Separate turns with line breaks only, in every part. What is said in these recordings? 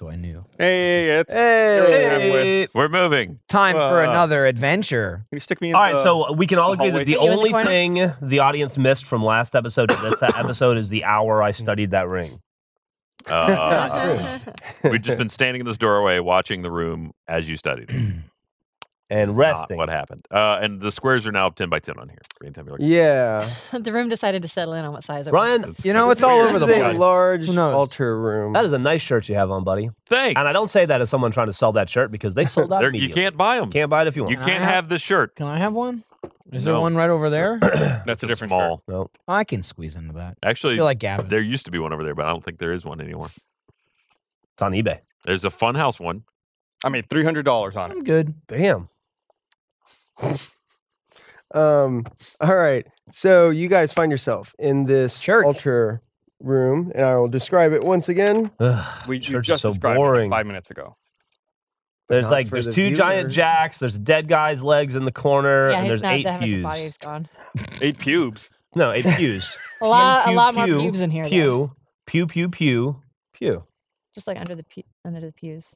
you.
Hey, it's I'm with-
Hey.
We're moving.
Time for
Uh,
another adventure.
Can you stick me in
All right,
the-
so we can all agree
hallway.
that the
Hit you in the
only
corner.
thing the audience missed from last episode to this episode is the hour I studied that ring.
Uh,
not
we've just been standing in this doorway watching the room as you studied. it.
And
It's not
resting.
what happened? Uh, and the squares are now ten by ten on here. Green 10 by like-
Yeah.
the room decided to settle in on what size it was.
Ryan,
It's-
You know, it's all
weird.
over the
This is
place.
a large
Who knows?
altar room.
that is a nice shirt you have on, buddy.
Thanks.
And I don't say that as someone trying to sell that shirt because they sold out
They're- You
immediately.
can't buy them.
Can't buy it if you
You
want.
Can I
can't
have-
have this shirt.
Can I have one? Is
No.
there one right over there? Oh,
That's
a different
small.
No.
I can squeeze into that. I
Actually,
feel like Gavin.
there used to be one over there, but I don't think there is one anymore.
It's on eBay.
There's a Funhouse one.
I made three hundred dollars on it.
I'm good.
Damn.
Um, all right. So you guys find yourself in this
Church.
altar room, and I will describe it once again.
Ugh,
We you
church
just
is so
described it
boring.
five minutes ago.
but
There's
not
like
for
there's
the
two giant
viewers.
jacks. There's a dead guy's legs in the corner,
yeah,
and
he's
there's
not
eight
the Hevison body
pews.
has gone.
Eight pubes.
No, eight pews.
A lot,
pew,
a lot more
pew,
pubes in here. though.
Pew, pew, pew, pew, pew.
just like under the pew, under the pews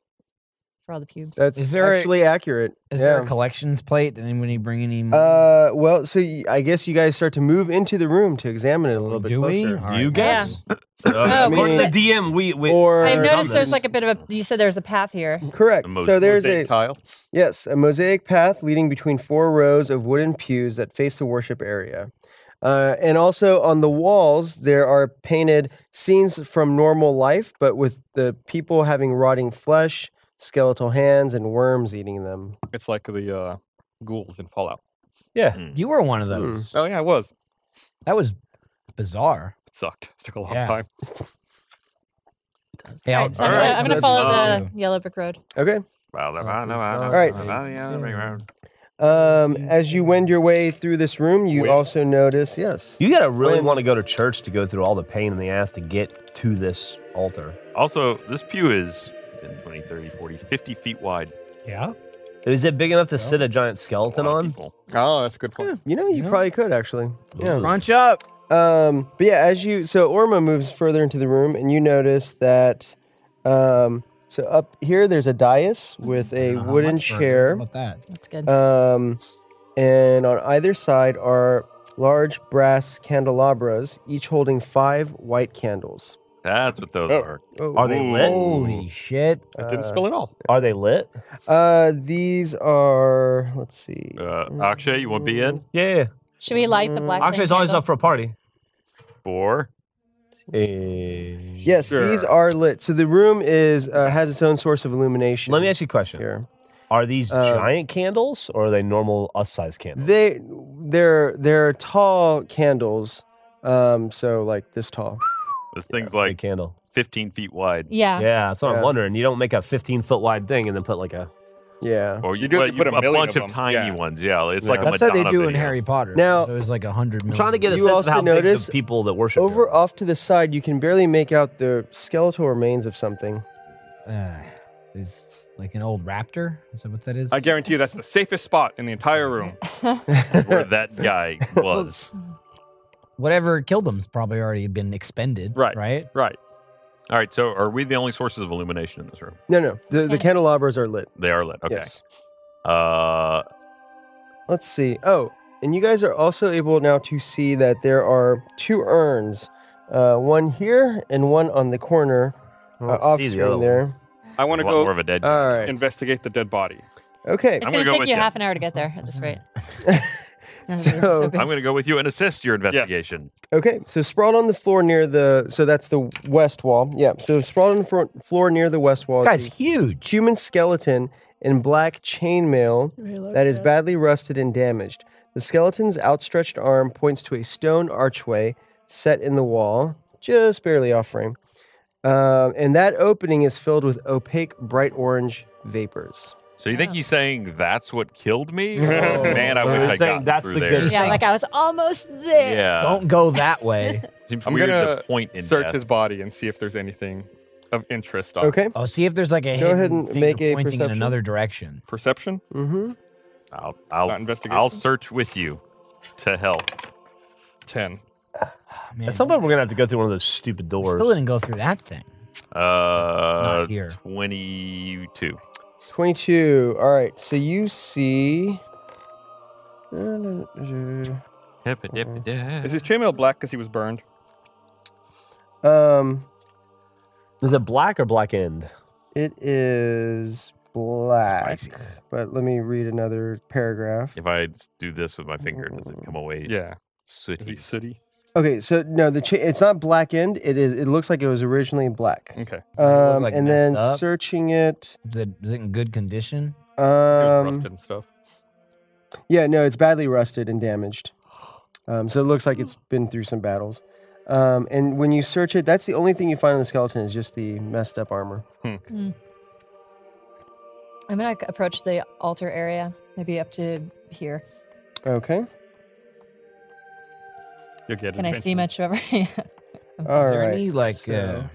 for all the pubes.
That's
Is there a-
actually accurate.
Is
yeah.
there a collections plate? Did anybody bring any? more?
uh, well, so y- I guess you guys start to move into the room to examine it a little bit
Do we?
closer.
All
you
right.
guess? Uh,
No,
mean-
What's the DM? We, we
Or
I've noticed
Thomas.
there's like a bit of a. You said there's a path here.
correct.
Mos-
so there's
Mosaic
a
tile.
Yes, a mosaic path leading between four rows of wooden pews that face the worship area. Uh, and also on the walls, there are painted scenes from normal life, but with the people having rotting flesh, skeletal hands, and worms eating them.
It's like the uh, ghouls in Fallout.
yeah.
You were one of those.
Oh yeah, it was.
That was bizarre.
It sucked. took a long
Yeah.
time.
Hey,
All
I'll-
right, so
All
I'm,
right,
gonna, I'm
so
gonna
that's-
follow
Oh.
the yellow brick road.
Okay.
All
Oh,
All right. Um, as you wend your way through this room, you also notice, yes.
You gotta really
Flynn.
want to go to church to go through all the pain in the ass to get to this altar.
Also, this pew is 10, 20, 30, 40, 50 feet wide.
Yeah.
Is it big enough to
Yeah.
sit a giant
That's a
skeleton
lot of
on?
people.
Oh, that's a good point.
You know, you
Yeah.
probably could actually. Yeah.
Crunch up.
Um, but yeah, as you so Orma moves further into the room, and you notice that um, so up here there's a dais with a
Uh-huh.
Uh, how
wooden
much for-
chair,
What that?
That's good.
um, and on either side are large brass candelabras, each holding five white candles.
That's what those
Oh.
are.
Oh,
Are they
Ooh.
lit?
Holy shit!
It didn't
Uh,
spill at all.
Are they lit?
Uh, these are let's see.
Uh, Akshay, you want to be in?
Yeah. yeah.
Should we light the black?
Actually, it's
ring
always
candle?
up for a party.
Four.
Yeah.
Yes, these
Sure.
are lit. So the room is uh, has its own source of illumination.
Let me ask you a question.
here.
Are these
Uh,
giant candles or are they normal us size candles?
They they're they're tall candles, um, so like this tall.
This thing's
Big
like
candle.
15 feet wide.
Yeah.
Yeah, that's what
Yeah.
I'm wondering. You don't make a 15 foot wide thing and then put like a.
Yeah.
Or you,
You do have
well,
to put a million
bunch
of
of,
them.
tiny
Yeah.
ones. Yeah, it's
Yeah.
like a
That's how they
Madonna
do in
video.
Harry Potter.
Now-
it was like a hundred
I'm
million.
trying to get a
You
sense
also
of how big
notice
the people that worship.
Over
there are.
off to the side, you can barely make out the skeletal remains of something.
Uh, is like an old raptor. Is that what that is?
I guarantee you, that's the safest spot in the entire room.
Where that guy was.
Whatever killed them's probably already been expended.
Right.
Right.
Right.
All right, so are we the only sources of illumination in this room?
No, no, the, the
Okay.
candelabras are lit.
They are lit. Okay.
Yes.
Uh,
Let's see. Oh, and you guys are also able now to see that there are two urns, uh, one here and one on the corner
I
uh,
don't
off
see the
screen
other one.
there.
I want to
a lot more
go uh,
of a dead.
All right.
investigate the dead body.
Okay.
It's
I'm gonna
gonna,
go
take
with
you
ya.
half an hour to get there at this rate. That's
So-
I'm going to go with you and assist your investigation.
Okay, so sprawled on the floor near the so that's the west wall. Yeah, so sprawled on the fro- floor near the west wall.
Guy's
is a
huge.
human skeleton in black chainmail that is badly rusted and damaged. The skeleton's outstretched arm points to a stone archway set in the wall, just barely off frame, um, and that opening is filled with opaque, bright orange vapors.
So you think
Yeah.
he's saying that's what killed me? Oh,
Oh.
man, I
Well,
wish
he's
I
saying
got
that's
through
the
there.
good
yeah, like I was almost there.
Uh,
Yeah.
Don't go that way.
Seems
I'm
weird
gonna
to point in
Search
death.
his body and see if there's anything of interest. on
Okay.
Oh, see if there's like a
Go
hidden
ahead and
finger
make a
pointing in
perception.
another direction.
Perception.
Mm-hmm.
I'll I'll,
Not investigation?
I'll search with you to help.
Ten.
Man,
At some point, we're going to have to go through one of those stupid
we
doors.
still didn't go through that thing.
Uh,
here.
22.
22. All right. So you see. Um,
Yep, yep, yep.
Is his chainmail black because he was burned?
um,
Is it black or black end?
it is black.
Spicy.
But let me read another paragraph.
If I s- do this with my finger, does it come away
Yeah. Is he
sooty?
sooty?
Okay, so no, the cha- it's not blackened. It is. It looks like it was originally
Mm,
black.
Okay.
look
Um,
like
and then
messed up.
searching it.
Is it, is it in good condition?
He was
Um,
rusted and stuff.
yeah, no, it's badly rusted and damaged. Um, so it looks like it's been through some battles. Um, and when you search it, that's the only thing you find on the skeleton is just the messed up armor.
I'm gonna c- approach the altar area, maybe up to here.
Okay.
You'll get
Can I see
advantage.
much of her?
All
Oh, is there
right.
any like
so-
uh,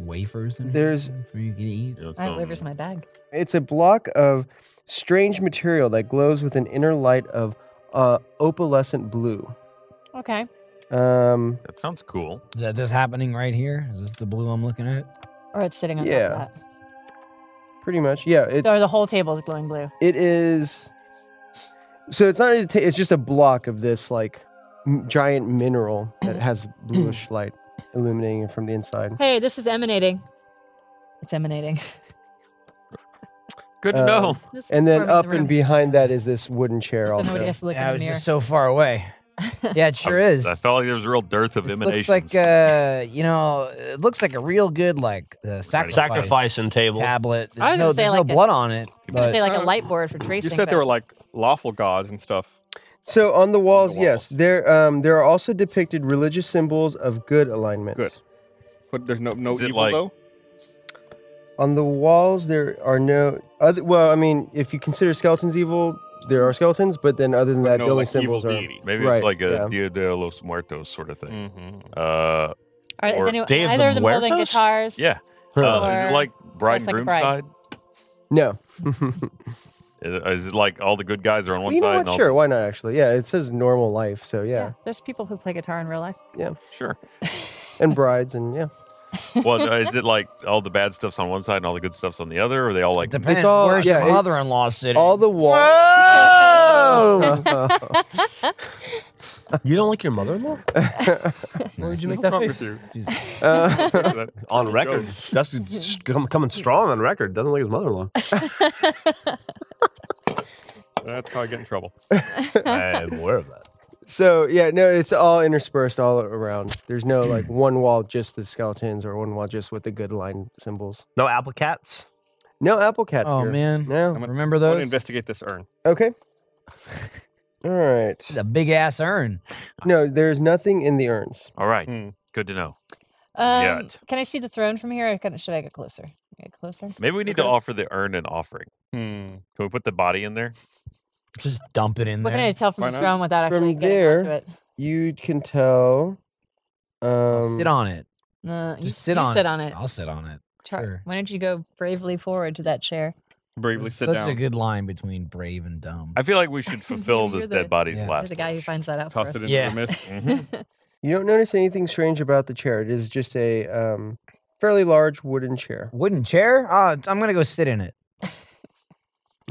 wafers? in here
There's-
for you to eat.
You know,
I have
some-
wavers in my bag.
It's a block of strange material that glows with an inner light of uh, opalescent blue.
Okay.
Um,
that sounds cool.
Is that this happening right here? Is this the blue I'm looking at?
Or it's sitting on
Yeah.
top of
pretty much, yeah.
that.
It
Or the whole table is glowing blue.
it is. So it's not. A ta- it's just a block of this like m- giant mineral that has bluish light illuminating it from the inside.
Hey, this is emanating. It's emanating.
Good to
Uh,
know.
Just
And then
warming the
up and
room.
behind that is this wooden chair.
Just so
Also,
nobody has to look
Yeah, I
in
was
the mirror.
just so far away. Yeah, it sure
I,
is.
I felt like there was a real dearth of
This
emanations.
looks like uh, you know, it looks like a real good like uh, sacrifice,
Sacrificing table.
tablet. There's
I was gonna
no,
say,
there's no
like, a-
blood on it.
I was
but-
gonna say like
Uh,
a light board for tracing.
You said there were
but-
like lawful gods and stuff.
so on the walls, yes,
walls.
there um, there are also depicted religious symbols of good alignment.
Good. But there's no no
Is it
evil
like-
though.
On the walls, there are no other. Well, I mean, if you consider skeletons evil, there are skeletons, but then other than
But
that,
no,
the only
like, evil
symbols are.
deity.
Maybe
right,
it's like a
yeah.
Dia de los Muertos sort of thing.
hmm
Uh,
Are, is
or
anyone,
Day of
either
the
of them holding
Muertos?
guitars?
yeah. Uh, is
Or
it like bride and
like a
groom
bride.
side?
No.
Is it- Is it like all the good guys are on one
you know
side?
what? Sure, why not? Actually, yeah, it says normal life, so yeah,
There's people who play guitar in real life.
sure.
and brides and yeah.
Well, uh, is it like all the bad stuff's on one side and all the good stuff's on the other? Or are they all like
Depends
It's all-
where's
yeah,
your
it-
mother-in-law sitting.
All the walls.
You don't like your mother-in-law?
Where would you
What's wrong with you?
Uh,
That-
On
Joe.
record. That's s- com- coming strong on record. Doesn't like his mother-in-law.
That's how I get in trouble.
I'm aware of that.
so yeah, no, it's all interspersed all around. There's no like
Hmm.
one wall just the skeletons or one wall just with the good line symbols.
No applicats.
No apple cats.
Oh
here.
man,
No.
remember
I want to
those?
investigate this urn.
Okay. All right.
It's a big ass urn.
No, there's nothing in the urns.
All right.
Hmm.
Good to know.
Um,
Yet.
Can I see the throne from here? Or can, should I get closer? Get closer.
Maybe we need to
Okay.
offer the urn an offering.
Hmm.
Can we put the body in there?
Just dump it in
What
there.
can I tell from
Why
the
not?
throne without
From
actually getting
there,
onto
You can tell. Um,
sit on it.
it? Uh, you,
Just sit
you
on
sit
it.
on it.
I'll sit on it.
Char-
sure.
Why don't you go bravely forward to that chair?
Bravely sit
Such
down.
a good line between brave and dumb.
I feel like we should fulfill
You're
this
the-
dead body's
you're
You're
last.
the guy who finds that out for
Toss
us.
it into
Yeah.
the mist.
Mm-hmm.
You don't notice anything strange about the chair. It is just a um, fairly large wooden chair.
Wooden chair? Uh, I'm gonna go sit in it.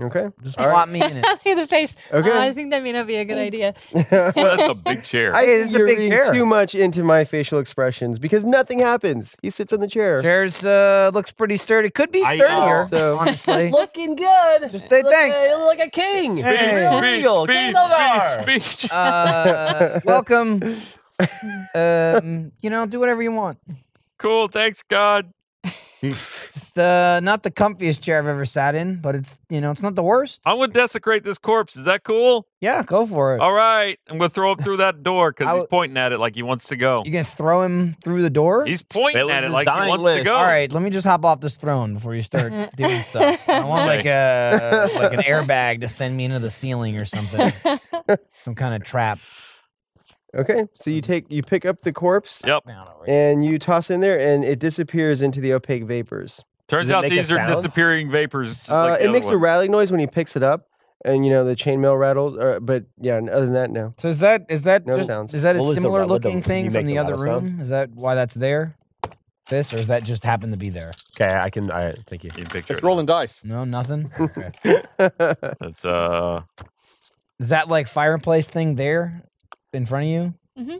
Okay.
Just
All right.
plop me in it.
Look at the face. Uh,
Okay.
I think that may not be a good idea.
Well, that's a big chair.
I
Hey,
think
this is a
you're
big
reading
chair.
too much into my facial expressions because nothing happens. He sits on the chair.
Chairs uh, looks pretty sturdy. Could be
I-
sturdier,
oh.
so.
So-
honestly.
Looking good.
Just say thanks.
like a king.
Hey.
speech, speech.
Uh, welcome. Um, you know, do whatever you want.
Cool. Thanks, God.
It's uh, not the comfiest chair I've ever sat in, but it's you know, it's not the worst.
I'm gonna desecrate this corpse. Is that cool?
Yeah, go for it.
All right. I'm gonna throw up through that door because
I
he's
w-
pointing at it like he wants to go.
You gonna throw him through the door?
He's pointing
That was
at it
his
like he
dying
wants to
wish.
go.
All right, let me just hop off this throne before you start doing stuff. I want like a like an airbag to send me into the ceiling or something, some kind of trap.
Okay. So you take you pick up the corpse
Yep.
down over here.
and you toss in there and it disappears into the opaque vapors.
Turns
Does it
out
make a
these are
sound?
disappearing vapors. just
Uh,
like the
it
other
makes a
one.
rattling noise when he picks it up and you know the chainmail rattles uh, but yeah, n- other than that no.
So is that is that
No
just,
sounds.
is that a
Well, is the
similar
rattler the-
looking
you
thing from
make
the
the
other
rattler sound?
room? Is that why that's there? this, or does that just happen to be there?
Okay, I can. All right, thank you.
You can picture
It's
it.
rolling dice.
No, nothing. Okay.
That's uh,
Is that like fireplace thing there in front of you?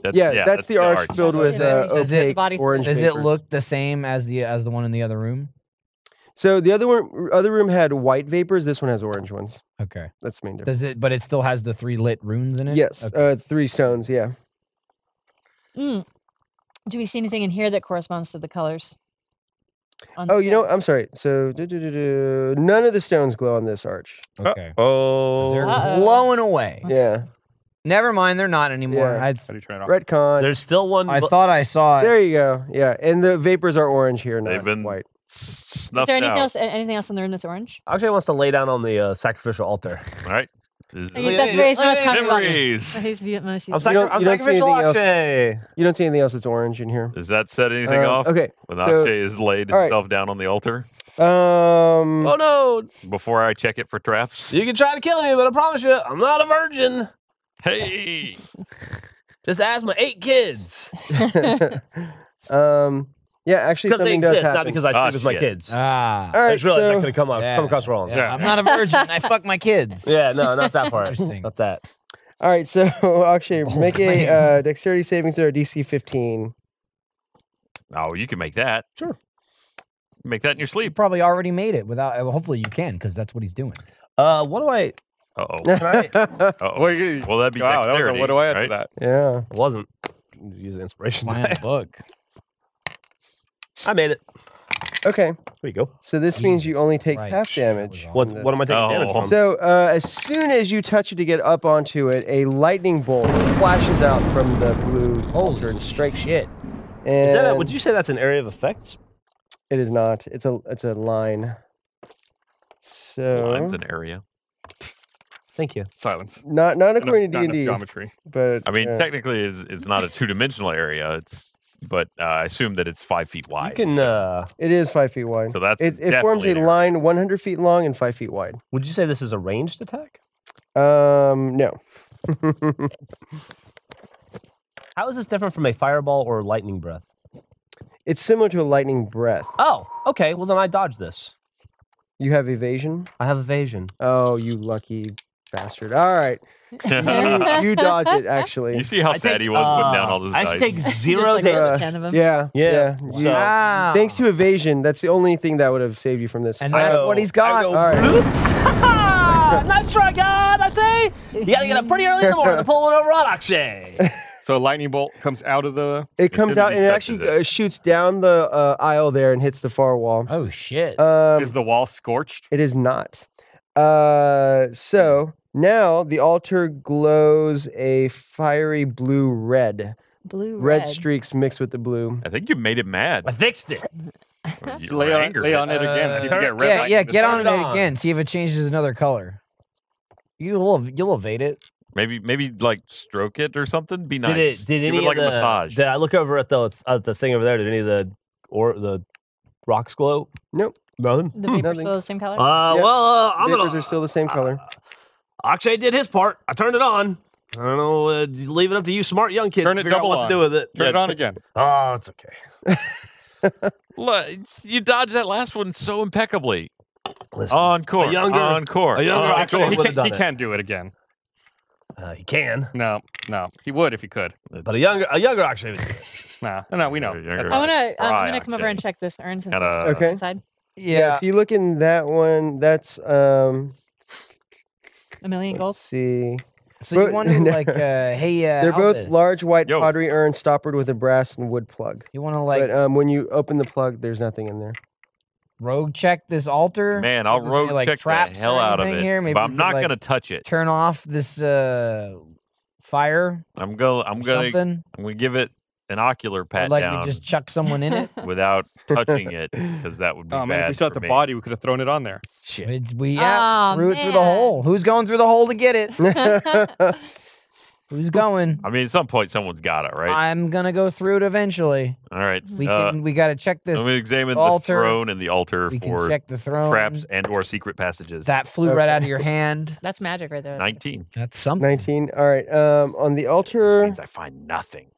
that's,
yeah, that's, the, arch, filled
Yeah,
with
that makes
uh,
sense. The
opaque
body-
orange.
Does it
vapors.
look the same as the as the one in the other room?
So the other one, other room had white vapors. This one has orange ones.
Okay.
That's the main difference.
Does it? But it still has the three lit runes in it.
Yes,
Okay.
uh, three stones. Yeah.
Mm. Do we see anything in here that corresponds to the colors? on the
Oh, you know, what? I'm
stones?
sorry. So du- du- du- du- none of the stones glow on this arch.
okay. 'Cause
Oh,
They're
Uh-oh.
blowing away.
Yeah.
Never mind, they're not anymore.
Yeah.
I
How do you turn it off?
Retcon.
there's still one.
I
bu-
thought I saw it.
there you go. Yeah, and the vapors are orange here, not
They've been
white.
Is
Snuffed
there anything
out.
else? a- Anything else in the room that's orange?
Actually, wants to lay down on the uh, sacrificial altar.
All right. This
I
is
guess
Yeah,
that's
yeah,
where he's
yeah.
most comfortable.
memories.
He's most
I'm,
used
You
sacri-
don't-
I'm
you don't see
sacrificial
anything else?
altar.
You don't see anything else that's orange in here.
Does that set anything
Um,
off?
Okay.
When
so-
Akshay has laid
all right.
himself down on the altar
Um.
Oh no!
before I check it for traps.
You can try to kill me, but I promise you, I'm not a virgin.
Hey,
Just ask my eight kids
um. Yeah, actually,
because they
something does
exist,
happen.
not because I sleep
Ah,
with my
shit.
kids.
Ah.
All
I
right.
just realized that
So,
could have come, out-
yeah,
Oh, come across wrong.
yeah,
Yeah.
I'm not a virgin. I fuck my kids.
no, not that part.
Interesting.
not that.
all right. So Akshay, make a
man.
uh, dexterity saving throw, DC 15.
oh, you can make that.
Sure.
Make that in your
You
sleep.
probably already made it without. well, Hopefully, you can because that's what he's doing.
Uh, what do I? It
Uh oh.
yeah.
Uh
Wait, you-
Well, that'd be
wow, that was a
dexterity,
what do I add
right?
to that?
wasn't. Use the inspiration.
Flying a book.
I made it.
Okay.
There you go.
So this means you
Jesus
only take
Christ,
half
that was
damage.
awful.
What?
on
What am I taking
Oh.
damage from?
So uh, as soon as you touch it to get up onto it, a lightning bolt flashes out from the blue altar and strikes you.
Shit.
And
Is that a, would you say that's an area of effect?
It is not. It's a it's a line. So
Uh-huh.
Mine's an area.
Thank you.
Silence.
not not
Not enough-
according
not
to
enough
D and D,
geometry.
but
I mean,
uh,
technically, it's, it's not a two dimensional area. It's but uh, I assume that it's five feet wide.
You can. Uh,
it is five feet wide.
so that's
it, it forms
definitely
a
an area.
line 100 feet long and five feet wide.
would you say this is a ranged attack?
Um, no.
How is this different from a fireball or lightning breath?
it's similar to a lightning breath.
Oh, okay. Well, then I dodge this.
You have evasion.
I have evasion.
Oh, you lucky bastard! All right, you, you dodge it actually. Uh,
You see how
I
sad
take,
he was putting down
uh,
all those
I
dice.
take zero
like
damage.
a- ten of 'em.
Yeah, yeah.
Yeah.
you-
So-
Wow.
Thanks to evasion, that's the only thing that would have saved you from this.
And
I
that's
go-
what he's got.
I go,
All right.
"Bloop." nice try, God. I say you gotta get up pretty early in the morning to pull one over on Akshay.
So a lightning bolt comes out of the.
it comes
soon as
out
he
and it
touches
actually
it.
Uh, shoots down the uh, aisle there and hits the far wall.
Oh shit.
Um,
Is the wall scorched?
It is not. Uh, so now the altar glows a fiery blue red.
Blue,
Red,
red,
streaks mixed with the blue.
I think you made him mad.
I fixed it.
Or you-
Lay
or
on,
angered
lay
him.
on it again. see if you
Uh,
get red
yeah,
lightning
yeah.
this
Get on it
time.
on.
again. See if it changes another color. You'll you'll evade it.
Maybe maybe like stroke it or something. Be nice.
Did it? Did
Give
any
it like
of the?
a massage?
Did I look over at the at the thing over there? Did any of the or the rocks glow?
Nope.
Nothing.
The
Hmm.
vapors
Nothing.
still the same color.
Uh,
Yep.
well, uh, I'm
Vapors
gonna.
are still the same color.
Akshay did his part. I turned it on. I don't know. Uh, leave it up to you, smart young kids,
Turn
to
it
figure out
double
what
on.
to do with it.
Turn it
Yeah.
on again.
Oh, it's okay.
Look, it's- you dodged that last one so impeccably.
Listen,
Encore.
a younger-
encore.
a younger
encore.
Akshay
He,
would've
can't,
done
he
it.
can't do it again. Oh.
uh, he can,
No, no. He would if he could.
but a younger a younger Akshay. would do it.
Nah, no, we know.
You're-
That's
you're
I
all
want
right.
wanna-
to.
I'm
I'm
Right,
going to come over and
actually.
check this urn since
Kinda-
we're
Okay.
inside.
Yeah. If you look in that one, that's um.
A million gold.
Let's see.
So you
But-
want to like, uh, hey, uh,
They're both
Albus,
large white
Yo.
pottery urns stoppered with a brass and wood plug.
You want to like
but um, when you open the plug, there's nothing in there.
rogue check this altar?
Man, I'll
Does it,
rogue
like,
check the
traps or
hell out of
anything
it.
here? Maybe
but
we
I'm
could,
not
like,
gonna touch it.
Turn off this uh fire.
I'm go. I'm gonna.
something.
I'm gonna give it an ocular pat
Or like
down
we just chuck someone in it.
without touching it because that would be
Oh
bad
man, if we still had
for
the
me.
body, we could have thrown it on there.
we, we yeah,
Oh,
threw it through the
man.
hole. Who's going through the hole to get it? Who's going?
I mean, at some point, someone's got it, right?
I'm gonna go through it eventually.
All right.
We
uh,
can. We gotta check this.
Let me examine
altar.
the throne and the altar
We can
for
check the throne.
traps and or secret passages.
That flew right out of your hand.
That's magic right there.
Nineteen
That's something.
Nineteen. All right. Um, on the altar.
means I find nothing.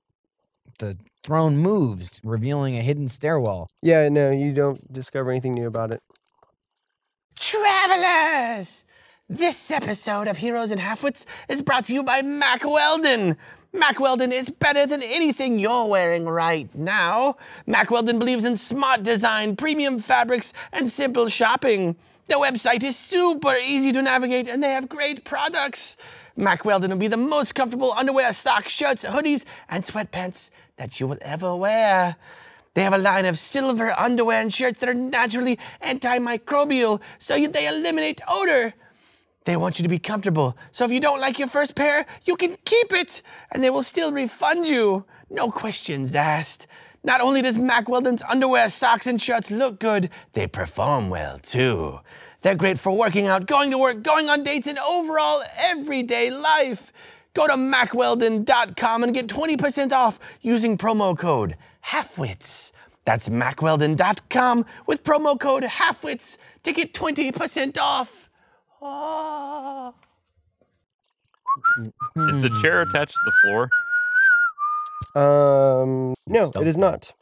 the throne moves, revealing a hidden stairwell.
Yeah, no, you don't discover anything new about it.
Travelers! This episode of Heroes and Halfwits is brought to you by Mac Weldon. Mac Weldon is better than anything you're wearing right now. Mac Weldon believes in smart design, premium fabrics, and simple shopping. Their website is super easy to navigate and they have great products. Mac Weldon will be the most comfortable underwear, socks, shirts, hoodies, and sweatpants that you will ever wear. They have a line of silver underwear and shirts that are naturally antimicrobial, so you- they eliminate odor. They want you to be comfortable, so if you don't like your first pair, you can keep it, and they will still refund you. No questions asked. Not only does Mack Weldon's underwear, socks, and shirts look good, they perform well too. They're great for working out, going to work, going on dates, and overall everyday life. Go to macweldon.com and get 20% off using promo code HALFWITS. That's macweldon.com with promo code HALFWITS to get 20% off. Ah.
Is the chair
Hmm.
attached to the floor?
Um, no, it is not.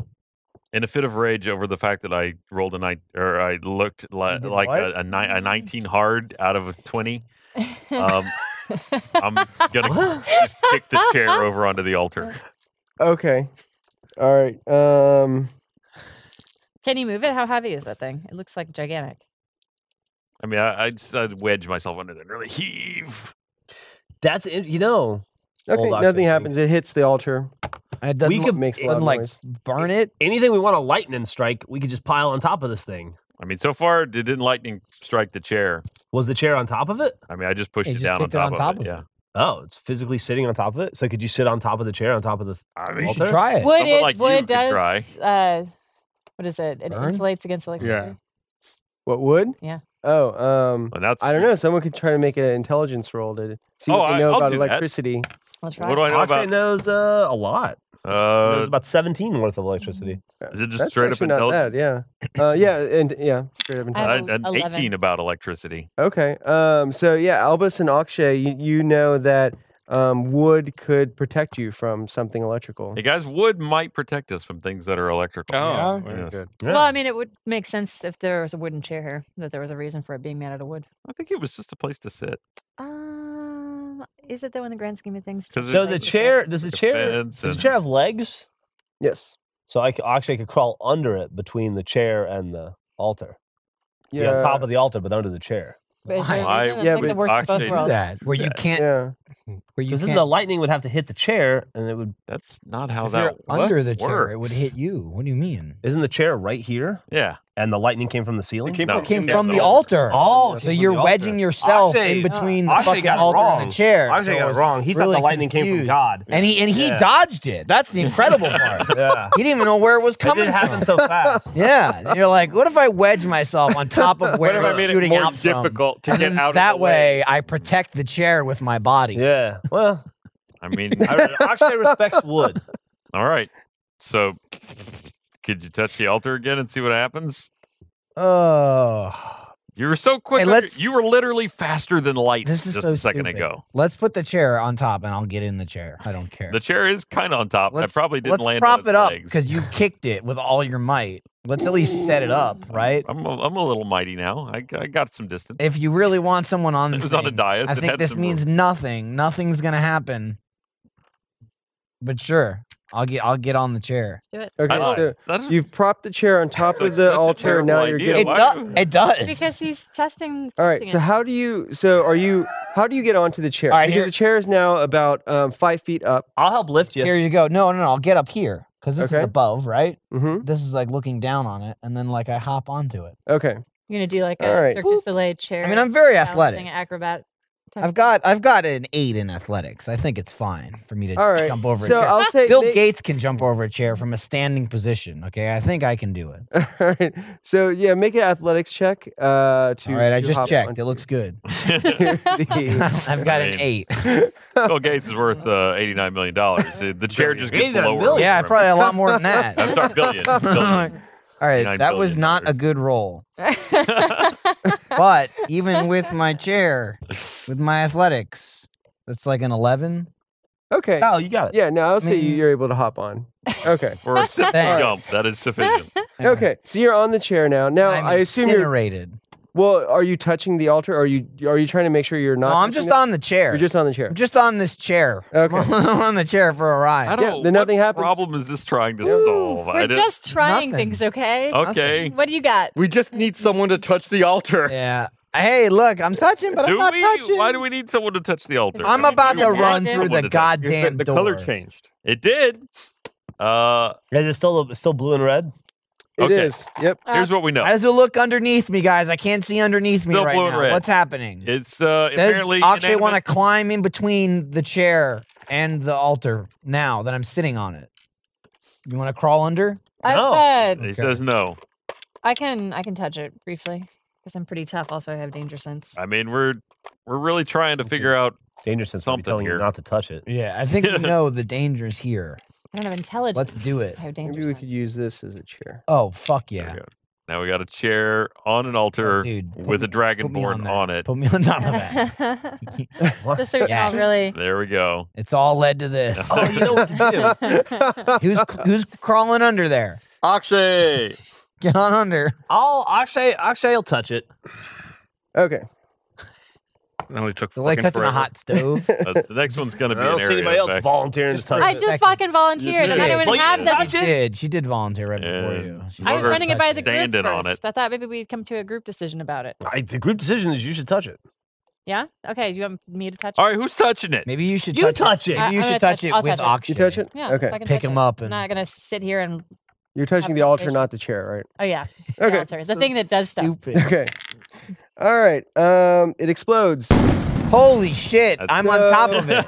In a fit of rage over the fact that I rolled a nine or I looked li-
did
like
what?
a, a, ni- a 19 hard out of a 20, um, I'm gonna just kick the chair over onto the altar.
Okay. All right. Um,
Can you move it? How heavy is that thing? It looks like gigantic.
I mean, I, I just I'd wedge myself under there and really heave.
That's it. You know,
okay,
Hold on,
nothing
Fitzy.
happens. It hits the altar.
And It doesn't,
We
we
could-
could,
Makes a loud
doesn't like
noise.
burn it.
anything we want to lightning strike, we could just pile on top of this thing.
I mean, so far it didn't lightning strike the chair.
Was the chair on top of it?
I mean, I just pushed
It
it,
just
down on
kicked it
top,
on
of,
top
it.
of
Yeah,
Oh, it's physically sitting on top of it. So could you sit on top of the chair on top of the?
I
You
mean,
You should
Alter?
try it.
Wood
Someone
it
like you
wood
could try.
does uh what is it? It
Burn?
insulates against electricity.
What would?
Yeah.
Oh, um,
well, that's
I don't know. Someone could try to make an intelligence roll to see
Oh,
what they
I-
know
I'll
about
do that.
electricity.
I'll try.
What do I know
Akshay
about?
knows uh, a lot. He knows
Uh,
about seventeen worth of electricity.
is it just
That's
straight up
actually not
intelligence?
bad. Yeah. Uh, yeah, and yeah, straight up
I have
intelligence.
I,
a-
an
11.
18 about electricity.
Okay. Um, so yeah, Albus and Akshay, you, you know that um, wood could protect you from something electrical.
Hey guys, wood might protect us from things that are electrical.
Yeah.
very
Yes.
good.
Yeah.
Well, I mean, it would make sense if there was a wooden chair here that there was a reason for it being made out of wood.
I think it was just a place to sit.
Um, is it though in the grand scheme of things?
'Cause
so
it's
the
like
chair does the
like a
chair
fence
does the
and-
chair have legs?
Yes.
So I c- Akshay could crawl under it between the chair and the altar. Be
Yeah.
on top of the altar, but under the chair.
I-
I,
yeah,
yeah, like the
but
worst of
actually-
both
Do
Do
worlds.
that where you
Yeah.
can't. Hmm,
yeah.
Where you
Because
can't.
then the lightning would have to hit the chair, and it would.
That's not how
if
that
you're under
works.
the chair, it would hit you. What do you mean?
Isn't the chair right here?
Yeah.
And the lightning came from the ceiling.
No.
It came
Yeah,
from
the
the altar.
altar.
Oh, it
so
came from
you're
the altar.
wedging yourself
Akshay-
in between the
Akshay
fucking
got it
altar
wrong.
and the chair.
Akshay
so I
got it
was
wrong. He thought
really
the lightning came from
confused.
God.
And he and he
Yeah.
dodged it. That's the incredible part.
yeah.
He didn't even know where it was
It
coming
didn't happen
from.
so fast.
Yeah, and you're like, what if I wedge myself on top of where
What if
it's
I made
shooting
it more
out from?
difficult to
And
get
then
out
that
of the
way, I protect the chair with my body.
Yeah. Well,
I mean,
I don't know. Akshay respects wood.
all right. So could you touch the altar again and see what happens?
Oh,
You were so quick.
Hey,
under-
let's-
you were literally faster than light
this is
just
so
a second
stupid.
ago.
Let's put the chair on top, and I'll get in the chair. I don't care.
The chair is kind of on top. I
Let's-
probably didn't
let's
land
prop
on its
it up
legs.
because you kicked it with all your might. Let's at least set it up, right?
I'm a, I'm a little mighty now. I, g- I got some distance.
If you really want someone on,
It
the
was on a
thing,
dais.
I
It
think
had
this
some
means
room.
nothing. Nothing's gonna happen. But sure, I'll get I'll get on the chair.
Let's do it.
Okay.
I
So
don't- that's-
you've propped the chair on top
That's
of the
such a
altar.
terrible
Now you're
idea.
getting.
it,
why
do-
are-
it does.
Because he's testing.
All right.
testing
So
it.
how do you? So are you? How do you get onto the chair?
All right,
because
here-
the chair is now about um, five feet up.
I'll help lift you.
here you go. No, no, no. I'll get up here because this
Okay.
is above, right?
Mm-hmm.
This is like looking down on it, and then like I hop onto it.
Okay.
you're gonna do like a
All right.
Cirque du Soleil chair.
I mean, I'm very
balancing
athletic.
acrobat. type
I've
of-
got I've got an eight in athletics. I think it's fine for me to
All right.
jump over. a
So
chair.
I'll say
Bill
may-
Gates can jump over a chair from a standing position. Okay, I think I can do it.
All right. So yeah, make an athletics check. Uh, to
All right, I
to
just
hop
checked.
onto
It looks good.
the-
I've got
I mean,
an eight.
Bill Gates is worth uh, $89 million. The the chair just gets
89
lower.
million.
Yeah, probably a lot more than that.
I'm sorry, billion. billion.
All right,
89
that was
billion
not a
dollars.
good roll. But even with my chair, with my athletics, that's like an eleven.
Okay.
Oh,
Kyle, you got it.
Yeah, no, I'll say you-
Man.
you're able to hop on. Okay.
For a simple
Thanks.
jump, that is sufficient.
Okay. So you're on the chair now. Now
I'm
i assume you're
incinerated.
well, are you touching the altar? Or are you are you trying to make sure you're not
No, I'm
touching
just
it?
on the chair.
You're just on the chair.
I'm just on this chair.
Okay.
I'm on the chair for a
I
ride.
don't
Yeah,
know.
then nothing
what
happens.
problem is this trying to solve? I
We're
didn't-
just trying
Nothing.
things, okay?
Okay.
What do you got?
We just need someone to touch the altar.
Yeah. Hey, look, I'm touching, but
Do
I'm not
we?
touching.
Why do we need someone to touch the altar?
I'm
I mean,
about
we
to
Just
want
run
active.
through
someone
the
to touch-
The,
goddamn
the
door.
color changed.
It did. Uh,
Is it still it's still blue and red?
It
Okay.
is. Yep.
here's what we know.
How does it look underneath me, guys? I can't see underneath me
Still
right
blue and
now.
red.
What's happening?
It's uh,
Does
apparently
Akshay want to
inanimate-
climb in between the chair and the altar now that I'm sitting on it? You want to crawl under?
I've,
No.
uh,
He says no.
I can I can touch it briefly because I'm pretty tough. Also, I have danger sense.
I mean, we're we're really trying to figure out.
Danger sense would be
Something
telling
here.
you not to touch it.
Yeah, I think we know the danger's here.
I don't have intelligence.
do it.
I have danger
Maybe we
sense.
could use this as a chair.
Oh fuck
There
yeah,
we go. Now we got a chair on an altar
dude, put
with a
me- put me
dragonborn
that.
on, it.
Put me on top of that.
Just so we can all
Yes.
really.
There we go.
It's all led to this.
Oh, you know what you do.
who's who's crawling under there?
Akshay.
Get on under.
I'll Akshay Akshay will touch it.
Okay.
Only took
It's like
fucking
touching a
forever.
hot stove.
Uh, the next one's gonna be
I don't
an
see
area
anybody else
effect.
volunteering to touch
I
it.
just fucking volunteered, and I don't
did.
even
Well, you
have
didn't
the.
touch
she
it.
did. She did volunteer right before
And
you. She
I was
Mugger's
running it by the group
standing
first.
on it.
I thought maybe we'd come to a group decision about it.
I, the group decision is you should touch it.
Yeah. Okay. You want me to touch it?
All right, who's touching it?
Maybe you should.
You
touch,
touch it.
I-
Maybe you
I'm
should
gonna
touch
touch-
it
I'll
with
touch it.
You
Akshay.
touch it?
Yeah.
Okay.
let's fucking
Pick
touch
him
it.
up
I'm
and-
not gonna sit here and
You're touching
Have
the altar,
conversation.
not the chair,
oh yeah, the
Okay.
altar, the thing that does stuff.
Stupid.
right? Okay. All right. Um, it explodes.
Holy shit!
That's-
I'm on top of it.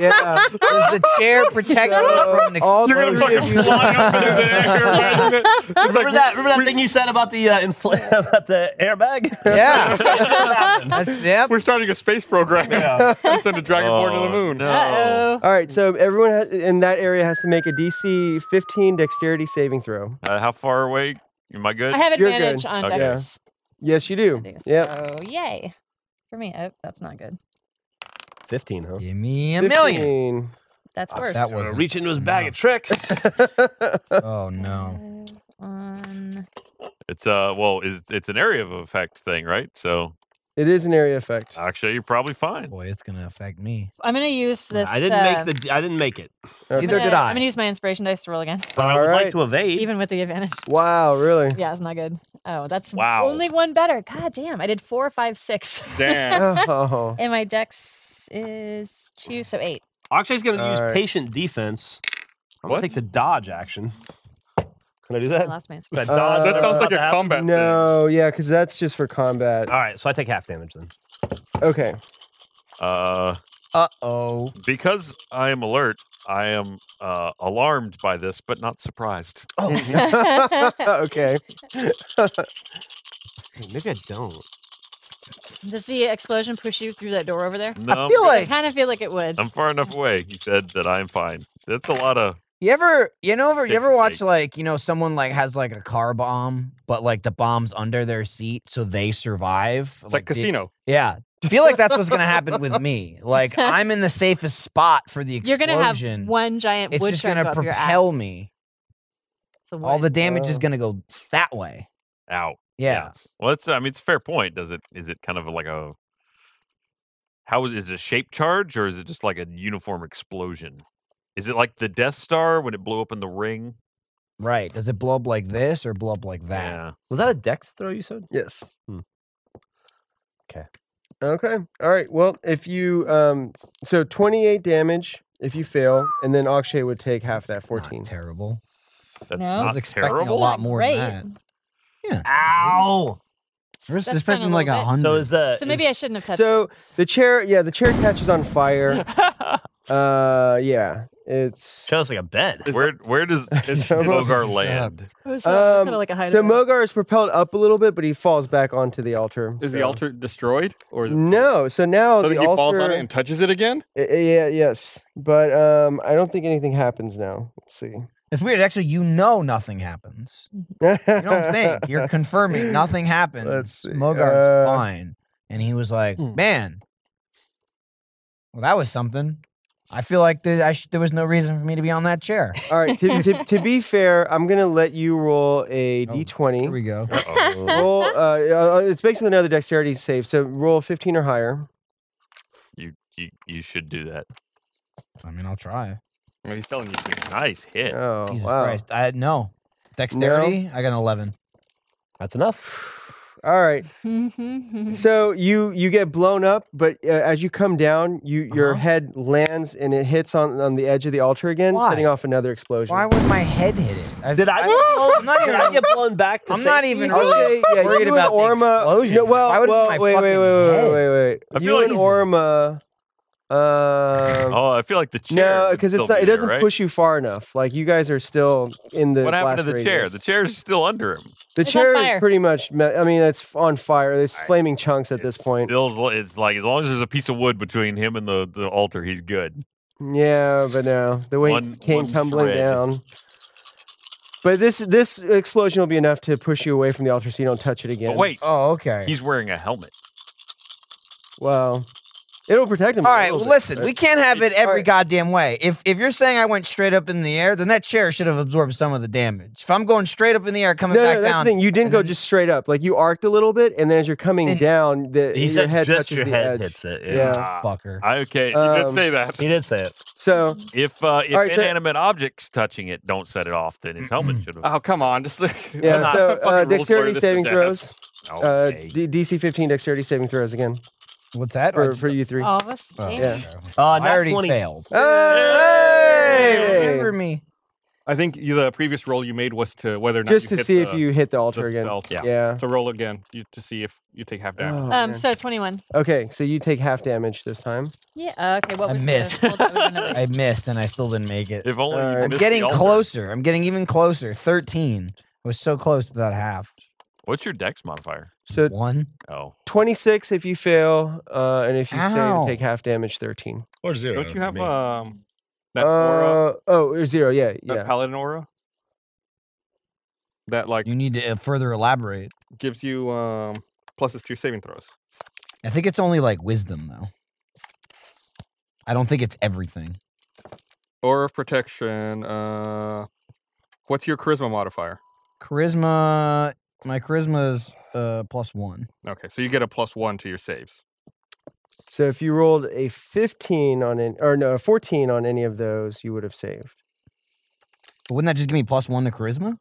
Yeah.
Does the chair protect me
So,
from an
all
explosion?
those of you-
Remember that? Remember that
we-
thing you said about the uh, infl- about the airbag?
Yeah. That's, yep.
We're starting a space program. Yeah. send a dragonborn to the moon.
Oh, No.
Uh oh.
All right. So everyone ha- in that area has to make a DC 15 dexterity saving throw.
Uh, how far away? Am I good?
I have
You're good.
advantage on
Okay.
Dex.
Yes, you do.
I do,
Yep.
So yay for me. Oh, that's not good.
Fifteen, huh?
Give me a million.
15.
That's
Oh,
worse.
that
Gonna
was
reach into his bag of tricks.
Oh no.
On
It's uh, well, it's, it's an area of effect thing, right? So
It is an area effect.
Akshay, you're probably fine.
Boy, it's gonna affect me.
I'm gonna use this.
I didn't
uh,
make the. I didn't make it.
Okay.
Neither
I'm
did
gonna-
I.
I'm gonna use my inspiration dice to roll again,
But I would
Alright.
like to evade.
even with the advantage.
Wow, really?
Yeah, it's not good. Oh, that's
Wow.
only one better. God damn, I did four, five, six,
Damn.
Oh.
and my dex is two, so eight.
Akshay's going to use
Alright.
patient defense. I'm
What?
going to take the dodge action. Can I do
I
that?
lost my inspiration.
Uh, That dodge. I'm
that
Uh,
sounds
about
like
to
a
have?
combat.
No, yeah, because that's just for combat.
All right, so I take half damage then.
Okay.
Uh,
Uh oh.
because I am alert, I am uh, alarmed by this, but not surprised.
okay.
Hey, Maybe I don't.
Does the explosion push you through that door over there?
No,
I feel
I
like
kind of feel like it would.
I'm far enough away. He said that I'm fine. That's a lot of.
you ever you know ever you
Shake
ever
and
watch
shake.
like you know someone like has like a car bomb but like the bomb's under their seat so they survive.
It's like
did-
casino.
yeah. I feel like that's what's gonna happen with me. Like I'm in the safest spot for the
You're
explosion.
gonna have one giant
It's
wood
just
shark
gonna
go up your
propel
ass.
me.
So
All
what?
the damage is
Oh.
gonna go that way.
Ow.
Yeah.
Well, it's. I mean, it's a fair point. Does it? Is it kind of like a? How is, is it a shape charge or is it just like a uniform explosion? Is it like the Death Star when it blew up in the ring?
Right. Does it blow up like this or blow up like that?
Yeah.
Was that a dex throw you said?
Yes.
Hmm. Okay.
Okay. All right. Well, if you um so 28 damage if you fail and then Akshay would take half that
Not
14.
terrible.
That's
No. I
I
not
was expecting a
terrible.
lot more
Great.
than
Ow!
that. I was
That's
expecting
kinda
like a
little
hundred.
So is the.
bit- Hmm. So maybe I shouldn't have touched. it.
So the chair, yeah, the chair catches on fire.
I
Uh yeah, it's
Sounds like a bed.
Where where does
It's
Mogar
almost-
land?
Oh, so I'm
um,
kinda like a high
So
low.
Mogar is propelled up a little bit but he falls back onto the altar.
Is
so-
the altar destroyed? Or is it
No, so now
So
the
that he
altar
falls on it and touches it again?
I- I- yeah, yes. But um I don't think anything happens now. Let's see.
It's weird. Actually, you know nothing happens. You don't think. You're confirming nothing happens.
Let's see,
Mogart's
uh,
Hmm. fine. And he was like, man, well, that was something. I feel like there, I sh- there was no reason for me to be on that chair.
All right. To, to, to be fair, I'm gonna let you roll a
Oh, Here
d20.
we go.
Roll. Uh, uh, it's based on another dexterity save. So roll 15 or higher.
You, you you should do that.
I mean, I'll try.
Well, he's telling you to.
Nice hit.
Oh
Jesus
wow.
Christ. I had no dexterity. I got an 11.
That's enough.
All right.
Mhm.
So you you get blown up, but uh, as you come down, you your
Uh-huh.
head lands and it hits on on the edge of the altar again,
Why?
setting off another explosion.
Why would my head hit it? I,
Did I, get blown,
I'm not
did I
even-
get blown back to
I'm not
safety?
even
I'll say, yeah,
worried
you
about the
and Orma,
explosion.
No, well,
Why would
well,
my
wait, wait, wait,
fucking
wait,
head-
wait, wait,
I
wait.
feel
You and
like-
Orma, um,
Oh, I feel like the chair.
no,
would
because it's
still
not,
be
it
there,
doesn't
right?
push you far enough. Like you guys are still in the
What happened to
blast
the chair?
radius.
The chair's still under him.
The
It's on
chair
fire.
is pretty much. Me- I mean, it's on fire. There's flaming chunks at this point.
Still, is- it's like as long as there's a piece of wood between him and the, the altar, he's good.
Yeah, but no, the weight
One-
came
one
tumbling
thread.
down. But this this explosion will be enough to push you away from the altar, so you don't touch it again.
But wait,
Oh, okay.
he's wearing a helmet.
well, it'll protect him.
All
a
right,
little
well,
bit,
listen,
but-
we can't have it every
Alright.
goddamn way. If if you're saying I went straight up in the air, then that chair should have absorbed some of the damage. If I'm going straight up in the air, coming
No,
back
no, that's
down,
the thing. You didn't
and
go
then-
just straight up. Like you arced a little bit, and then as you're coming
And-
down, the,
He
your
said
head
just
touches
your
the
head
edge.
hits it.
Yeah.
fucker.
I okay.
Uh,
He did
Um,
say that.
He did say it.
So
if uh, if
all right, so-
inanimate objects touching it don't set it off, then his helmet should
Uh,
have.
Oh, come on. Just
yeah, so uh, dexterity saving
throws.
throws.
Oh,
Uh,
okay.
D- DC 15 dexterity saving throws again
What's that?
for, for you three.
All of us.
Oh,
damn.
yeah.
Uh,
I
not
already
20.
failed.
Hey!
Remember me.
I think you- the previous roll you made was to whether or not
Just
you
to
hit
see if
the-
you hit the altar
the
again.
belt.
Yeah.
Yeah.
to roll again you, to see if you take half damage.
Oh,
Um,
man.
so 21.
okay, so you take half damage this time.
Yeah. uh, Okay. What
I
was
missed.
the hold on, we're gonna-
I missed, and I still didn't make it.
If only you
All right.
missed
I'm
the
getting
altar.
closer. I'm getting even closer. Thirteen. I was so close to that half.
What's your dex modifier?
So
One.
Oh,
26 if you fail, uh, and if you fail,
Ow.
you take half damage 13.
Or zero.
Don't you have um that aura,
Oh. Uh, oh, zero. Yeah,
that
yeah.
paladin aura? That like
You need to uh, further elaborate.
gives you um pluses to your saving throws.
I think it's only like wisdom, though. I don't think it's everything.
Aura of protection. Uh, what's your charisma modifier?
Charisma. My charisma is uh, plus one.
Okay, so you get a plus one to your saves.
So if you rolled a 15 on an, or no, a 14 on any of those, you would have saved.
But wouldn't that just give me plus one to charisma?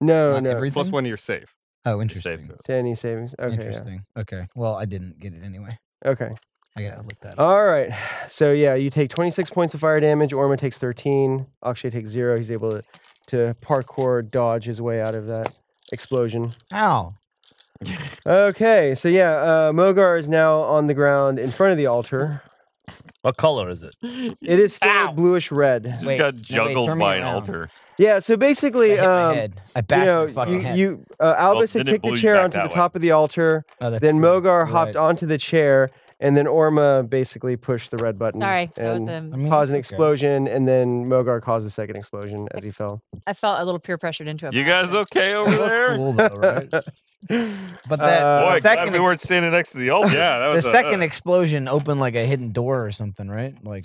No,
Not
Oh, no.
everything?
Plus one to your save.
Oh,
your save
interesting.
throw.
To any savings. Okay. yeah.
interesting. Okay. Well, I didn't get it anyway.
Okay.
I gotta look that up.
All right. So yeah, you take 26 points of fire damage. Orma takes 13. Akshay takes zero. He's able to, to parkour dodge his way out of that explosion.
Ow.
Okay. So yeah, uh, Mogar is now on the ground in front of the altar.
What color is it?
It is still bluish red.
just
Wait,
got
no, wait,
juggled
turn me
by an
around.
altar.
Yeah. So basically,
I hit my
um,
head. I
you
bashed
know,
my fucking
you,
head.
you uh, Albus
then
had
it
kicked
blew
the
you
chair
back
onto the
that way.
top of the altar.
Oh, that's
Then
true.
Mogar
You're
hopped
right.
onto the chair, and then Orma basically pushed the red button.
Sorry. That was
and
um,
I mean,
caused an
that's okay.
explosion, and then Mogar caused a second explosion as he fell.
I felt a little peer pressured into it.
You
by
guys
accident.
okay over there?
Cool though, right? But that
Uh,
Boy,
the
glad
second,
we
ex-
weren't standing next to the altar.
Yeah, that
the
was a-
second
uh,
explosion opened like a hidden door or something, right? Like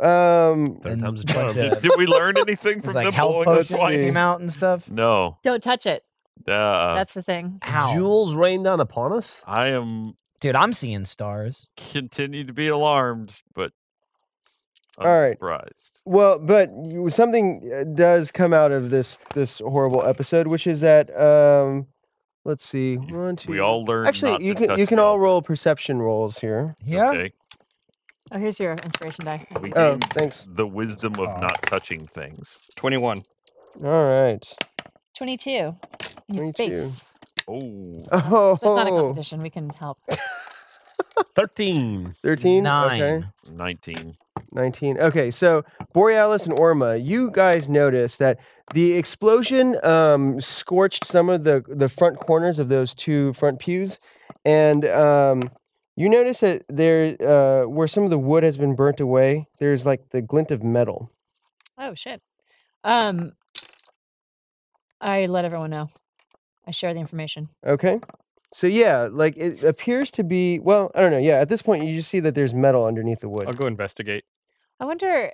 Um,
Third
and
time's a
uh,
bunch
charm.
of-
Did-
it
Did we learn anything
was
from
like
them
health
blowing us
potions
potions
twice.
came
twice?
out and stuff.
No.
Don't touch it.
Uh,
That's the thing.
Ow.
Jewels rain down upon us?
I am
Dude, I'm seeing stars.
continue to be alarmed, but I'm
All right.
surprised.
well, but you, something uh, does come out of this this horrible episode, which is that um, let's see, one, two.
We all learned. not
actually you
to
can you
touch
can
the
all
altar.
roll perception rolls here.
Yeah.
Okay.
Oh, here's your inspiration die.
We
Oh,
gained
thanks.
The wisdom of not touching things.
Twenty-one.
All right.
22. In your
22.
face.
Oh,
Oh,
That's not a competition. We can help.
13.
13?
Nine.
Okay.
19.
19. Okay, so Borealis and Orma, you guys noticed that the explosion um, scorched some of the, the front corners of those two front pews. And um, you notice that there, uh, where some of the wood has been burnt away, there's like the glint of metal.
Oh, shit. Um, I let everyone know. I share the information.
Okay? So, yeah, like it appears to be, well, I don't know. Yeah, at this point, you just see that there's metal underneath the wood.
I'll go investigate.
I wonder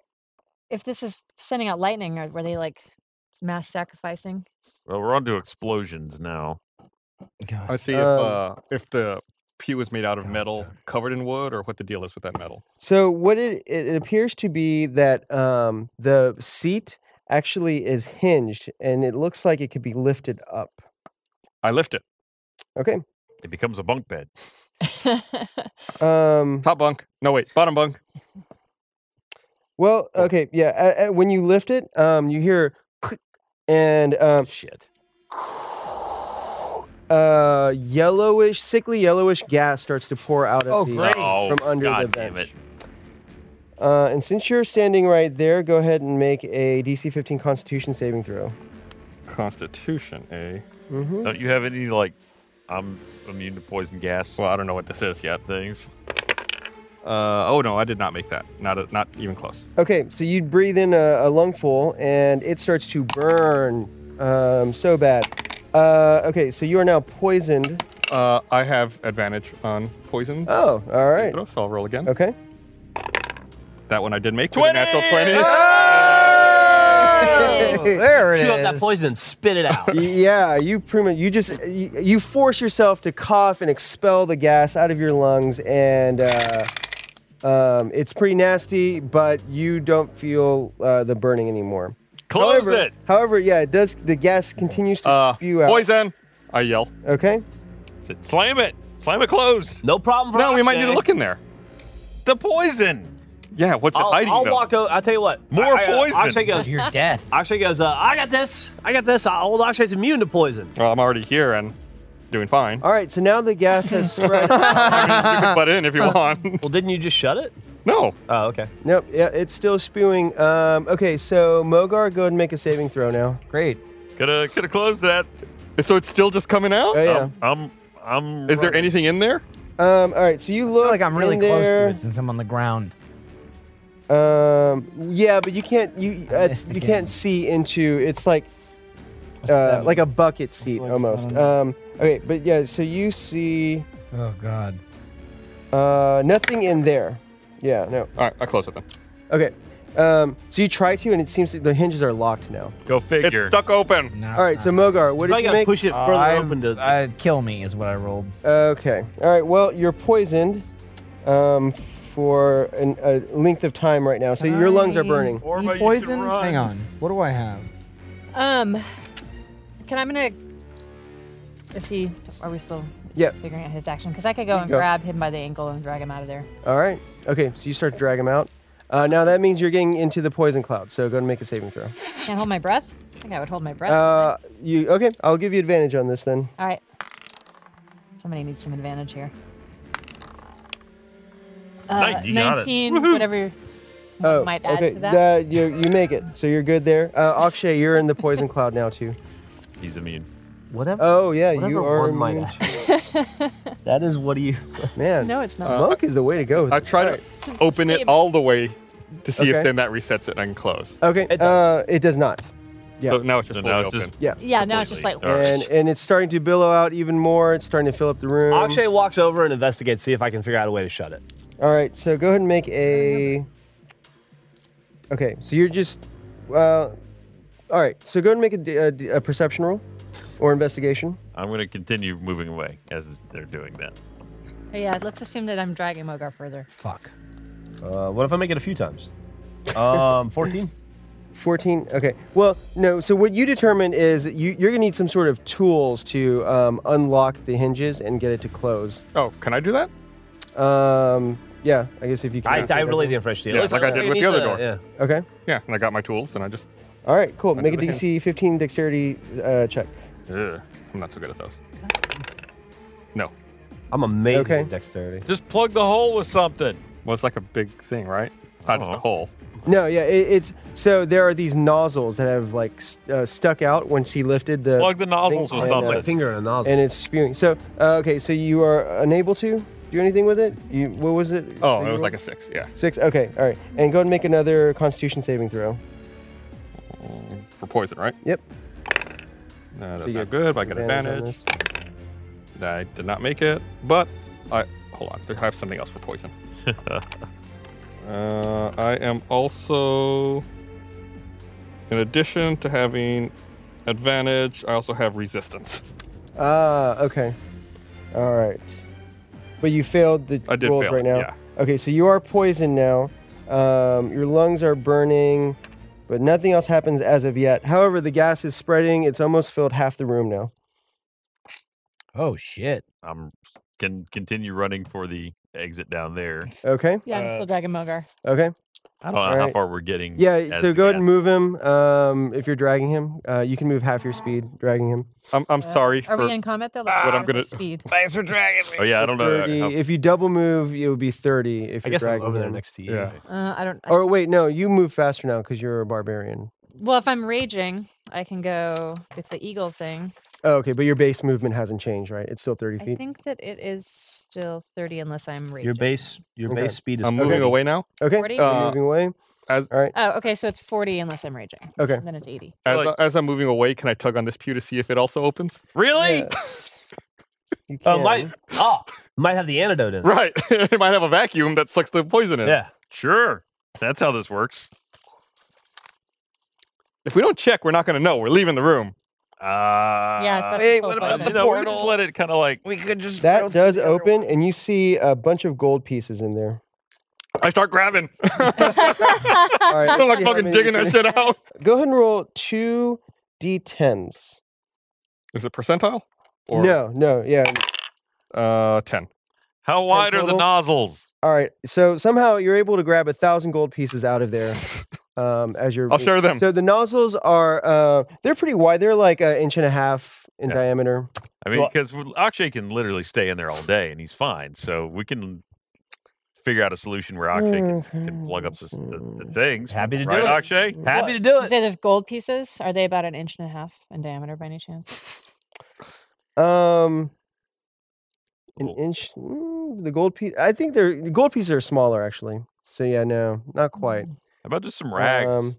if this is sending out lightning or were they like mass sacrificing?
Well, we're on to explosions now.
God.
I see if uh,
Um, oh,
if the pew is made out of metal covered in wood or what the deal is with that metal.
So what it it appears to be that um, the seat actually is hinged and it looks like it could be lifted up.
I lift it.
Okay.
It becomes a bunk bed.
Um,
Top bunk. No wait, bottom bunk.
well, okay, yeah. a- a- when you lift it, um, you hear click and um,
Shit.
uh, yellowish, sickly yellowish gas starts to pour out of
Oh,
the,
great.
Oh,
from under
God
the
damn
bench.
it.
Uh, and since you're standing right there, go ahead and make a DC 15 Constitution saving throw.
Constitution, eh?
hmm
Don't you have any, like, I'm immune to poison gas
Well, I don't know what this is yet.
things?
Uh, oh no, I did not make that. Not a, not even close.
Okay, so you breathe in a, a lungful, and it starts to burn um, so bad. Uh, okay, so you are now poisoned.
Uh, I have advantage on poison.
Oh, all right.
throw, So I'll roll again.
Okay.
That one I did make. with a Natural 20.
Ah!
there it
Chew up that
is.
poison and spit it out.
Y- yeah, you pretty much, you just you, you force yourself to cough and expel the gas out of your lungs, and uh, um, it's pretty nasty. But you don't feel uh, the burning anymore.
Close
however,
it!
however, yeah, it does. The gas continues to
Uh,
spew out.
poison. I yell.
Okay.
S- Slam it! Slam it closed!
No problem for
No, we might need
Akshay.
to look in there.
The poison!
Yeah, what's
I'll,
it hiding
I'll
though?
walk over. I'll tell you what.
More
I, I, uh,
poison.
Akshay goes.
Your death.
Akshay goes. Uh, I got this. I got this. Uh, old Akshay's immune to poison.
Well, I'm already here and doing fine.
All right. So now the gas has spread.
you can butt in if you want.
Well, didn't you just shut it?
no.
Oh, okay.
Nope. Yeah, it's still spewing. Um, okay, so Mogar, go ahead and make a saving throw now.
Great.
Coulda, coulda closed that.
So it's still just coming out? Oh.
Oh yeah.
I'm, I'm, I'm.
Is there
running.
anything in there?
Um, all right. So you
I
look
feel like I'm really
in
close
there.
to it since I'm on the ground.
Um, yeah, but you can't you
I
uh,
missed
you
again.
can't see into. It's like
That's
uh,
seven.
like a bucket seat
Like
almost.
seven.
Um, okay, but yeah. So you see
oh god.
uh, nothing in there. Yeah. No.
All right, I close it then.
Okay. Um, so you try to, and it seems that the hinges are locked now.
Go
It's
figure.
stuck open.
No,
All right. So Mogar,
Probably
what did you
gotta
make?
push it further
I,
open to.
uh, kill me is what I rolled.
Okay. All right. Well, you're poisoned um, for an, a length of time right now, so Uh, your lungs are burning.
Or
Be
but you should
poisoned?
run.
Hang on. What do I have?
Um, can I'm gonna. Is he? Are we still?
Yep.
Figuring out his action because I could go and
go.
grab him by the ankle and drag him out of there.
All right. Okay. So you start to drag him out. Uh, now that means you're getting into the poison cloud. So go and make a saving throw.
Can't hold my breath. I think I would hold my breath.
Uh, you okay? I'll give you advantage on this then.
All right. Somebody needs some advantage here. Uh,
Nice, you got it.
19, whatever
Oh,
might add
okay.
to that.
That- you you make it. So you're good there. Uh, Akshay, you're in the poison cloud now too.
He's immune.
Whatever.
Oh yeah,
Whatever
you are.
one might
immune
add.
to-
that is what do you?
Man,
no, it's not.
monk is the way to
Uh,
go. with
I
this.
try to open it
Same.
all the way to see if
Okay.
then that resets it and I can close.
Okay.
It does.
uh, it does not. Yeah.
So now it's just
So
fully
now it's
open.
just.
Yeah.
yeah, now it's just like.
Completely. All right.
And and it's starting to billow out even more. It's starting to fill up the room.
Akshay walks over and investigates, see if I can figure out a way to shut it.
All right, so go ahead and make a. Okay, so you're just. Uh, all right, so go ahead and make a d- a, d- a perception roll or investigation.
I'm going to continue moving away as they're doing that.
Yeah, let's assume that I'm dragging Mogar further.
Fuck.
Uh, what if I make it a few times? Um, fourteen.
14. Okay, well, no, so what you determine is that you, you're going to need some sort of tools to um, unlock the hinges and get it to close.
Oh, can I do that?
Um, yeah, I guess if you can.
I,
Okay,
I
that
relay the
one.
information. to you.
Yeah,
Let's-
like I
let's
did
see
with
if
the
he's,
other
uh,
door.
yeah.
Okay,
Yeah, and I got my tools and I just.
all right, cool. Make a
the hand.
DC 15 dexterity uh, check.
Ugh, I'm not so good at those. No.
I'm amazing
Okay.
at dexterity.
Just plug the hole with something.
Well, it's like a big thing, right? It's not just
Uh-huh.
a hole.
No, yeah, it, it's so there are these nozzles that have like st- uh, stuck out once he lifted the
Plug the nozzles
thing
with
and, uh,
something.
My finger in a nozzle.
and it's spewing. So uh, okay, so you are unable to do anything with it. You what was it?
Oh, it was like a six. Yeah.
six. Okay, all right, and go ahead and make another Constitution saving throw.
For poison, right?
Yep.
No, that's
you
not
get
good, but I get
advantage on
advantage. I did not make it, but I hold on. I have something else for poison. Uh, I am also, in addition to having advantage, I also have resistance.
Ah, okay. All right. But you failed the
I did
rolls
fail,
right now.
yeah.
Okay, so you are poisoned now. Um, your lungs are burning, but nothing else happens as of yet. However, the gas is spreading. It's almost filled half the room now.
Oh shit.
I'm can continue running for the exit down there.
Okay.
Yeah, I'm still dragging Mogar.
Okay.
I don't know
All
how
right.
far we're getting.
Yeah.
Mm, as
So
the
go ahead and
gas-
move him. Um, if you're dragging him, uh, you can move half your speed dragging him.
I'm, I'm
Uh,
sorry
Are
for
we in combat though?
Ah, what I'm
what's our
gonna-
speed.
Thanks for dragging me.
Oh yeah, I don't know.
30.
how-
if you double move, it would be 30 if
I
you're
guess I'm
dragging
over
him.
there next to you.
Yeah.
anyway.
Uh, I don't. I-
Or wait, no, you move faster now because you're a barbarian.
well, if I'm raging, I can go with the eagle thing.
Oh, okay, but your base movement hasn't changed, right? It's still 30
I
feet.
think that it is still 30 unless I'm raging.
Your base, your
Okay.
base speed is.
I'm moving
40.
away now.
Okay,
40?
you're
Uh,
moving away.
Oh, okay. So it's 40 unless I'm raging.
Okay.
Then it's 80.
As,
Like-
as I'm moving away, can I tug on this pew to see if it also opens?
really?
Yeah. You
Oh,
uh,
can.
might, oh, might have the antidote in. it.
Right. it might have a vacuum that sucks the poison in.
Yeah.
Sure. That's how this works.
If we don't check, we're not going to know. We're leaving the room.
Uh,
yeah, it's better.
you
to pull
know,
both of them.
we just let it kind of like.
We could just
that does open, and you see a bunch of gold pieces in there.
I start grabbing.
All right,
I feel
let's
like
see how
fucking
many
digging
you
that
see.
shit out.
Go ahead and roll two d10s.
Is it percentile?
no, no, yeah.
Uh, 10.
How wide are the
total.
nozzles?
All right, so somehow you're able to grab a thousand gold pieces out of there. Um, as you're,
I'll share them.
So the nozzles are, uh, they're pretty wide. They're like an inch and a half in
Yeah.
diameter.
I mean,
Well-
because Akshay can literally stay in there all day and he's fine. So we can figure out a solution where Akshay Ah, can, can plug up this, the,
Mm,
the things.
Happy to do
right,
it.
Akshay?
Happy to do
You
it.
say there's gold pieces? Are they about an inch and a half in diameter by any chance?
Um, an
Cool.
inch. mm, the gold piece. I think they're the gold pieces are smaller actually. So yeah, no, not quite.
How about just some rags?
Um,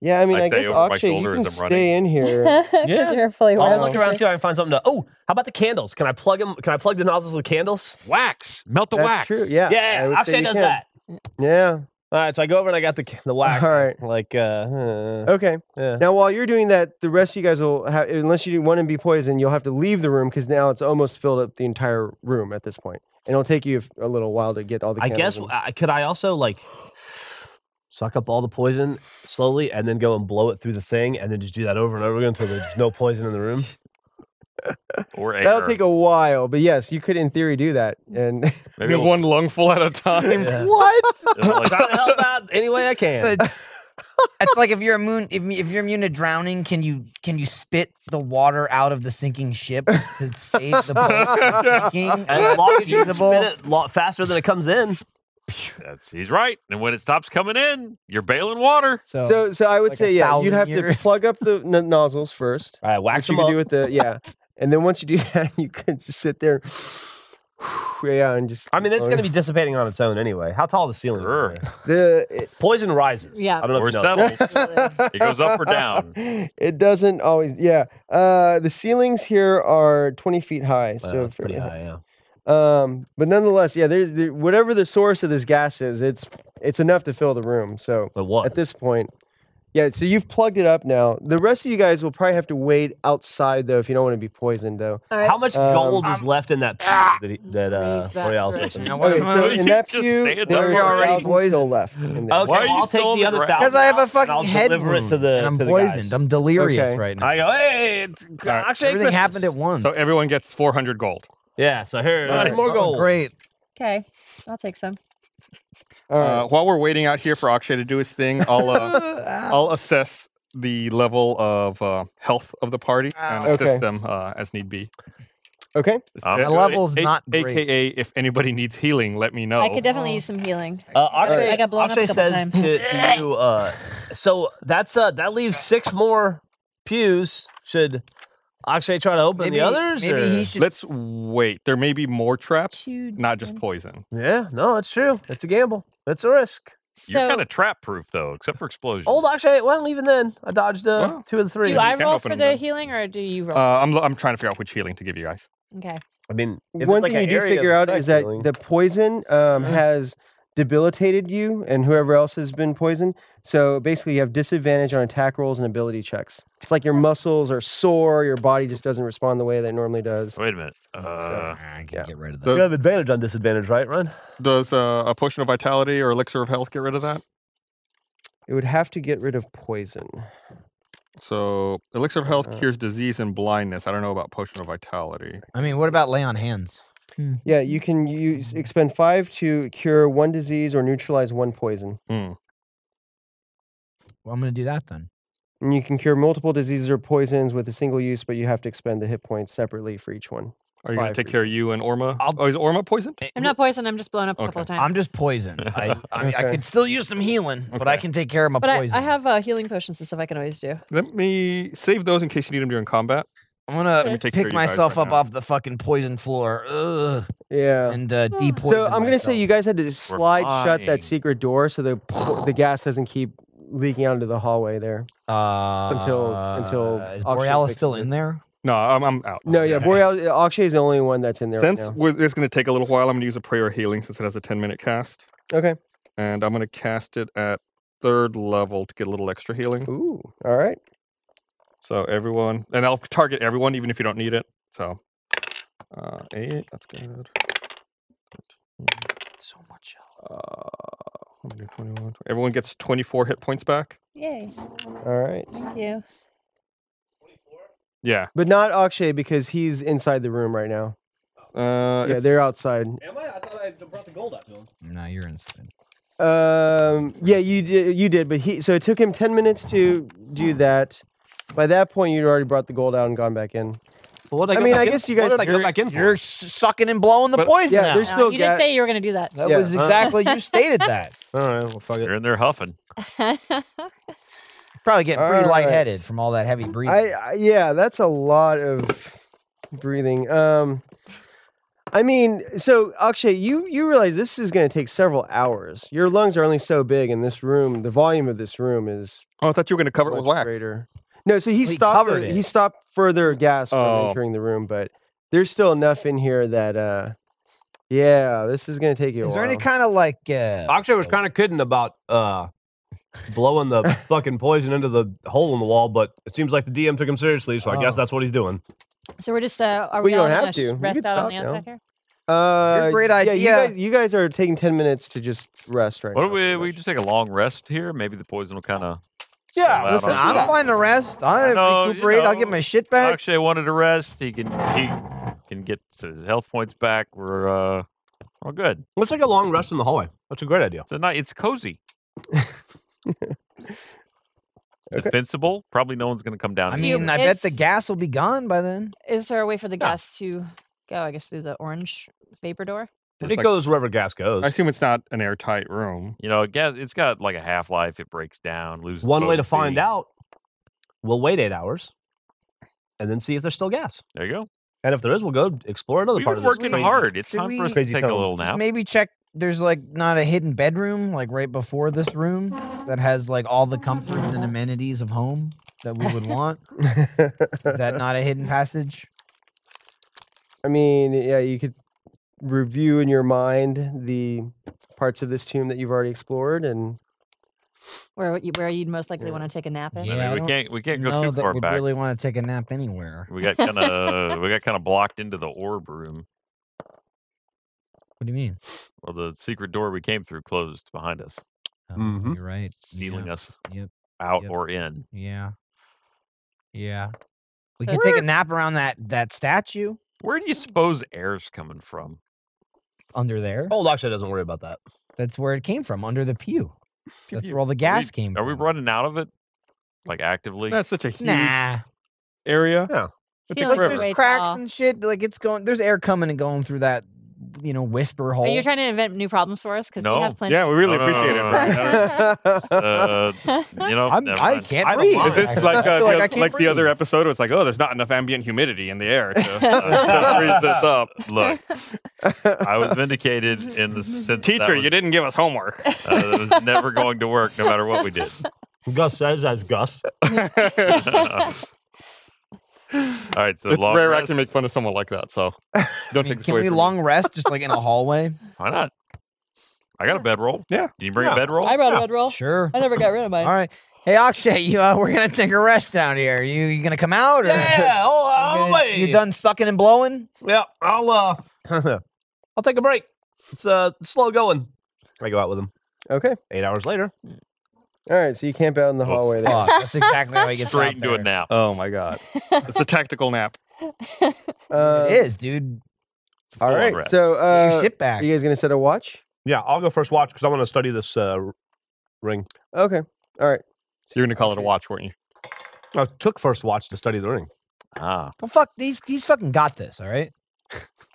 yeah, I mean,
I
I,
stay
guess
over my
Akshay, you
shoulder
can
as
stay
I'm running.
in here.
Yeah.
Because you're fully
I'll
wrapped,
look around
actually.
see if I can find something to. Oh, how about the candles? Can I plug them? Can I plug the nozzles with candles?
wax. Melt the
That's
wax.
true. Yeah. I
Yeah,
would say
Akshay
you
does
can.
that.
Yeah.
All right, so I go over and I got the ca- the wax.
All right.
Like, uh, uh,
Okay.
yeah.
Now, while you're doing that, the rest of you guys will have, unless you want to be poisoned, you'll have to leave the room because now it's almost filled up the entire room at this point. And it'll take you a little while to get all the.
I guess
candles in.
I, could I also like suck up all the poison slowly and then go and blow it through the thing and then just do that over and over again until there's no poison in the room.
Or a,
that'll
or
take a while, but yes, you could, in theory, do that. And
maybe we'll-
one lungful at a time.
what?
it'll, like-
Try to help out any way I
So
can.
it's it's like if you're immune if, if you're immune to drowning, can you can you spit the water out of the sinking ship to save the boat from sinking?
As long as you
Feasible.
spin it lo- faster than it comes in.
that's, he's right. And when it stops coming in, you're bailing water.
So,
So, so I would
Like a
say, yeah, you'd
thousand
have
years.
to plug up the n- nozzles first.
All right,
What
wax
you
them
could
up.
do with the yeah, and then once you do that, you could just sit there, yeah, and just.
I mean,
keep
it's going to
going.
be dissipating on its own anyway. How tall is the ceiling?
Sure.
the. It,
Poison rises.
Yeah.
I don't know
Or
if you know. that.
settles. it goes up or down.
It doesn't always. Yeah. Uh, the ceilings here are 20 feet high.
Wow,
so
it's pretty
fairly
high, yeah.
high. Um, but nonetheless, yeah. There's there, whatever the source of this gas is. It's it's enough to fill the room. So
But what?
at this point, yeah. So you've plugged it up now. The rest of you guys will probably have to wait outside though if you don't want to be poisoned though.
How much
Um,
gold is left in that that, he, that uh,
Read that
Royale's
direction.
left?
Okay. So
You
in that
just
pew,
stand up.
there's
You're already
already still left. in there.
Okay,
Why are you
well, I'll
still
take
on
the
the
other
ground?
thousand.
because I have a
out, and
fucking
I'll
head
deliver it
wound,
to the
and I'm
to the guys.
poisoned. I'm delirious
Okay.
right now.
I go, hey, it's
right.
Akshay
Everything
Christmas."
happened at once.
So everyone gets 400 gold.
Yeah, so here,
Nice.
some more
Oh,
gold.
Great.
Okay. I'll take some.
All right. Ah.
Uh, while we're waiting out here for Akshay to do his thing, I'll uh, I'll assess the level of uh, health of the party and
Ow.
assist
Ah, Okay.
them uh, as need be.
okay.
Um,
A-
My
level's
a-
not great.
AKA, if anybody needs healing, let me know.
I could definitely use some healing.
Uh, Akshay,
I got blown up a
Akshay
couple
says
times.
to, to you, uh, so that's uh, that leaves six more pews. Should Akshay try to open
Maybe,
the others?
maybe
or-
he should.
Let's wait. There may be more traps,
Two
not just
different-
poison.
Yeah, no, it's true. It's a gamble. It's a risk.
You're
So,
kind of trap proof though, except for explosions.
Old Akshay, well, even then, I dodged uh,
Well,
two of the three.
do I
can
roll
open
for
them
the
then.
healing or do you
Uh,
roll?
I'm lo- I'm trying to figure out which healing to give you guys.
okay.
I mean, if it's
One
like
thing
an
you do
area of
figure out is
effect
that
healing-
the poison um, has debilitated you and whoever else has been poisoned. So basically, you have disadvantage on attack rolls and ability checks. It's like your muscles are sore, your body just doesn't respond the way that it normally does.
Wait a minute. Uh,
I can
yeah.
get rid of that.
You
Does,
have advantage on disadvantage, right, Ryan?
does uh, a potion of vitality or elixir of health get rid of that?
It would have to get rid of poison.
So elixir of health
Uh.
cures disease and blindness. I don't know about potion of vitality.
I mean, what about lay on hands?
Yeah, you can use expend five to cure one disease or neutralize one poison.
Hmm.
Well, I'm gonna do that then.
And you can cure multiple diseases or poisons with a single use, but you have to expend the hit points separately for each one.
Are you going to
Five
take
for
care of you and Orma?
I'll-
oh, is Orma poisoned?
I'm not poisoned. I'm just blown up a couple of times.
Eh, I'm just poisoned. I I, mean, I
Okay.
could still use some healing, but I
Okay.
can take care of my
But I,
poison.
I have uh, healing potions and stuff I can always do.
Let me save those in case you need them during combat.
I'm gonna
Let me take care of
pick
you guys
myself
right
up
now.
off the fucking poison floor Ugh,
Yeah.
and uh, depoison.
so I'm gonna say
myself.
you guys had to slide shut
flying.
that secret door so the po- the gas doesn't keep leaking out into the hallway there.
uh,
until- until
is
auction
Borealis
fixes
still
it.
in there?
No, I'm, I'm out.
No, yeah,
Okay.
Boreal Akshay is the only one that's in there. right
Since
now.
we're, it's going to take a little while, I'm going to use a prayer of healing since it has a 10 minute cast.
okay,
And I'm going to cast it at third level to get a little extra healing.
ooh, all right,
So everyone, and I'll target everyone even if you don't need it. So uh, eight, that's good.
So much. health.
Uh, let me do 21. Everyone gets 24 hit points back.
Yay.
all right,
Thank you.
Yeah.
but not Akshay because he's inside the room right now.
Oh,
Uh,
yeah,
it's-
they're outside.
Am I? I thought I brought the gold out to him.
No, you're inside.
Um, yeah, you did, you did, but he. So it took him ten minutes to do that. By that point, you'd already brought the gold out and gone back in.
Well, what
I mean, I guess you guys-
What did I go
you're-
back in for?
You're s- sucking and blowing the
But- Uh-huh.
poison
yeah,
out.
there's-
No,
still
you
got-
did say you were going to do that.
That
yeah,
was
huh?
exactly you stated that.
All right, well, fuck it.
You're in there huffing.
Probably getting pretty
All right.
lightheaded from all that heavy breathing.
I, I yeah, that's a lot of breathing. Um, I mean, so Akshay, you you realize this is going to take several hours. Your lungs are only so big, and this room, the volume of this room is
Oh, I thought you were going to cover it
much
with wax.
greater. No, so he
Well, he
stopped.
covered
the-
it.
he stopped further gas from
Oh.
entering the room, but there's still enough in here that uh, yeah, this is going to take you. a
is there any
while.
kind of like uh,
Akshay was kind of kidding about uh, blowing the fucking poison into the hole in the wall, but it seems like the DM took him seriously, so I guess
Oh.
that's what he's doing.
So we're just, uh, are
Well,
we
you
all
don't
gonna
have
sh-
to. You
rest
can
out on
stop
the
now.
outside here?
Uh,
great
yeah, you
idea.
guys, you guys are taking ten minutes to just rest right
What
now.
do we?
pretty
We
much.
just take a long rest here. Maybe the poison will kind of.
Yeah,
Well,
listen,
I don't know.
I'm fine to rest. I
I know, you
recuperate. I'll get
know,
my shit back.
Akshay wanted to rest. He can. He can get his health points back. We're uh, we're good.
Let's take a long rest in the hallway. That's a great idea.
It's a night. It's cozy. Defensible. Probably no one's going to come down.
I
and
Do you-
mean, I bet the
it's-
gas will be gone by then.
Is there a way for the gas to go, I guess, through the orange vapor door?
It's
it
like-
goes wherever gas goes.
I assume it's not an airtight room.
You know, it gas. It's got like a half life. It breaks down. Loses
One way to
potency.
find out, we'll wait eight hours and then see if there's still gas.
There you go.
And if there is, we'll go explore another
We've
part
been
of this.
working
crazy-
hard. It's
should
time
we-
for us to
crazy
take a
tunnel.
little
Just
nap.
Maybe check. There's like not a hidden bedroom, like right before this room, that has like all the comforts and amenities of home that we would want. Is that not a hidden passage?
I mean, yeah, you could review in your mind the parts of this tomb that you've already explored, and
Where would you, where you'd most likely want to take a nap in?
I
Yeah, I
mean,
don't
we can't. We can't go
no,
too
that
far
would
back.
really want to take a nap anywhere.
We got kind of we got kind of blocked into the orb room.
What do you mean?
Well, the secret door we came through closed behind us,
Oh,
Mm-hmm.
Mhm.
You're right.
sealing
yeah.
us
Yep.
out
Yep.
or in.
Yeah. Yeah. We
So-
could take a nap around that that statue
Where do you suppose air's coming from?
under there.
Old Akshay doesn't worry about that.
That's where it came from, under the pew. That's
pew.
where all the
Are we-
gas came
Are
from.
we running out of it, like actively?
That's such a huge
Nah.
area.
Yeah.
It's like river.
Feel like you're
There's
Rates
cracks
all.
and shit. Like it's going. There's air coming and going through that, you know, whisper hole.
Are you trying to invent new problems for us? Because we
No.
have plenty.
Yeah, we really
No, no, no,
appreciate
no,
it.
no,
Brian. I don't-
Uh, you know,
I'm,
never
I
mind.
can't
I don't
breathe.
mind.
Is this
I-
like
I
uh,
feel
the,
I
like
can't
the other
breathe.
episode? It's like, oh, there's not enough ambient humidity in the air to, to freeze this up.
Look, I was vindicated in the sense that
Teacher,
was,
you didn't give us homework.
uh, that was never going to work, no matter what we did.
Gus says as Gus.
All right, so
it's
long
rare I
rest.
can make fun of someone like that, so don't
I mean,
take this
can
away
we
from me.
long rest just like in a hallway?
Why not? I got a bedroll.
Yeah.
Can you bring a bedroll?
I brought a bedroll.
Sure.
I never got rid of mine.
All right. Hey Akshay, you uh, we're gonna take a rest down here. You you gonna come out or
Yeah, oh,
you,
I'll
gonna-
wait.
you done sucking and blowing?
Yeah, I'll uh, I'll take a break. It's uh, it's slow going. I go out with him.
Okay.
Eight hours later,
All right. So you camp out in the
Oops.
hallway. There.
Oh, Fuck, that's exactly how he gets
Straight
out
into a
there.
nap.
Oh my god. it's a tactical nap.
Uh,
it is, dude.
It's a
All
full-on
right.
rat.
So
Get your
uh,
shit
are
back.
you guys gonna set a watch?
yeah, I'll go first watch because I want to study this uh, r- ring.
Okay. All right.
So you're gonna call it a watch, weren't you?
I took first watch to study the ring.
ah,
Well, fuck, he's he's fucking got this. All right.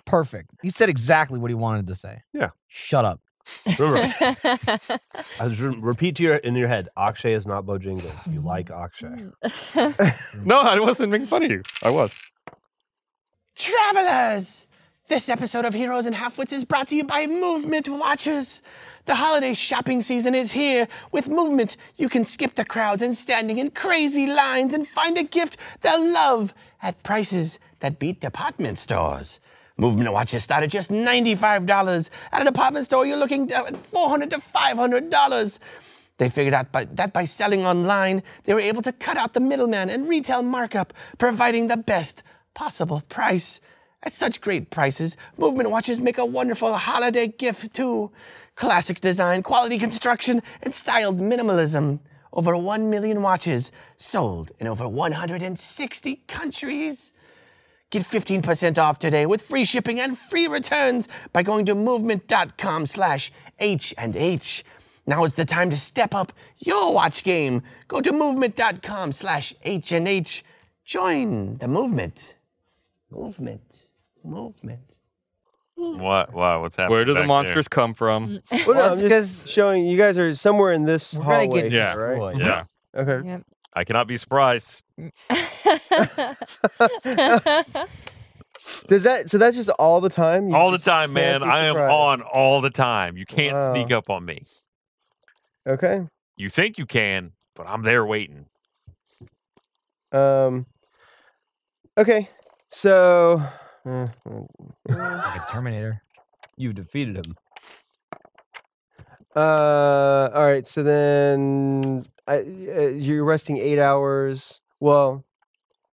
Perfect. He said exactly what he wanted to say.
Yeah.
Shut up.
Remember, I just re- repeat to your in your head. Akshay is not Bojangles. You like Akshay.
No, I wasn't making fun of you. I was.
Travelers! This episode of Heroes and Halfwits is brought to you by Movement Watchers. The holiday shopping season is here. With Movement, you can skip the crowds and standing in crazy lines and find a gift they'll love at prices that beat department stores. Movement Watchers start at just $95. At a department store, you're looking down at $400 to $500. They figured out by, that by selling online, they were able to cut out the middleman and retail markup, providing the best possible price. At such great prices, movement watches make a wonderful holiday gift too. Classic design, quality construction, and styled minimalism. Over 1 million watches sold in over 160 countries. Get 15% off today with free shipping and free returns by going to movement.com slash H and H. Now is the time to step up your watch game. Go to movement.com slash H and H. Join the movement. Movement. Movement.
what? Wow, what's happening?
Where do the
back
monsters come from?
Well, no,
Well,
I'm
it's
just showing you guys are somewhere in this
We're
hallway.
gonna get
Yeah.
Right.
destroyed.
There? Yeah,
Okay.
I cannot be surprised.
Does that? So that's just all the time. You
All the
just
time, man.
can't be
I am
surprised.
on all the time. You can't
Wow.
sneak up on me.
Okay.
You think you can, but I'm there waiting.
Um. Okay. So. uh,
Like a Terminator.
You defeated him.
Uh, all right. So then I, uh, you're resting eight hours. Well,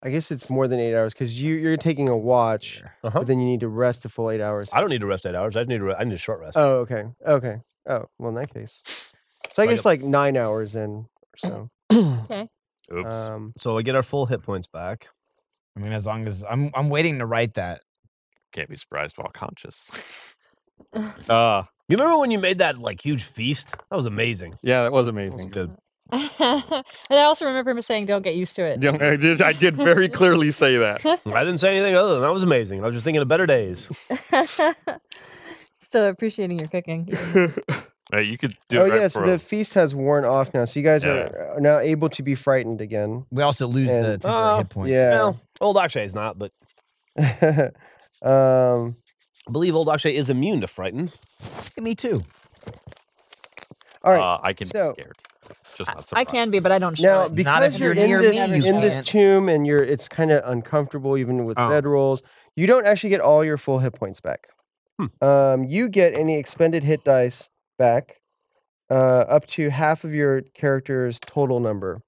I guess it's more than eight hours because you, you're taking a watch,
Uh-huh.
but then you need to rest a full eight hours.
I don't need to rest eight hours. I need to. Re- I need a short rest.
Oh, okay. Okay. Oh, well, in that case. So I
Like a-
guess like nine hours then or so.
Oops.
Um,
so I get our full hit points back.
I mean, as long as I'm I'm waiting to write that.
can't be surprised while conscious.
Ah,
You remember when you made that like huge feast? That was amazing.
yeah, that was
That was
amazing.
good.
and I also remember him saying, "Don't get used to it."
Yeah, I did, I did very clearly say that.
I didn't say anything other than that was amazing. I was just thinking of better days.
Still appreciating your cooking.
Hey, you could do
oh
it right
yes,
for
the feast has worn off now, so you guys
Yeah.
are, are now able to be frightened again.
We also lose
And- uh,
the temporary
Oh,
hit point.
Yeah.
Well, old Akshay is not, but
um.
I believe old Akshay is immune to frighten.
Me too.
All right.
uh, I can
so-
be scared. Just not
I can be,
surprised.
but I don't
Now,
show it.
because
Not if
you're,
you're
in
near
this
me, you
in this
can't.
tomb and you're it's kind of uncomfortable even with
Oh.
bedrolls, you don't actually get all your full hit points back.
Hmm.
Um, you get any expended hit dice back, uh, up to half of your character's total number.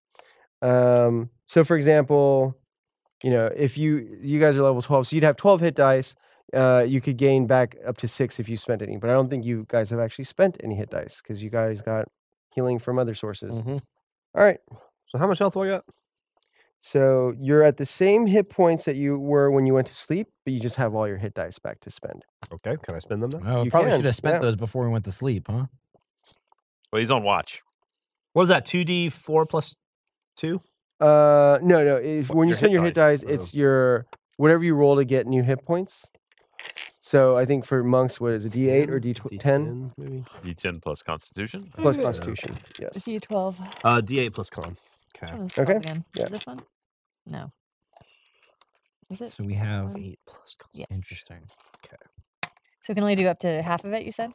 Um, so, for example, you know if you you guys are level twelve, so you'd have twelve hit dice. Uh, you could gain back up to six if you spent any, but I don't think you guys have actually spent any hit dice because you guys got healing from other sources.
Mm-hmm.
Mm-hmm.
Mhm.
All right.
So how much health do I got?
So you're at the same hit points that you were when you went to sleep, but you just have all your hit dice back to spend.
Okay, can I spend them now?
Well,
You
Oh, probably
can,
should have spent
yeah.
those before we went to sleep, huh?
Well, he's on watch.
What is that? Two D four plus two.
Uh, no, no. If,
What-
when you
your
spend
hit
your hit
dice,
dice,
oh.
it's your whatever you roll to get new hit points. So I think for monks, what is it, D8 or D10
D10 maybe.
D10 plus Constitution.
plus
Yeah.
Constitution? Yes.
D twelve.
Uh, D8 plus con. Okay.
Okay, yeah.
Yeah. This one? No. Is it?
So we have
Eight plus con.
Yes.
interesting.
So we can only do up to half of it. You said.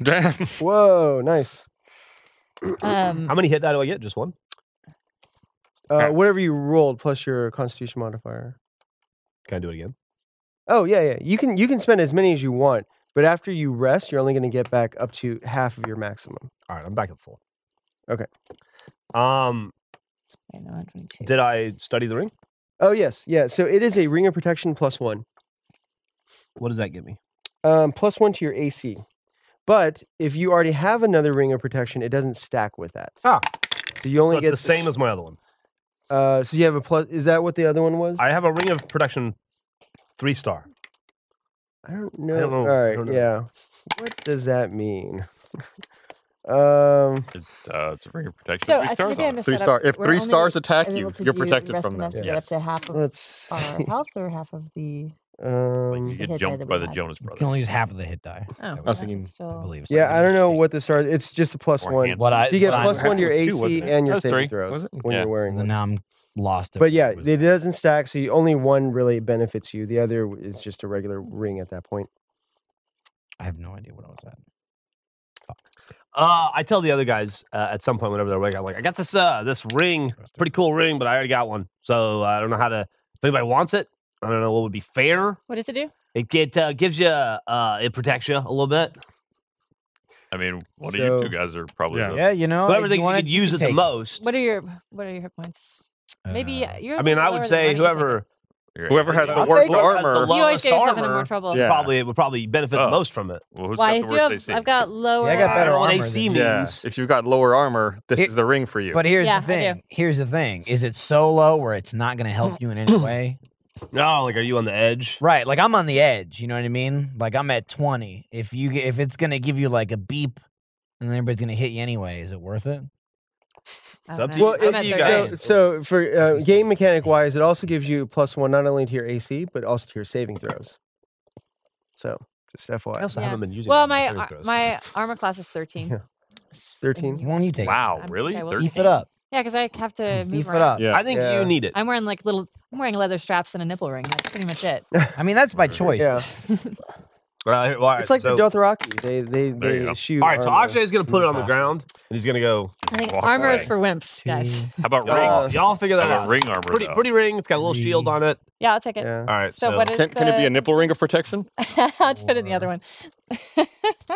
Damn.
Whoa, nice.
Um,
How many hit die do I get? Just one.
Uh,
Okay.
whatever you rolled plus your Constitution modifier.
Can I do it again?
Oh yeah, yeah. You can you can spend as many as you want, But after you rest, you're only going to get back up to half of your maximum.
All right, I'm back at full.
Okay.
Um,
Okay, no, I'm 22.
did I study the ring?
Oh yes, yeah. So it is a ring of protection plus one,
What does that give me?
um, plus one to your AC. But if you already have another ring of protection, it doesn't stack with that.
Ah.
So you
So
only
it's
get
the same as my other one.
Uh, so you have a plus. Is that what the other one was?
I have a ring of protection, three star.
I don't know.
know.
All
I
right.
don't know.
Yeah. What does that mean? um.
It's, uh, it's a ring of protection.
So
with
I
three stars
think I
on it.
missed
Three
that up.
star. If
We're
three
only
stars attack
able
you,
to
you're
do
protected
rest
from
enough
that.
to
Yeah.
get up to half of
Let's.
our
see.
health or half of the.
You
Um,
the
get
hit die
jumped
that
by
we
the
had.
Jonas
You can
Brothers.
only use half of the hit die.
Oh,
was
well,
it.
I,
I believe. It's
yeah,
like
I don't know
six.
what the star. It's just a plus
Or
one.
hand-
What I
So you get
what I'm
plus
Half
one to your
was two,
AC
wasn't it?
and your
That was
saving
three,
throws
wasn't it?
when
Yeah.
you're wearing
And then
them.
now I'm lost. at
But
what
yeah,
was
it
that.
doesn't stack, so you, only one really benefits you. The other w- is just a regular ring at that point.
I have no idea what I was at.
Uh, I tell the other guys uh, at some point whenever they're awake, I'm like, I got this uh this ring, pretty cool ring, but I already got one, so uh, I don't know how to. If anybody wants it, I don't know what would be fair.
what does it do?
It get uh, gives you uh it protects you a little bit,
I mean, one of you
So-
two guys are probably.
Yeah.
the-
Yeah, Oh, you know,
but
if
everything you
wanna
could use it the
take it.
most.
What are your What are your hit points? Maybe
Uh,
you're. a
I mean,
little
I
lower
would
than
say
mine, you take
whoever
you're-
Whoever has the
I'll
worst
take it. Has the
armor.
it. You always
lowest
get yourself into more
armor.
trouble.
Yeah.
probably would probably benefit
Oh.
the most from it.
Well, who's
Well, I
got the
do
worst
have,
AC?
I've got lower.
got better
Well,
armor
AC
than
means
you.
Yeah. If you've got lower armor, this
It-
is the ring for you.
But here's
Yeah, I
the
do.
thing. Here's the thing. Is it so low where it's not going to
Mm.
help you in any way?
no, oh, like are you on the edge?
Right. Like I'm on the edge. You know what I mean? Like I'm at 20. If you get, if it's going to give you like a beep, and then everybody's going to hit you anyway, is it worth it?
I
It's
don't
up to
know.
you-
Well,
it's
I'm
up
at
to you guys.
30.
so, so for uh,
Obviously.
game mechanic wise, it also gives you plus one not only to your AC but also to your saving throws. So just
I
FYI,
also
Yeah.
haven't been using.
Well,
my
my
saving
ar-
throws.
my armor class is thirteen.
Yeah.
S-
13?
and you-
Why don't you take
Wow,
I'm-
really?
I will-
it? Beef
13?
it up.
Yeah, because I have to move
Beef it
around.
up.
yeah.
I think
Yeah.
you need it.
I'm wearing like little. I'm wearing leather straps and a nipple ring. That's pretty much it.
I mean, that's by
Sure.
choice.
yeah,
Well, here- well, all right,
it's like
so-
the Dothraki. They they
There you
they
go.
shoot.
All right, so
armor.
Akshay is gonna put it on the
Wow.
ground and he's gonna go.
I think
Walk
armor is
away.
for wimps, guys.
Two.
How about
Uh,
ring?
Y'all, y'all figure
How
that
about
out.
ring armor?
Pretty,
though?
pretty ring. It's got a little shield
Three.
on it.
Yeah, I'll take it.
Yeah.
All right.
So, what is
Can, can it be a nipple ring of protection?
the- I'll just put it in the other one.
I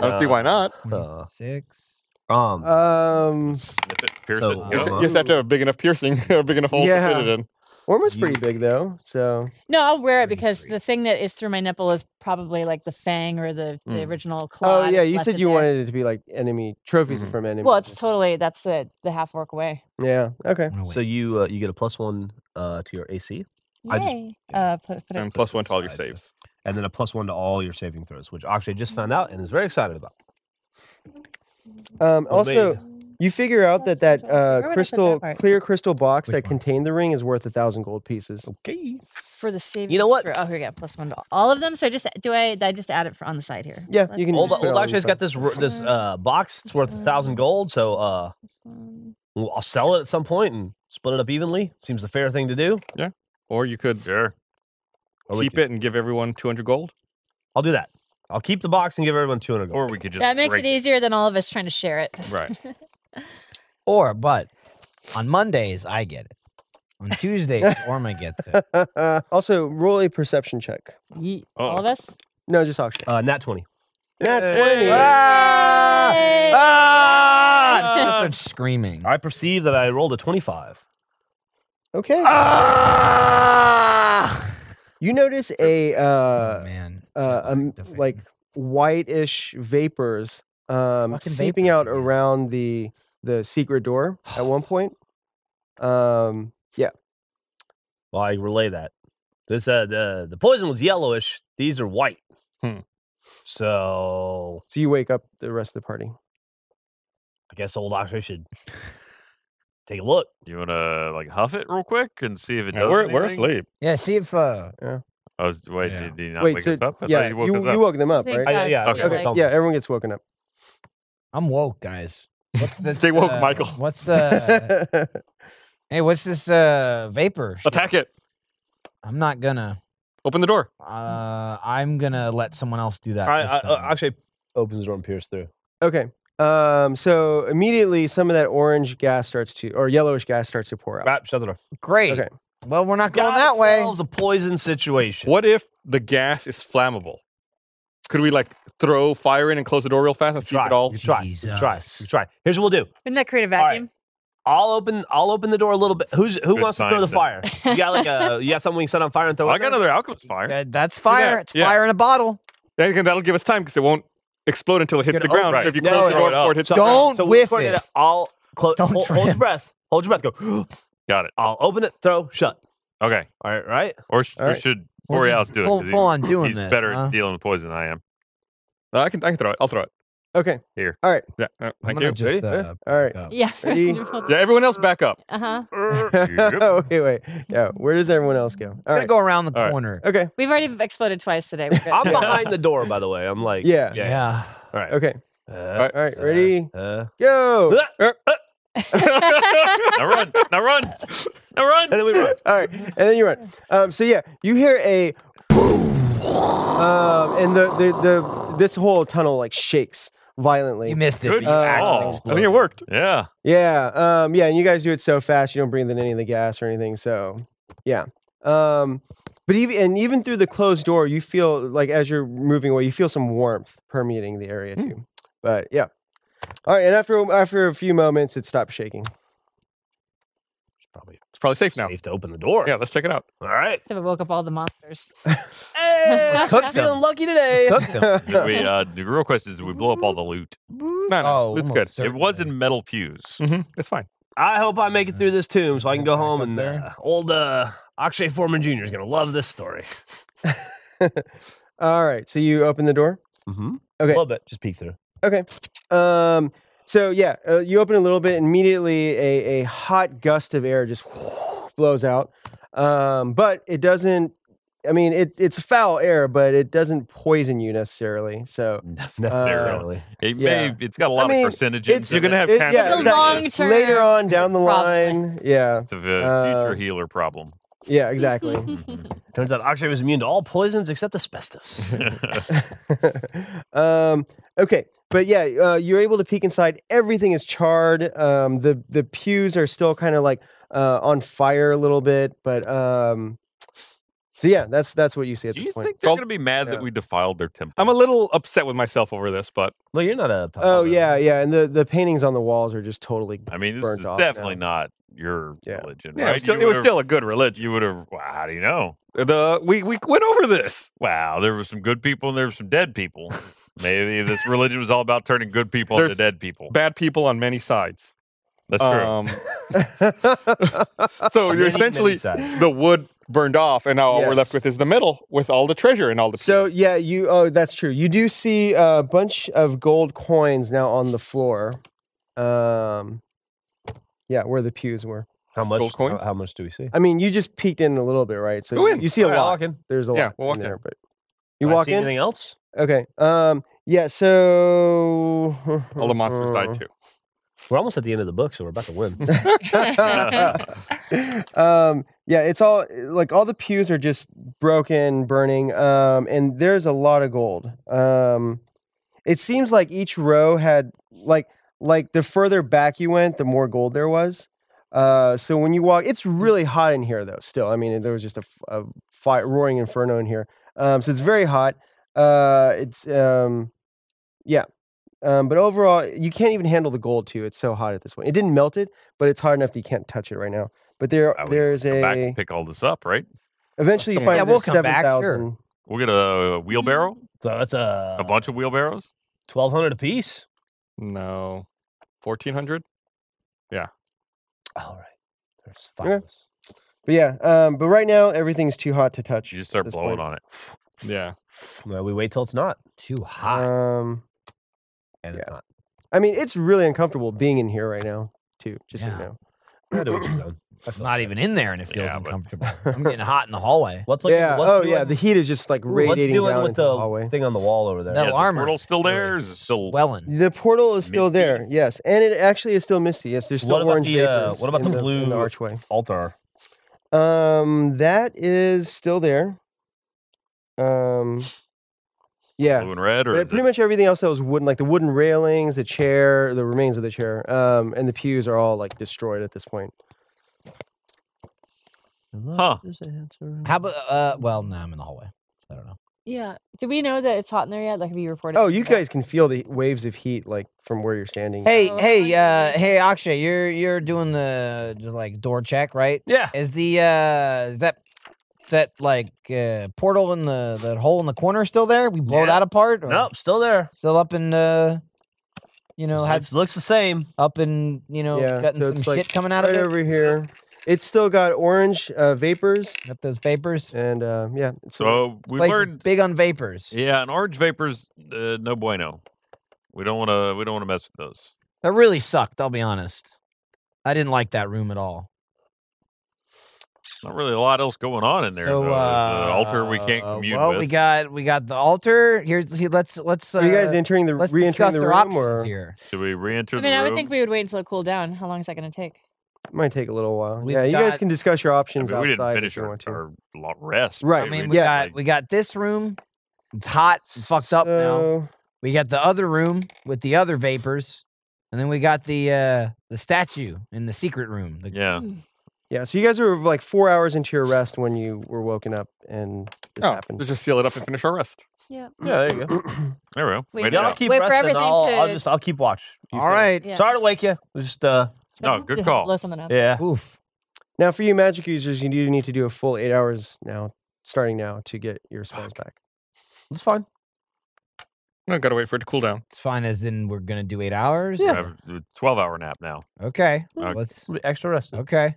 don't see why not.
Uh,
26.
um,
Um,
Snip it, pierce
So-
it.
Yes,
You
go.
just, you just have to have a big enough piercing, a big enough hole to
Yeah.
fit it in.
Orma's
You-
pretty big though, so
No, I'll wear it because
33.
the thing that is through my nipple is probably like the fang or the, the
Mm.
original claw.
Oh yeah,
that's
you
left
said
in
you
there.
wanted it to be like enemy trophies
Mm-hmm.
Mhm.
from enemy.
Well, it's totally that's the the half work way.
yeah. Okay. Um,
I'm gonna
so
wait.
you uh, you get a plus one uh, to your AC, I just-
Yay! Uh, put put
And
it.
plus one to all your
Side.
saves.
and then a plus one to all your saving throws, which Akshay just found out and is very excited about.
Um,
Well
also,
made.
you figure out
Plus
that that
one to all save. Where would I
uh,
put
crystal
that part?
clear crystal box
Which
that
one?
contained the ring is worth a thousand gold pieces.
Okay.
for the saving.
You know what?
throw- Oh, here we go. Plus one to all of them. So just do I? I just add it for, on the side here.
Yeah,
Plus
you can
one,
Old,
just put it
old
all
Akshay's
inside.
got this r- this uh, box. It's worth a thousand gold, so uh,
plus one.
well, I'll sell it at some point and split it up evenly. Seems the fair thing to do.
Or you could
Sure.
Or we
keep
could-
it and give everyone 200 gold.
I'll do that. I'll keep the box and give everyone two hundred gold.
Or we could just.
That makes it
break
easier than all of us trying to share it.
Right.
Or, but on Mondays, I get it. On Tuesdays, Orma gets it.
also, roll a perception check.
Ye-
Oh.
All of us.
No, just Akshay.
Uh, nat twenty.
Nat
Hey.
twenty.
Yay!
I just start screaming.
I perceive that I rolled a twenty-five.
Okay.
Ah!
You notice a
oh,
uh,
man.
uh, um,
The fan.
like whitish vapors um,
fucking
seeping
vapors
out
again.
around the the secret door at one point. Um, yeah,
Well, I relay that. This uh, the the poison was yellowish. These are white.
Hmm.
So
so you wake up the rest of the party.
I guess old Oxford should take a look.
You want to like huff it real quick and see if it
Yeah,
does.
we're, we're
anything?
asleep.
yeah, see if uh,
I was, wait,
Yeah.
did, did he not
Wait,
wake
so
us up? I thought
yeah,
he
you,
woke us
you
up.
woke them up,
Thank
right?
I-
God,
yeah,
I feel
okay.
like-
Sounds-
Yeah, everyone gets woken up.
I'm woke, guys. What's this?
Stay woke,
uh,
Michael.
What's uh? hey, what's this uh vapor? shit?
Attack it.
I'm not gonna.
Open the door.
Uh, I'm gonna let someone else do that.
I,
this
I,
time.
uh, Akshay opens the door and peers through.
okay. Um, so immediately some of that orange gas starts to or yellowish gas starts to pour out.
Right, shut the door.
Great.
Okay.
Well, we're not going
Got
that way.
ourselves a poison situation.
What if the gas is flammable? Could we like throw fire in and close the door real fast and see if
Try.
it all?
You try. You try. You try. Here's what we'll do.
Wouldn't that create a
right.
vacuum?
I'll open. I'll open the door a little bit. Who's who
Good
wants to throw the fire?
science,
You got like a. You got something we can set on fire and throw.
Oh, I
in
got
there?
another alchemist fire.
That- that's fire.
that,
It's
yeah.
fire in a bottle.
Yeah, again, that'll give us time because it won't explode until it hits
Good,
the
oh,
ground.
right.
So if you
No,
close the
throw
door
it up.
before it hits the ground,
Don't
So we-
whiff
we're
it.
gonna- I'll close.
Don't
Hold, hold your
trip.
breath. Hold your breath. Go.
Got it.
I'll open it. Throw. Shut.
Okay.
All right. Right.
Or, sh-
All
or
right.
should
Or
Borealis
just
do it?
full-
'cause
full on doing
he's
this,
better
huh?
at dealing with poison than I am.
Uh, I can I can throw it. I'll throw it.
Okay.
Yeah. uh,
I'm
thank
gonna
you.
just,
Ready?
uh,
All right.
pick up.
Yeah.
Ready?
yeah. Everyone else, back up.
uh huh.
Yep.
okay, wait. Yeah, where does everyone else go? All
I'm
right.
gonna go around the
All right.
corner.
Okay.
We've already exploded twice today. We're good.
I'm behind the door. By the way, I'm like.
Yeah.
Yeah. All right.
Okay.
Uh,
right.
All right. Ready?
Uh,
Go.
uh, uh,
now run. Now run. Now run.
and then we run.
All right, and then you run. Um, so yeah, you hear a boom, um, and the, the the this whole tunnel like shakes violently.
You missed it.
Good
but you actually
call.
I think it worked.
Yeah.
yeah, um, yeah, and you guys do it so fast, you don't breathe in any of the gas or anything. So yeah, um, but even and even through the closed door, you feel like as you're moving away, you feel some warmth permeating the area too. But yeah, all right, and after after a few moments, it stopped shaking.
It's probably
It's probably safe now.
safe to open the door.
Yeah, let's check it out.
All right.
I woke up all the monsters.
Hey, Cook's feeling lucky today.
Did we, uh, the real question is, did we blow up all the loot?
No,
Oh,
no, it's
almost
good.
It was in metal pews.
hmm It's fine.
I hope I make it through this tomb so I can go home and
there.
uh, old uh, Akshay Foreman Jr. is gonna love this story.
All right, so you open the door.
Mm-hmm. A
Okay. Uh,
little bit, just peek through.
Um. So yeah, uh, you open a little bit, and immediately a, a hot gust of air just blows out. Um, but it doesn't. I mean, it it's foul air, but it doesn't poison you necessarily. So
Necessarily. it
yeah.
may, it's got a lot
mean,
of percentages.
it's-
in
you're
it.
gonna have
it-
cancer.
yeah,
It's a
exactly.
long-term
Later on down the line, yeah,
It's a v-
uh,
future healer problem.
yeah, exactly.
Turns out Akshay was immune to all poisons except asbestos.
um, okay, but yeah, uh, you're able to peek inside. Everything is charred. Um, the the pews are still kind of like uh, on fire a little bit, but um, so yeah, that's that's what you see at
Do
this
you
point.
think they're
Well,
going to be mad
yeah.
that we defiled their temple?
I'm a little upset with myself over this, but
well, you're not a.
Oh yeah, yeah, and the the paintings on the walls are just totally.
I mean, this
burnt
is
off
definitely not your
Yeah.
religion,
yeah, it
right?
was still,
You
it was
would've-
still a good religion.
You would have. Well, how do you know?
The we we went over this.
Wow, there were some good people and there were some dead people. Maybe this religion was all about turning good people into
There's-
dead people.
Bad people on many sides. Um,
That's true.
so
Many,
you're essentially
many sides.
the wood burned off, and now all we're left
Yes.
with is the middle with all the treasure and all the.
So
pews.
yeah, you. Oh, that's true. You do see a bunch of gold coins now on the floor. Um, yeah, where the pews were.
How much?
Gold coins?
How, how much do we see?
I mean, you just peeked in a little bit, right? So
Go
you-
in.
you see a
All right, I'll
lot.
walk in.
There's a
Yeah,
lot
we'll walk
in
in.
there, but you
Do I
walk
see
in.
Anything else?
Okay. Um. Yeah. So
all the monsters
Uh-huh.
died too.
We're almost at the end of the book, so we're about to win.
um. Yeah. It's all like all the pews are just broken, burning. Um. And there's a lot of gold. Um. It seems like each row had like like the further back you went, the more gold there was. Uh, so when you walk, it's
Mm.
really hot in here though. Still, I mean, there was just a, f- a fire, roaring inferno in here. Um, so it's very hot. Uh, it's um, yeah. Um, but overall, you can't even handle the gold too. It's so hot at this point. It didn't melt it, but it's hot enough that you can't touch it right now. But there,
I would
there's
come back
a.
and pick all this up, right?
Eventually, you
Yeah,
find
we'll
there's
come
seven
back, sure.
thousand.
We'll get a wheelbarrow,
so that's a,
a bunch of wheelbarrows.
Twelve hundred apiece.
No, fourteen hundred.
All right. There's five
Yeah.
of us.
But yeah, um, but right now everything's too hot to touch.
You just start blowing on it.
Yeah,
Well, we wait till it's not,
Too hot.
Um,
and it's not.
I mean, it's really uncomfortable being in here right now too. Just
Yeah.
so you know.
I do what you've done. I
It's
feel
not
bad.
even in there and it feels
Yeah, but-
uncomfortable. I'm getting hot in the hallway.
What's like?
yeah.
What's
oh,
doing,
yeah. The heat is just like
Ooh, what's
radiating
doing
down
with
into the,
the
hallway.
thing on the wall over there?
Metal
yeah,
armor.
The portal's still
really
there. Is it still
swelling.
The portal is still
Misty.
there. Yes, and it actually is still misty. Yes, there's still
What about
orange
the, uh,
vapors
what about
in
the
in
blue-
archway?
Altar.
Um, that is still there. Um, yeah.
blue and red, or
But
is
pretty
it-
much everything else that was wooden, like the wooden railings, the chair, the remains of the chair, um, and the pews are all like destroyed at this point.
huh?
How about? Uh, well, no, I'm in the hallway. I don't know.
Yeah. Do we know that it's hot in there yet? Like, have you reported?
Oh, you
that?
guys can feel the waves of heat like from where you're standing.
Hey,
Oh,
So-
hey, uh, hey, Akshay, you're you're doing the the, like door check, right?
Yeah.
Is the uh is that is that like uh, portal in the that hole in the corner still there? We blow
Yeah.
that apart? or
Nope, still there.
Still up in uh, you know, had
Looks, looks the same.
up in you know,
Yeah,
gotten
so
some
it's,
shit
like,
coming out
right
of it.
over here. It's still got orange uh, vapors,
Up those vapors.
and uh, yeah, it's
So we
Place is
learned,
big on vapors.
yeah, and orange vapors, uh, no bueno. We don't want to. We don't want to mess with those.
That really sucked. I'll be honest. I didn't like that room at all.
Not really a lot else going on in there.
So,
though. There's the altar we can't
uh,
commune
well,
with.
we got we got the altar. Here's here, let's let's. Uh,
Are you guys entering the
let's discuss
re-entering the
our options
room, or
here.
Should we re-enter
I mean,
the
I
room?
would think we would wait until it cooled down. How long is that going to take?
it might take a little while.
We've
yeah, you guys
got-
can discuss your
I
options
mean, we didn't
outside
finish
if you
our,
want to.
our lo- rest.
Right,
I mean, we
we
yeah.
got we got this room. It's hot, and fucked up now.
So,
We got the other room with the other vapors, and then we got the uh the statue in the secret room. The,
yeah.
Hmm.
Yeah, so you guys were like four hours into your rest when you were woken up, and this
Oh,
happened.
let's just seal it up and finish our rest.
Yeah, there you go.
There we go.
Wait,
Made it
y'all
out.
I'll keep
Wait for
resting.
everything
I'll, I'll
to-
just I'll keep watch. You
All
finish.
right.
Yeah.
Sorry to wake you. It was just uh
No, good call.
Blow something up.
yeah.
Oof.
Now, for you magic users, you do need to do a full eight hours now, starting now, to get your spells back.
It's fine.
No, gotta wait for it to cool down.
It's fine as in we're gonna do eight hours.
Have a Twelve-hour nap now.
Okay.
Okay.
Let's
Extra rest.
okay.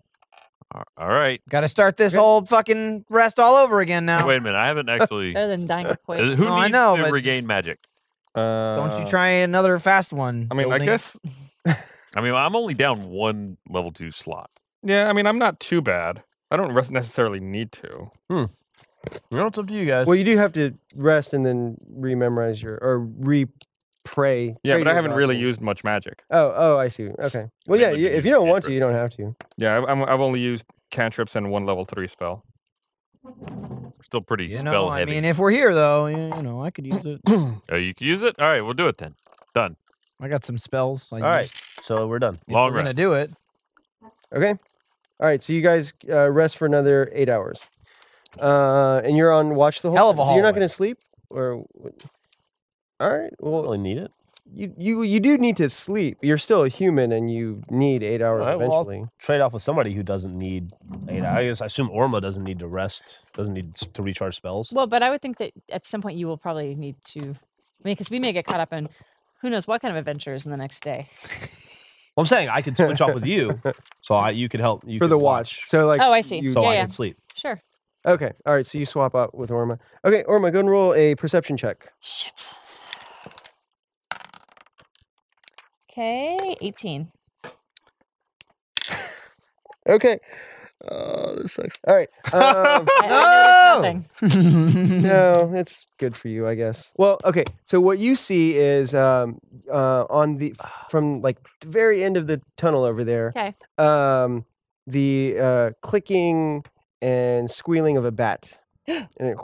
All- All right.
Gotta start this whole fucking rest all over again now.
Wait a minute. I haven't actually.
Better than dying of
Uh,
quick.
Who
No, I
needs
know,
to
but-
regain magic?
Uh,
Don't you try another fast one.
I mean, I
building.
guess.
I mean, I'm only down one level two slot.
Yeah, I mean, I'm not too bad. I don't res- necessarily need to.
No, it's up to you guys.
Well, you do have to rest and then re-memorize your or re-pray.
Yeah,
pray
but
to
I
your
haven't really
gods.
used much magic.
Oh, oh, I see. Okay. Well,
mean,
yeah.
we
You,
could
if
use
you don't want
cantrips.
to, you don't have to.
Yeah, I- I'm, I've only used cantrips and one level three spell.
We're still pretty
You know,
spell
I
heavy.
mean, if we're here though, you, you know, I could use it.
oh, you can use it. All right, we'll do it then. Done.
I got some spells. I
All right. So we're done.
Long
we're gonna
rest.
do it.
Okay. All right. So you guys uh, rest for another eight hours, uh, and you're on watch the whole.
Hell of a
time. So You're not
hallway.
going to sleep, or. what- All right.
Don't
Well,
really need it.
you, you you do need to sleep. You're still a human, and you need eight hours
Alright, well, I'll-
eventually.
Trade off with somebody who doesn't need. You know, I guess I assume Orma doesn't need to rest. Doesn't need s- to recharge spells.
Well, but I would think that at some point you will probably need to. I mean, because we may get caught up in who knows what kind of adventures in the next day.
Well, I'm saying I could switch off with you, so I, you could help you
for
could
the watch. So like.
Oh, I see.
you-
so
Yeah,
I
yeah.
can sleep.
Sure.
Okay. All right. So you swap out with Orma. Okay, Orma, go and roll a perception check.
Shit. Okay, 18.
Okay. Oh, this sucks. All right.
I,
Um,
I noticed nothing.
Oh!
no, it's good for you, I guess. Well, okay. So what you see is um, uh, on the from like the very end of the tunnel over there.
'Kay.
Um, the uh, clicking and squealing of a bat, and it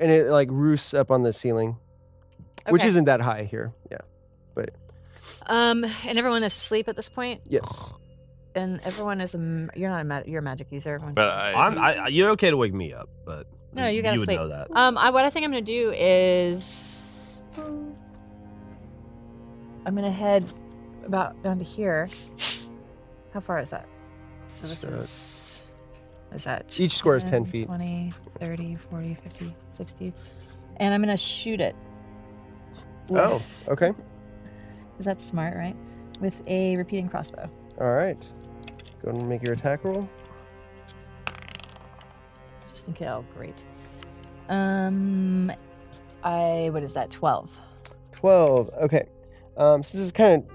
and it like roosts up on the ceiling, which
Okay.
isn't that high here. Yeah.
Um, and everyone is asleep at this point,
Yes.
and everyone is a. m- You're not a. ma- You're a magic user. everyone's
But
fine.
I,
I'm. I, I- you're okay to wake me up, but
No, you gotta
would
sleep.
know that.
Um, I, what I think I'm gonna do is I'm gonna head about down to here. How far is that? So this
Shit.
is what is that
Each square is 10 feet.
20, 30, 40, 50, 60. And I'm gonna shoot it.
Oh.
with-
Okay.
Is that smart, right? With a repeating crossbow.
All right. Go ahead and make your attack roll.
Just think oh great. Um I what is that? Twelve.
12 okay um so this is kind of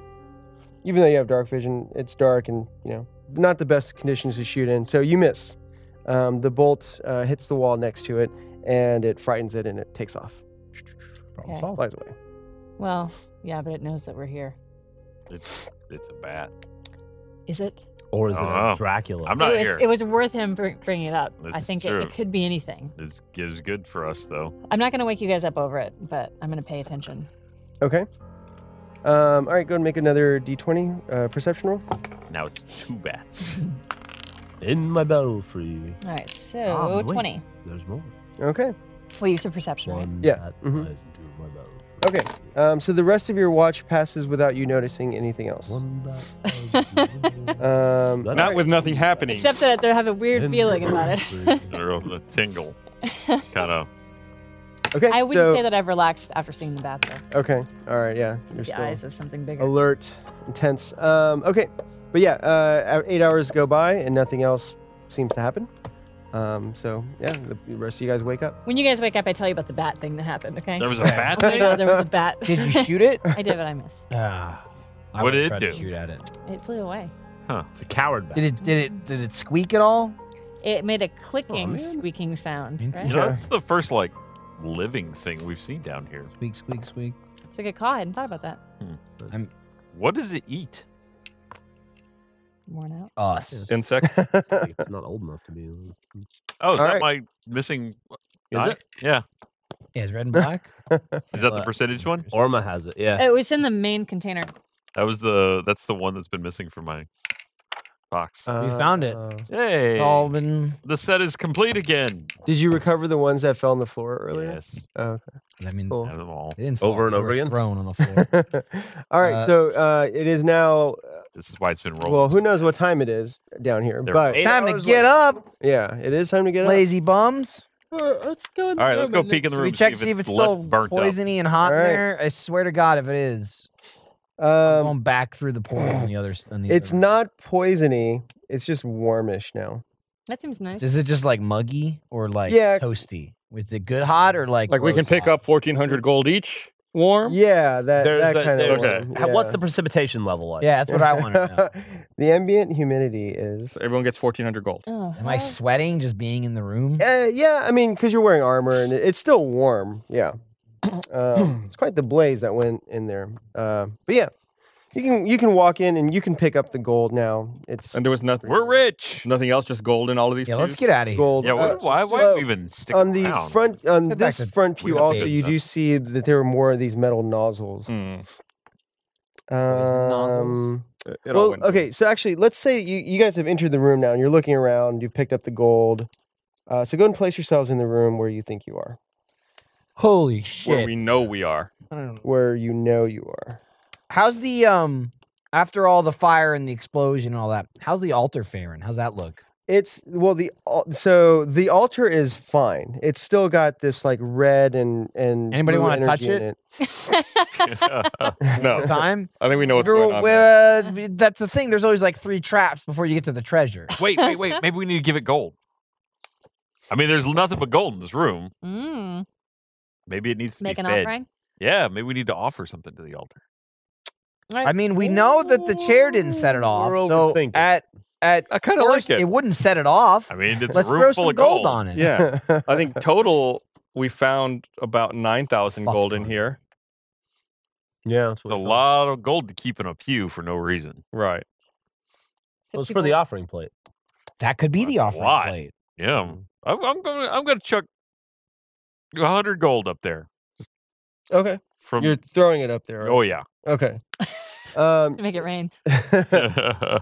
even though you have dark vision it's dark and you know not the best conditions to shoot in so you miss um, the bolt uh, hits the wall next to it and it frightens it and it takes off
Okay.
flies away
Well, yeah, but it knows that we're here.
it's it's a bat.
Is it?
Or is it
I don't know.
a Dracula?
I'm not
it was,
here.
It was worth him br- bringing it up.
This
I
is
think it,
true.
it could be anything.
This gives good for us though.
I'm not going to wake you guys up over it, but I'm going to pay attention.
okay um, all right go and make another d20 uh, perception roll
Now it's two bats.
in my battle for you.
All right, so
Ah, wait,
20.
There's more.
okay
We use a perception, right?
Yeah, mhm. Okay. Um, so the rest of your watch passes without you noticing anything else. Oh. Um,
Not with nothing happening.
Except that they have a weird feeling about it.
I don't know, the tingle, kind of.
okay.
I wouldn't
so,
say that I've relaxed after seeing the bath, though.
Okay. All right. Yeah. You're
The
still
eyes of something bigger.
alert, intense. Um, okay. But yeah, uh, eight hours go by and nothing else seems to happen. Um, so yeah, the, the rest of you guys wake up.
When you guys wake up, I tell you about the bat thing that happened, okay?
There was a bat
Okay,
thing.
no, there was a bat.
Did you shoot it?
I did, but I missed.
Ah,
What
would
did it
try to
do?
Shoot at it.
It flew away.
it's a coward.
Did it? Did it? Did it squeak at all?
It made a clicking, squeaking sound.
You
Right?
know, that's the first like living thing we've seen down here.
Squeak, squeak, squeak.
It's a good call. I hadn't thought about that.
What does it eat?
Worn out.
Us.
Insect.
it's not old enough to be.
Oh, is
All
that my missing? eye?
it?
Yeah.
Yeah, it's red and black.
Is that the
Uh,
percentage one?
Orma has it. Yeah.
Oh, It was in the main container.
That was the. That's the one that's been missing from my box.
Uh,
found it.
uh,
hey,
It's all been.
the set is complete again.
did you recover the ones that fell on the floor earlier?
Yes,
Oh,
I mean,
cool.
have them all.
they didn't fall,
Over and
they
over
were
again?
Thrown on the floor.
All right.
Uh,
so uh, it is now. uh,
This is why it's been rolling.
Well, who knows what time it is down here?
There
But
Eight
Time to get up,
yeah, it is time to get up.
lazy bums.
Let's go.
all right, let's go peek in
Should
the room.
we
and
check see if it's
less
still
burnt up.
poisony and hot in
Alright.
there? I swear to God, if it is, I'm
Um,
going back through the portal on the other. s- On the
it's
other.
not poisony. It's just warmish now.
That seems nice.
Is it just like muggy or like
Yeah.
toasty? Is it good hot or like
like we can
gross
pick
hot?
up 1,400 gold each. Warm.
Yeah, that
There's
that
a-
kind of.
there's
a-
warm,
Ha- What's
yeah.
the precipitation level like?
Yeah, that's what I want to know.
the ambient humidity is.
So everyone gets 1,400 gold.
Oh,
Am I
hell.
sweating just being in the room?
Uh, yeah, I mean, because you're wearing armor and it- it's still warm. Yeah, um, it's quite the blaze that went in there. Uh, but yeah, you can you can walk in and you can pick up the gold now. It's
And there was nothing.
We're rich.
Nothing else, just gold in all of these.
Yeah, let's
pews?
get out of here.
gold.
Yeah. Why?
uh,
Why, why
so
we even stick
on the
around?
front on
Sit back
this
to-
front
we
pew?
gotta
Also,
fix
you
that.
do see that there were more of these metal nozzles.
Hmm.
Hmm.
Poison nozzles?
Um,
It- it all
Well,
went through.
okay. So actually, let's say you, you guys have entered the room now, and you're looking around. You've picked up the gold. Uh, so go and place yourselves in the room where you think you are,
Holy
Where
shit!
we know we are.
I don't know.
where you know you are.
How's the um? After all the fire and the explosion and all that, how's the altar faring? How's that look?
It's well the al- so the altar is fine. It's still got this like red and and
Anybody
blue
wanna touch
energy in
it?
No,
Time?
I think we know what's
Everyone-
going on. there.
well, uh, that's the thing. There's always like three traps before you get to the treasure.
wait, wait, wait. Maybe we need to give it gold. I mean, there's nothing but gold in this room.
Mm,
Maybe it needs to
make
be
an
fed.
offering.
Yeah, maybe we need to offer something to the altar.
I mean, we know that the chair didn't set it off,
We're
so
overthinking.
at at
I kind of like
first, it.
it.
wouldn't set it off.
I mean, it's
Let's
a room
throw
full
some
of
gold, on it.
Yeah. I think total we found about 9,000
Fuck
gold in
ton.
here.
Yeah, that's
It's a
what we found.
lot of gold to keep in a pew for no reason.
Right.
It was for the offering plate.
That could be the
That's a
offering
lot.
plate.
Yeah,
Mm.
I'm, I'm gonna I'm gonna chuck a hundred gold up there
okay,
from.
you're throwing it up there.
oh
Right?
yeah,
Okay. Um,
To make it rain.
and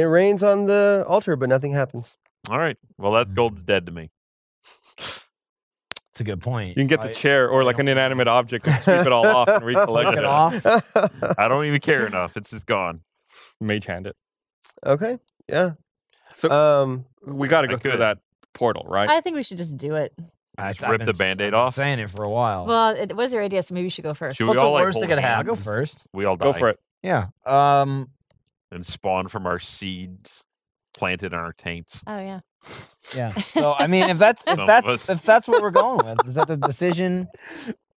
it rains on the altar, but nothing happens.
all right. Well, that gold's dead to me.
It's a good point.
You can get the chair or like an inanimate object and sweep it all off and recollect
Take it
it.
off.
I don't even care enough. It's just gone.
Mage hand it.
okay. Yeah.
So-
um,
We got to
I
go through
could.
that portal, right?
I think we should just do it.
Just
I've
rip
been
the
s-
Band-Aid
I've been
off.
Saying it for a while.
Well, it was your idea, so maybe you should go first.
Should
What's
we
the
all like
worst that
hold
could
hands?
I'll go first.
We all die
Go for it.
Yeah. Um.
and spawn from our seeds planted in our taints.
Oh yeah.
Yeah. So I mean, if that's if
Some of us.
that's if that's what we're going with, is that the decision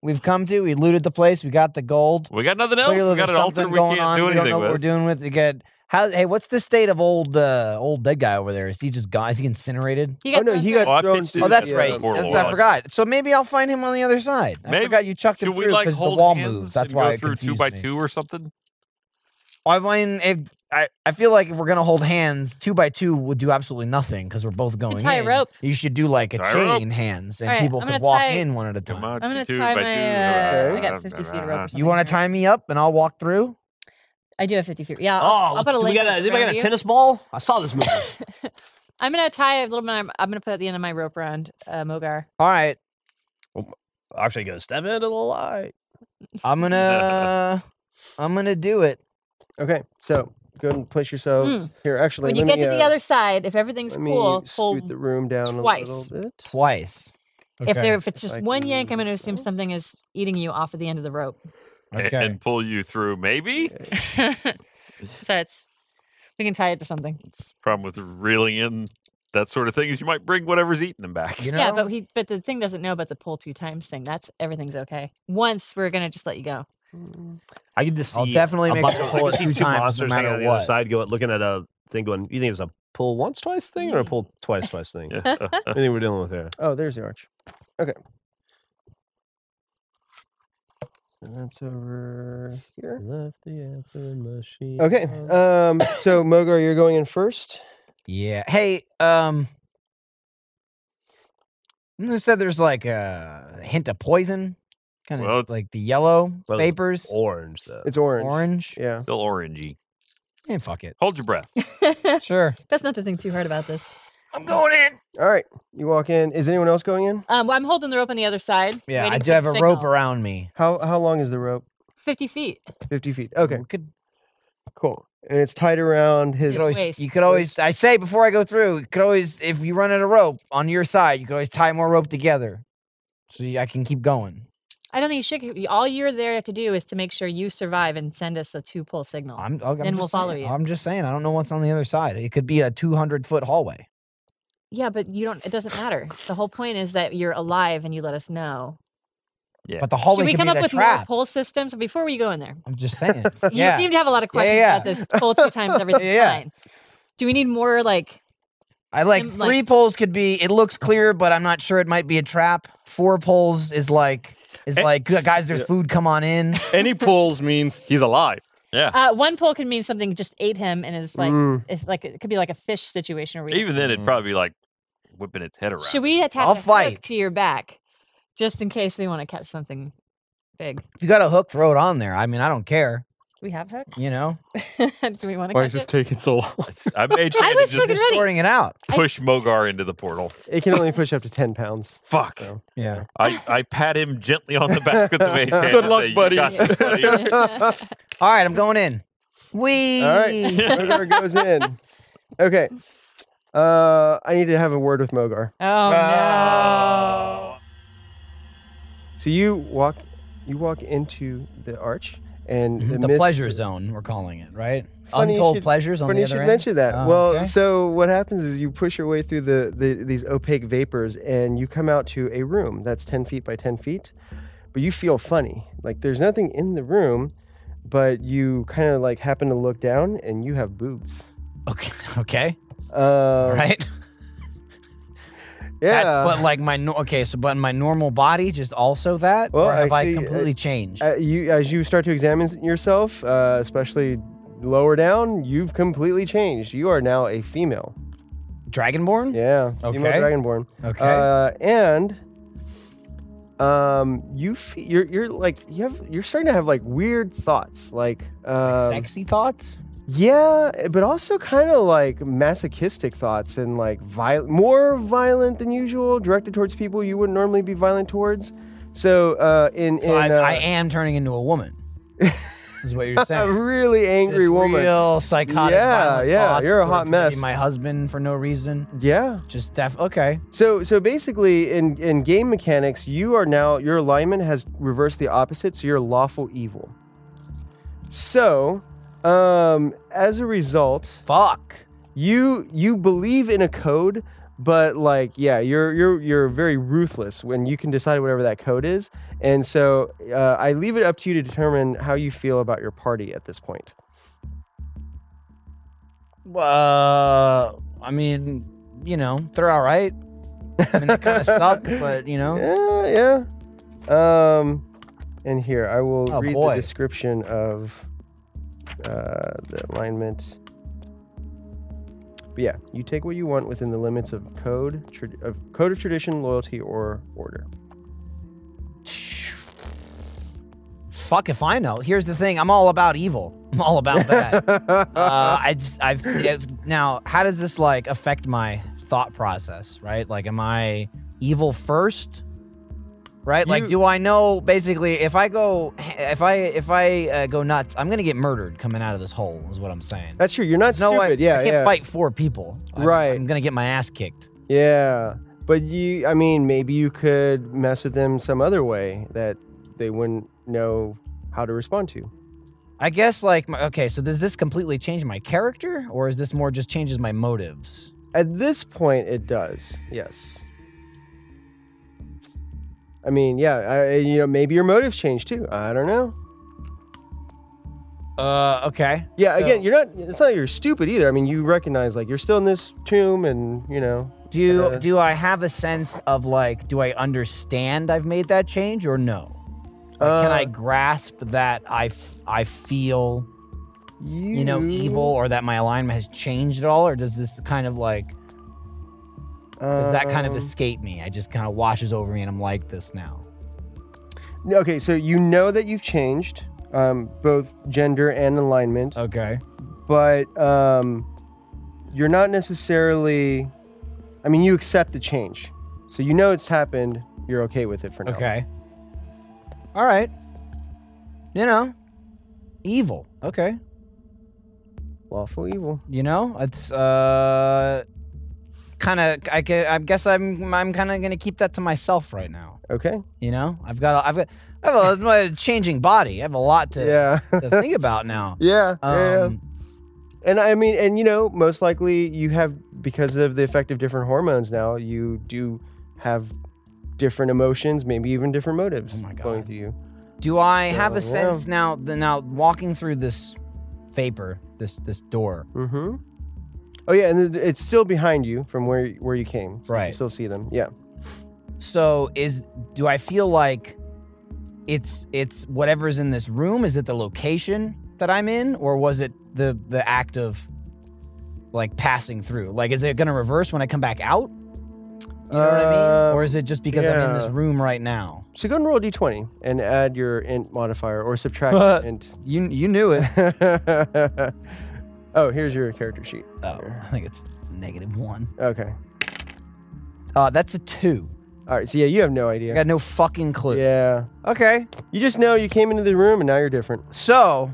we've come to? We looted the place. We got the gold.
We got nothing else.
Clearly,
we got
there's
an altar.
something
We
going
can't
on.
do
we don't
anything
know what we're
with.
doing with. You get how? Hey, what's the state of old uh old dead guy over there? Is he just gone? Is he incinerated?
You
oh no,
thrown
he
through
got
Oh, I
thrown.
pitched it.
through the-
Oh, that's
yeah.
right.
Portal
That's-
one.
I forgot. So maybe I'll find him on the other side. I
Maybe-
forgot you chucked him
Should we
through
like
because the
hold
wall
hands
moves. That's
and
why
go
it
through two
confused
by
me.
two or something?
I mean, if I, I feel like if we're gonna hold hands, two by two would do absolutely nothing because we're both going.
tie a
in.
rope.
You should do like a
Tie a rope.
chain hands, and
All right,
people
I'm
could
gonna
walk
tie-
in one at a
Come
time.
on,
I'm gonna
two
tie
by
my,
two.
uh,
I
got 50 feet of rope.
You want to tie me up, and I'll walk through.
I do have 50 feet. Yeah. I'll,
Oh,
I'll put
do
a
we
link.
got a, did
in
we
front
got
of
a
you.
tennis ball? I saw this movie.
I'm gonna tie a little bit. I'm, I'm gonna put at the end of my rope around uh, Mogar.
All right.
Actually, goes step into the light.
I'm gonna I'm gonna do it.
Okay, so go ahead and place yourselves
Mm.
here. Actually,
when you get
let me,
to the
uh,
other side, if everything's
let me
cool, pull.
scoot the room down a
twice.
little bit.
Twice.
If there, if it's
If
just
I
one
can
yank, I'm going to assume
myself.
something is eating you off of the end of the rope.
a-
Okay.
and pull you through. Maybe
so it's we can tie it to something.
it's the problem with reeling in that sort of thing is you might bring whatever's eating them back.
you know
Yeah, but he, but the thing doesn't know about the pull two times thing. That's everything's okay. Once we're going to just let you go.
Hmm.
I can just see.
I'll definitely
a
make
monster-
a
I can
pull it
see
two times, no
monsters hanging
matter
on the other
what.
side, go looking at a thing going. You think it's a pull once twice thing
Mm.
or a pull twice twice thing?
Yeah.
I think we're dealing with there.
Oh, there's the arch. Okay. So that's over here.
Left the answer in the sheet.
Okay.
Uh,
Um. So Mogar, you're going in first.
Yeah. Hey, um they said there's like a hint of poison. Kind of
Well, it's-
like the yellow
Well, it's
vapors.
orange though.
It's orange.
Orange.
Yeah.
Still orangey.
Yeah, fuck it.
Hold your breath.
Sure.
Best not to think too hard about this.
All right. You walk in. Is anyone else going in?
Um, well, I'm holding the rope on the other side.
Yeah, I
waiting
do
for
have
the
a rope
signal.
around me.
How how long is the rope?
Fifty feet.
Fifty feet. Okay.
We could,
Cool. And it's tied around
you
his.
could always,
waist.
you could always. I say before I go through, you could always, if you run out of rope on your side, you could always tie more rope together, so you, I can keep going.
I don't think you should. you- All you're there to do is to make sure you survive and send us a two pull signal.
I'm. I'm
Then
just
we'll follow
saying-
you.
I'm just saying. I don't know what's on the other side. It could be a 200 foot hallway.
yeah, but you don't. It doesn't matter. The whole point is that you're alive and you let us know.
Yeah.
But the hallway
should we
could
come
be
up
the
with more
trap.
pull systems before we go in there?
I'm just saying.
You
yeah.
seem to have a lot of
Yeah,
questions
yeah,
about this pull two times everything's
yeah.
fine. Do we need more like
I like
sim- like-
three poles could be. It looks clear, but I'm not sure. It might be a trap. Four poles is like is
Eh,
like guys. There's
yeah.
food. Come on in.
Any pulls means he's alive.
uh, one pull can mean something just ate him and is like
Mm.
it's like it could be like a fish situation where we
Even
Mm.
then, it'd probably be like whipping its head around.
should we attach
I'll
a hook
fight.
to your back just in case we want to catch something big.
If you got a hook, throw it on there. I mean, I don't care.
We have hook.
You know,
Do we want to
Why is
catch
this
it?
taking so long?
I made
I
sure to
was
just
fucking-
just
ready.
sorting it out.
I-
push Mogar into the portal.
It can only push up to ten pounds.
Fuck.
So.
Yeah.
I, I pat him gently on the back with the mage hand.
Good
and
luck,
say, "You
buddy."
got this, buddy."
All right, I'm going in. We.
All right. Mogar goes in. Okay. Uh, I need to have a word with Mogar.
Oh no.
So you walk, you walk into the arch, and
Mhm, The
amidst-
pleasure zone, we're calling it, right?
Funny you
Untold
should-
pleasures on
Funny
the
you
other
should
end?
mention that.
Oh,
well,
okay.
so what happens is you push your way through the, the these opaque vapors, and you come out to a room that's ten feet by ten feet, but you feel funny. Like there's nothing in the room, but you kind of like happen to look down, and you have boobs.
okay, okay,
Um,
all right.
Yeah.
That's- but like my no- okay, so but my normal body just also that,
Well,
or have I
actually, uh,
completely changed?
Uh, you as you start to examine yourself, uh, especially lower down, you've completely changed. You are now a female.
Dragonborn?
Yeah, female
Okay.
dragonborn.
Okay.
Uh, and um, you fe- you're you're like you have you're starting to have like weird thoughts, like um,
Sexy thoughts?
yeah, but also kind of like masochistic thoughts and like viol- more violent than usual, directed towards people you wouldn't normally be violent towards. So uh, in
So
in
I,
uh,
I am turning into a woman. is what you're
a
saying?
really angry
Just
woman.
Real psychotic.
Yeah,
violent
yeah,
thoughts
you're a hot
towards maybe
mess.
My husband for no reason.
Yeah.
Just def. Okay.
So so basically in in game mechanics, you are now your alignment has reversed the opposite, so you're lawful evil. So, um as a result,
Fuck.
you you believe in a code, but like yeah, you're you're you're very ruthless when you can decide whatever that code is. And so uh, I leave it up to you to determine how you feel about your party at this point.
Uh, I mean, you know, they're all right. I mean, they kind of suck, but you know,
Yeah, yeah. Um, and here I will
Oh,
read
boy.
the description of uh, the alignment. But yeah, you take what you want within the limits of code, tra- of code of tradition, loyalty, or order.
fuck if I know. Here's the thing: I'm all about evil. I'm all about that. uh, I just, I've it's- now. How does this like affect my thought process? Right? Like, am I evil first, right? like,
You-
do I know basically if I go if I if I uh, go nuts, I'm gonna get murdered coming out of this hole? Is what I'm saying.
That's true. You're not
no,
stupid.
I,
yeah,
I can't
yeah.
fight four people. I'm-
Right.
I'm gonna get my ass kicked.
Yeah, but you. I mean, maybe you could mess with them some other way that they wouldn't know how to respond to.
I guess like my, okay, so does this completely change my character, or is this more just changes my motives?
At this point, it does. Yes. I mean, yeah. I, you know, maybe your motives change too. I don't know.
Uh, okay.
Yeah.
So-
again, you're not. It's not that you're stupid either. I mean, you recognize like you're still in this tomb, and you know.
Do you,
Uh,
do I have a sense of like, do I understand I've made that change or no? Like, can
Uh,
I grasp that I, f- I feel
You,
you know evil or that my alignment has changed at all, or does this kind of like does that kind of
Um,
escape me? I just kind of washes over me and I'm like this now.
Um, Okay, so you know that you've changed, um, both gender and alignment,
Okay.
but um, you're not necessarily. I mean, you accept the change, so you know it's happened. You're okay with it for now.
Okay. All right. You know, evil. Okay.
Lawful evil.
You know, it's uh, kind of. I, gue- I guess I'm. I'm kind of gonna keep that to myself right now.
Okay.
You know, I've got. I've got. I have a, a changing body. I have a lot to,
yeah.
to think about now.
yeah.
Um,
yeah. And I mean, and you know, most likely you have because of the effect of different hormones now, you do have different emotions, maybe even different motives
Oh my
flowing
God.
through you.
Do I have
Yeah.
a sense now? The, now walking through this vapor, this this door.
Mm-hmm. Oh yeah, and it- it's still behind you from where where you came. So You
Right.
still see them. Yeah.
So is do I feel like it's it's whatever's in this room? Is it the location that I'm in, or was it the the act of like passing through? Like, is it gonna reverse when I come back out? You know what I mean?
Um,
Or is it just because I'm in this
yeah.
room right now?
So go and roll a d20 and add your int modifier or subtract your int.
You you knew it.
oh, here's your character sheet.
oh, I think it's negative one.
Okay.
Uh, that's a two.
All right. So yeah, you have no
I
idea.
got no fucking clue.
Yeah.
Okay.
You just know you came into the room and now you're different.
So,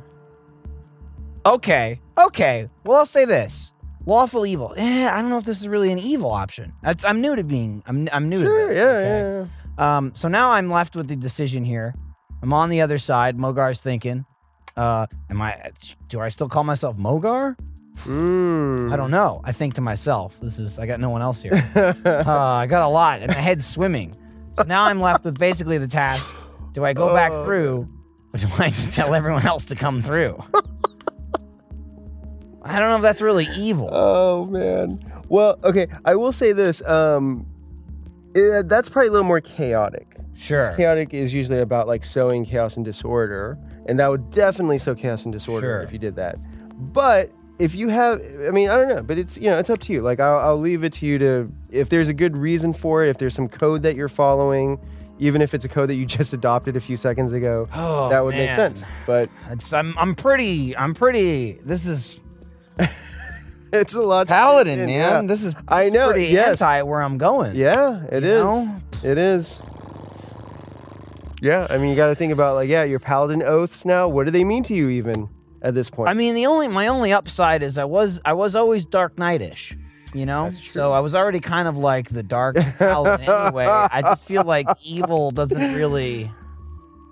okay, okay. Well, I'll say this: lawful evil. Eh, I don't know if this is really an evil option. That's, I'm new to being. I'm I'm new
Sure.
to this.
yeah,
okay?
yeah. Yeah.
Um. So now I'm left with the decision here. I'm on the other side. Mogar's thinking. Uh, am I? Do I still call myself Mogar?
Mm.
I don't know. I think to myself, this is. I got no one else here.
know.
uh, I got a lot, and my head's swimming. So now I'm left with basically the task: Do I go back
Oh,
through, or do I just tell everyone else to come through? I don't know if that's really evil.
Oh man. Well, okay. I will say this. Um, eh, that's probably a little more chaotic.
Sure,
Chaotic is usually about like sowing chaos and disorder, and that would definitely sow chaos and disorder
Sure.
if you did that. But if you have, I mean, I don't know, but it's you know, it's up to you. Like I'll, I'll leave it to you to if there's a good reason for it, if there's some code that you're following, even if it's a code that you just adopted a few seconds ago,
Oh,
that would make
man.
sense. But
It's, I'm I'm pretty. I'm pretty. This is
it's a lot. to take
paladin,
in,
man.
yeah.
This is
I
it's
know,
Pretty
yes.
anti where I'm going.
Yeah, it
You
is.
know?
It is. Yeah, I mean, you got to think about like, yeah, your paladin oaths now. What do they mean to you even at this point?
I mean, the only my only upside is I was I was always Dark Knightish, you know.
That's true.
So I was already kind of like the Dark Paladin anyway. I just feel like evil doesn't really.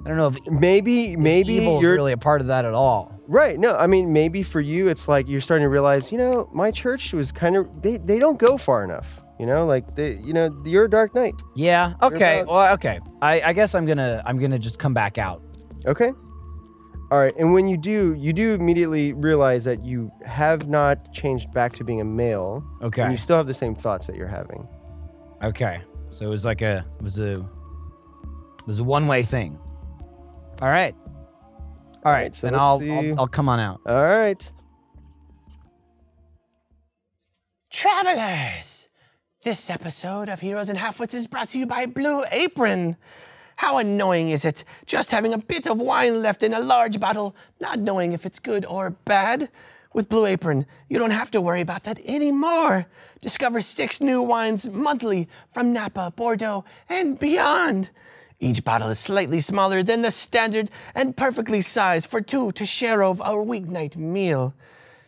I don't know if e,
maybe, maybe
evil is
you're
really a part of that at all.
right. No, I mean, maybe for you, it's like you're starting to realize, you know, my church was kind of they they don't go far enough. You know, like they, you know, you're a dark knight.
Yeah. Okay.
about-
Well. Okay. I, I guess I'm gonna I'm gonna just come back out.
Okay. All right, and when you do, you do immediately realize that you have not changed back to being a male, and
Okay.
you still have the same thoughts that you're having.
Okay. So it was like a it was a it was a one way thing. All right. All right.
right, so
then
let's
I'll,
see.
I'll I'll come on out.
All right.
Travelers! This episode of Heroes and Halfwits is brought to you by Blue Apron. How annoying is it just having a bit of wine left in a large bottle, not knowing if it's good or bad? With Blue Apron, you don't have to worry about that anymore. Discover six new wines monthly from Napa, Bordeaux, and beyond. Each bottle is slightly smaller than the standard and perfectly sized for two to share over our weeknight meal.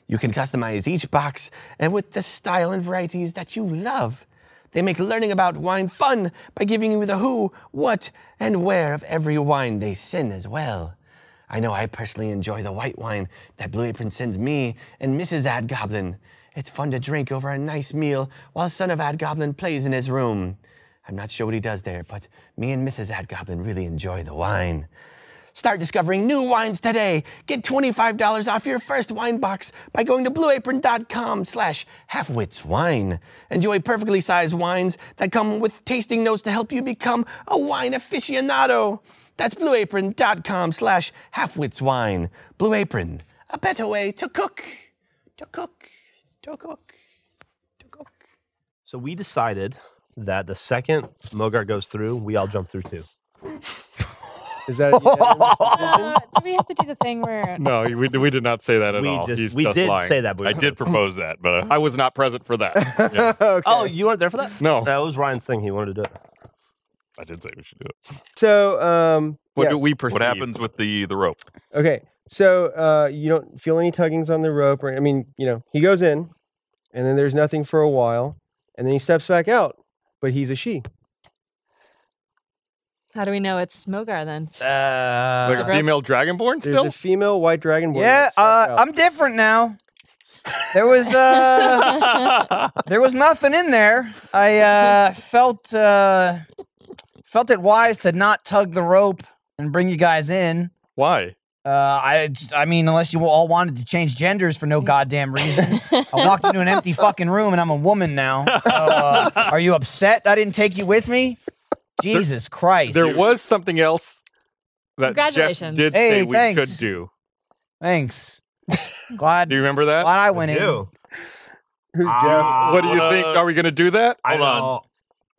You can customize each box and with the style and varieties that you love. They make learning about wine fun by giving you the who, what, and where of every wine they send as well. I know I personally enjoy the white wine that Blue Apron sends me and Mrs. Adgoblin. It's fun to drink over a nice meal while Son of Adgoblin plays in his room. I'm not sure what he does there, but me and Mrs. Adgoblin really enjoy the wine. Start discovering new wines today. Get $25 off your first wine box by going to blueapron.com slash halfwitswine. Enjoy perfectly sized wines that come with tasting notes to help you become a wine aficionado. That's blueapron.com slash halfwitswine. Blue Apron, a better way to cook, to cook, to cook.
So we decided that the second Mogar goes through, we all jump through too.
Is that? yeah,
Uh, do we have to do the thing where?
No, we, we did not say that at
We
all.
just-
He's
we
just
did
lying.
say that, but we-
I did propose that, but uh,
I was not present for that.
okay.
Oh, you weren't there for that?
No.
That was Ryan's thing. He wanted to do it.
I did say we should do it.
So um,
What
yeah.
do we perceive?
What happens with the the rope?
Okay, so uh, you don't feel any tuggings on the rope, or I mean, you know, he goes in, and then there's nothing for a while, and then he steps back out, but he's a she.
How do we know it's Mogar then?
Like a
Uh,
female dragonborn
There's
still?
a female white dragonborn. that
Yeah,
stepped
uh,
out.
I'm different now. There was uh, there was nothing in there. I uh, felt uh, felt it wise to not tug the rope and bring you guys in.
Why?
Uh, I j- I mean, unless you all wanted to change genders for no goddamn reason. I walked into an empty fucking room and I'm a woman now. So, uh, are you upset I didn't take you with me? Jesus Christ!
There was something else that Jeff
Congratulations.
did
Hey,
say we
thanks.
could do.
Thanks. Glad
Do you remember that?
glad I went in.
Ew.
Who's
Ah,
what do you
What,
think?
uh,
Are we going to do that?
I
Hold on.
know.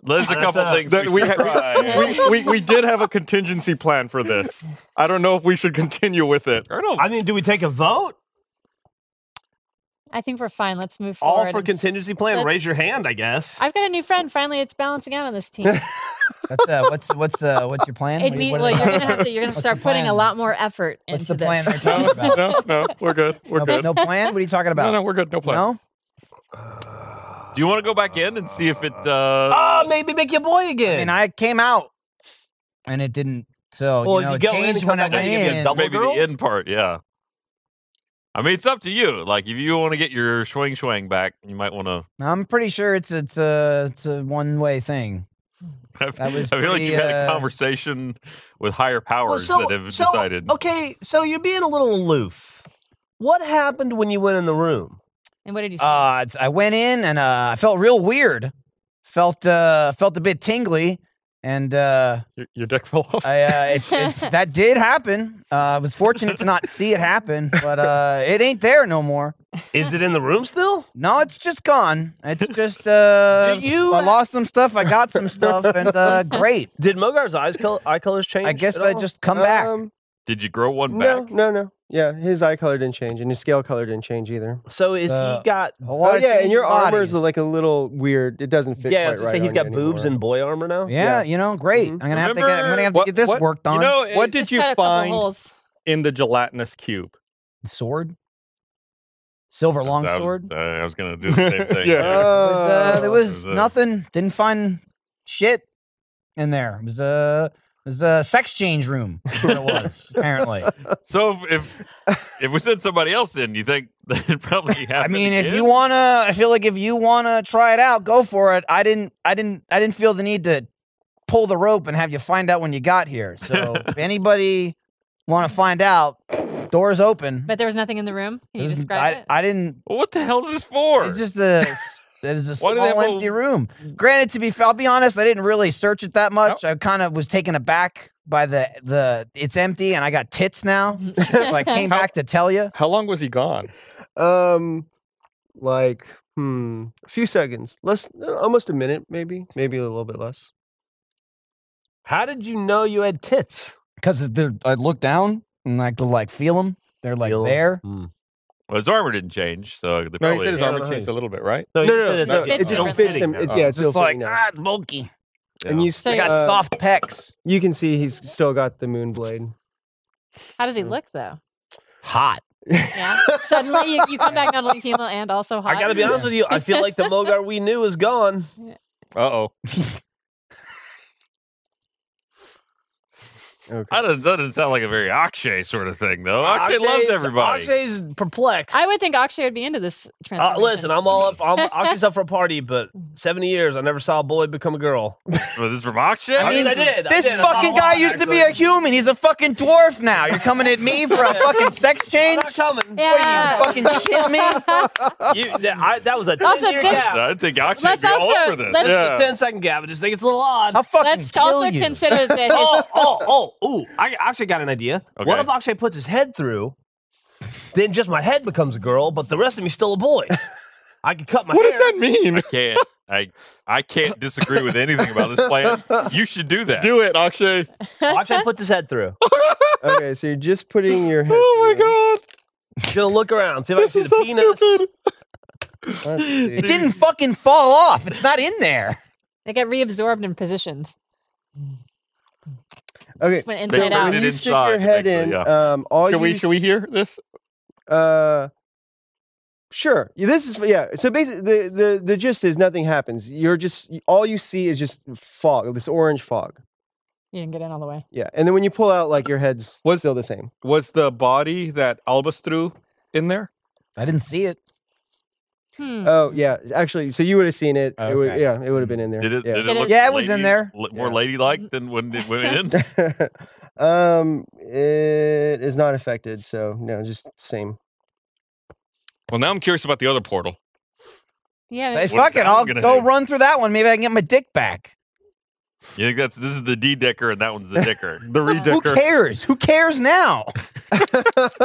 There's a
That's
couple
a-
things
that
we,
we
should
ha-
try.
we, we, we did have a contingency plan for this. I don't know if we should continue with it.
I don't know.
I mean, do we take a vote?
I think we're fine. Let's move forward.
All for
and s-
contingency plan.
let's-
Raise your hand, I guess.
I've got a new friend. Finally, it's balancing out on this team.
That's uh, what's what's uh, what's your plan?
It'd
What-
be,
what
well,
is-
you're gonna have to. You're gonna
What's
start
the
putting a
plan?
lot more effort
What's the
into
plan?
this.
they're talking about?
No, no, we're good. We're
No,
good.
no plan. What are you talking about?
No, no, we're good. No plan.
No?
Do you want to go back in and see if it? Uh,
Oh, maybe make your boy
I mean,
again.
I came out and it didn't. So
Well,
you
if
know,
you
it
go in and
changed
come
when I
back out,
went
you give me a
in.
double-
maybe
girl?
the end part. Yeah. I mean, it's up to you. Like, if you want to get your swing swang back, you might want to.
I'm pretty sure it's it's a it's a one way thing.
I
That was
feel like you
pretty,
had a
uh,
conversation with higher powers that have decided.
Okay, so you're being a little aloof. What happened when you went in the room?
And what did you say?
Uh, it's, I went in and uh, I felt real weird. Felt uh, felt a bit tingly, and uh,
Your, your dick fell off.
I uh, it's, it's, that did happen. Uh, I was fortunate to not see it happen, but uh, it ain't there no more.
Is it in the room still?
No, it's just gone. It's just uh,
Do you-
I lost some stuff. I got some stuff, and uh, great.
Did Mogar's eyes col- eye colors change?
I guess
at
I
all?
just come back.
Um,
Did you grow one
no,
back?
no, no. Yeah, his eye color didn't change, and his scale color didn't change either.
So is
Uh,
he got?
A lot
Oh
of
yeah, and
change
your
in
armor is
bodies.
like a little weird. It doesn't fit.
Yeah, I
quite
was gonna
right
say he's
on
got
you
boobs
anymore.
and boy armor now.
yeah,
yeah.
you know, great.
Mhm.
I'm gonna have to get. I'm gonna have to
Remember-
get this
what- what-
worked on.
You know,
what
it-
did
Just
you
cut a couple
find
holes.
in the gelatinous cube?
sword, silver long
I was-
sword.
uh, I was going to do the same thing.
Yeah.
yeah.
It was, uh, there
Oh.
was
There's a-
nothing. Didn't find shit in there. It was a it was a sex change room. is what it was apparently.
So if if, if we send somebody else in, you think that probably
I
happened?
mean, if
again?
you wanna, I feel like if you wanna try it out, go for it. I didn't. I didn't. I didn't feel the need to pull the rope and have you find out when you got here. So if anybody want to find out, doors open.
But there was nothing in the room. Can you
It was-
describe
I,
it?
I didn't
Well, what the hell is this for?
It's just the s- it was a
Why do they
small
have a-
empty room. Granted, to be f- I'll be honest, I didn't really search it that much. I kind of was taken aback by the the it's empty and I got tits now. so I came back to tell you.
How long was he gone?
Um, like hmm, a few seconds, less, uh, almost a minute, maybe, maybe a little bit less.
How did you know you had tits?
Because I looked down and I could like feel them. They're like
Feel 'em.
there.
well, his armor didn't change, so they
No, he
probably.
said his
Yeah, I
armor
don't know.
changed a little bit, right?
No,
No,
you said
no, no,
it's
no,
like-
it
it's
just
just
fits
fitting
him.
now.
It- yeah, it's
Just
still
like
fitting now.
ah, bulky.
And you
So
s-
I got
uh,
soft pecs.
You can see he's still got the moon blade.
How does he look though?
Hot.
Yeah. Suddenly you, you come back not only female and also hot.
I gotta be honest with you. I feel like the Mogar we knew is gone.
Uh oh.
Okay.
That doesn't, that doesn't sound like a very Akshay sort of thing, though. Akshay, loves
Akshay's-
everybody.
Akshay's perplexed.
I would think Akshay would be into this
Uh,
transformation.
listen, I'm all up. I'm Akshay's up for a party, but 70 years, I never saw a boy become a girl.
Oh, this is from Akshay?
I mean, I did. I
This
did. I saw
fucking
a lot,
guy used to be a
actually.
human. He's a fucking dwarf now. You're coming at me for a fucking sex
I'm
change?
not coming.
Yeah.
fucking shit me?
You, that, I, that was a 10
Also,
year
this-
gap.
I think Akshay'd
Let's
be all
also-
over this.
let's-
That's a 10 second gap. I just think it's a little odd.
I'll fucking
Let's
kill
also
you.
consider that
oh,
his
oh, oh, ooh. I actually got an idea. What
Okay.
if Akshay puts his head through, then just my head becomes a girl, but the rest of me's still a boy? I could cut my
What
hair.
does that mean?
can't. I I can't disagree with anything about this plan. You should do that.
Do it, Akshay.
Akshay puts his head through.
Okay, so you're just putting your head.
Oh my god.
Gonna look around, see if I can see the
is so
penis.
stupid.
god!
It didn't fucking fall off. It's not in there.
they get reabsorbed and positioned.
Okay,
Just went
They
inside
turned
out.
it
when you stick
inside,
your head in,
actually,
um,
Oh,
all
Should
you
we should we hear this?
Uh, sure. Yeah, This is yeah. So basically, the the the gist is nothing happens. You're just all you see is just fog, this orange fog.
You didn't get in all the way.
Yeah, and then when you pull out, like your head's
What's-
still the same.
Was the body that Albus threw in there?
I didn't see it.
Hmm.
Oh yeah, actually, so you would have seen it. It would,
Okay.
yeah, it would have been in there.
Did it?
Yeah.
Did
Did
it
it-
look
Yeah, it was in
lady-
there.
li- more
Yeah.
ladylike than when it went in.
um, it is not affected, so no, just same.
Well, now I'm curious about the other portal.
Yeah.
Hey,
What
fuck it.
I'm
I'll
gonna
go
do.
run through that one. Maybe I can get my dick back.
You think that's this is the D decker and that one's the dicker.
The
Who
redecker.
cares? Who cares now?
I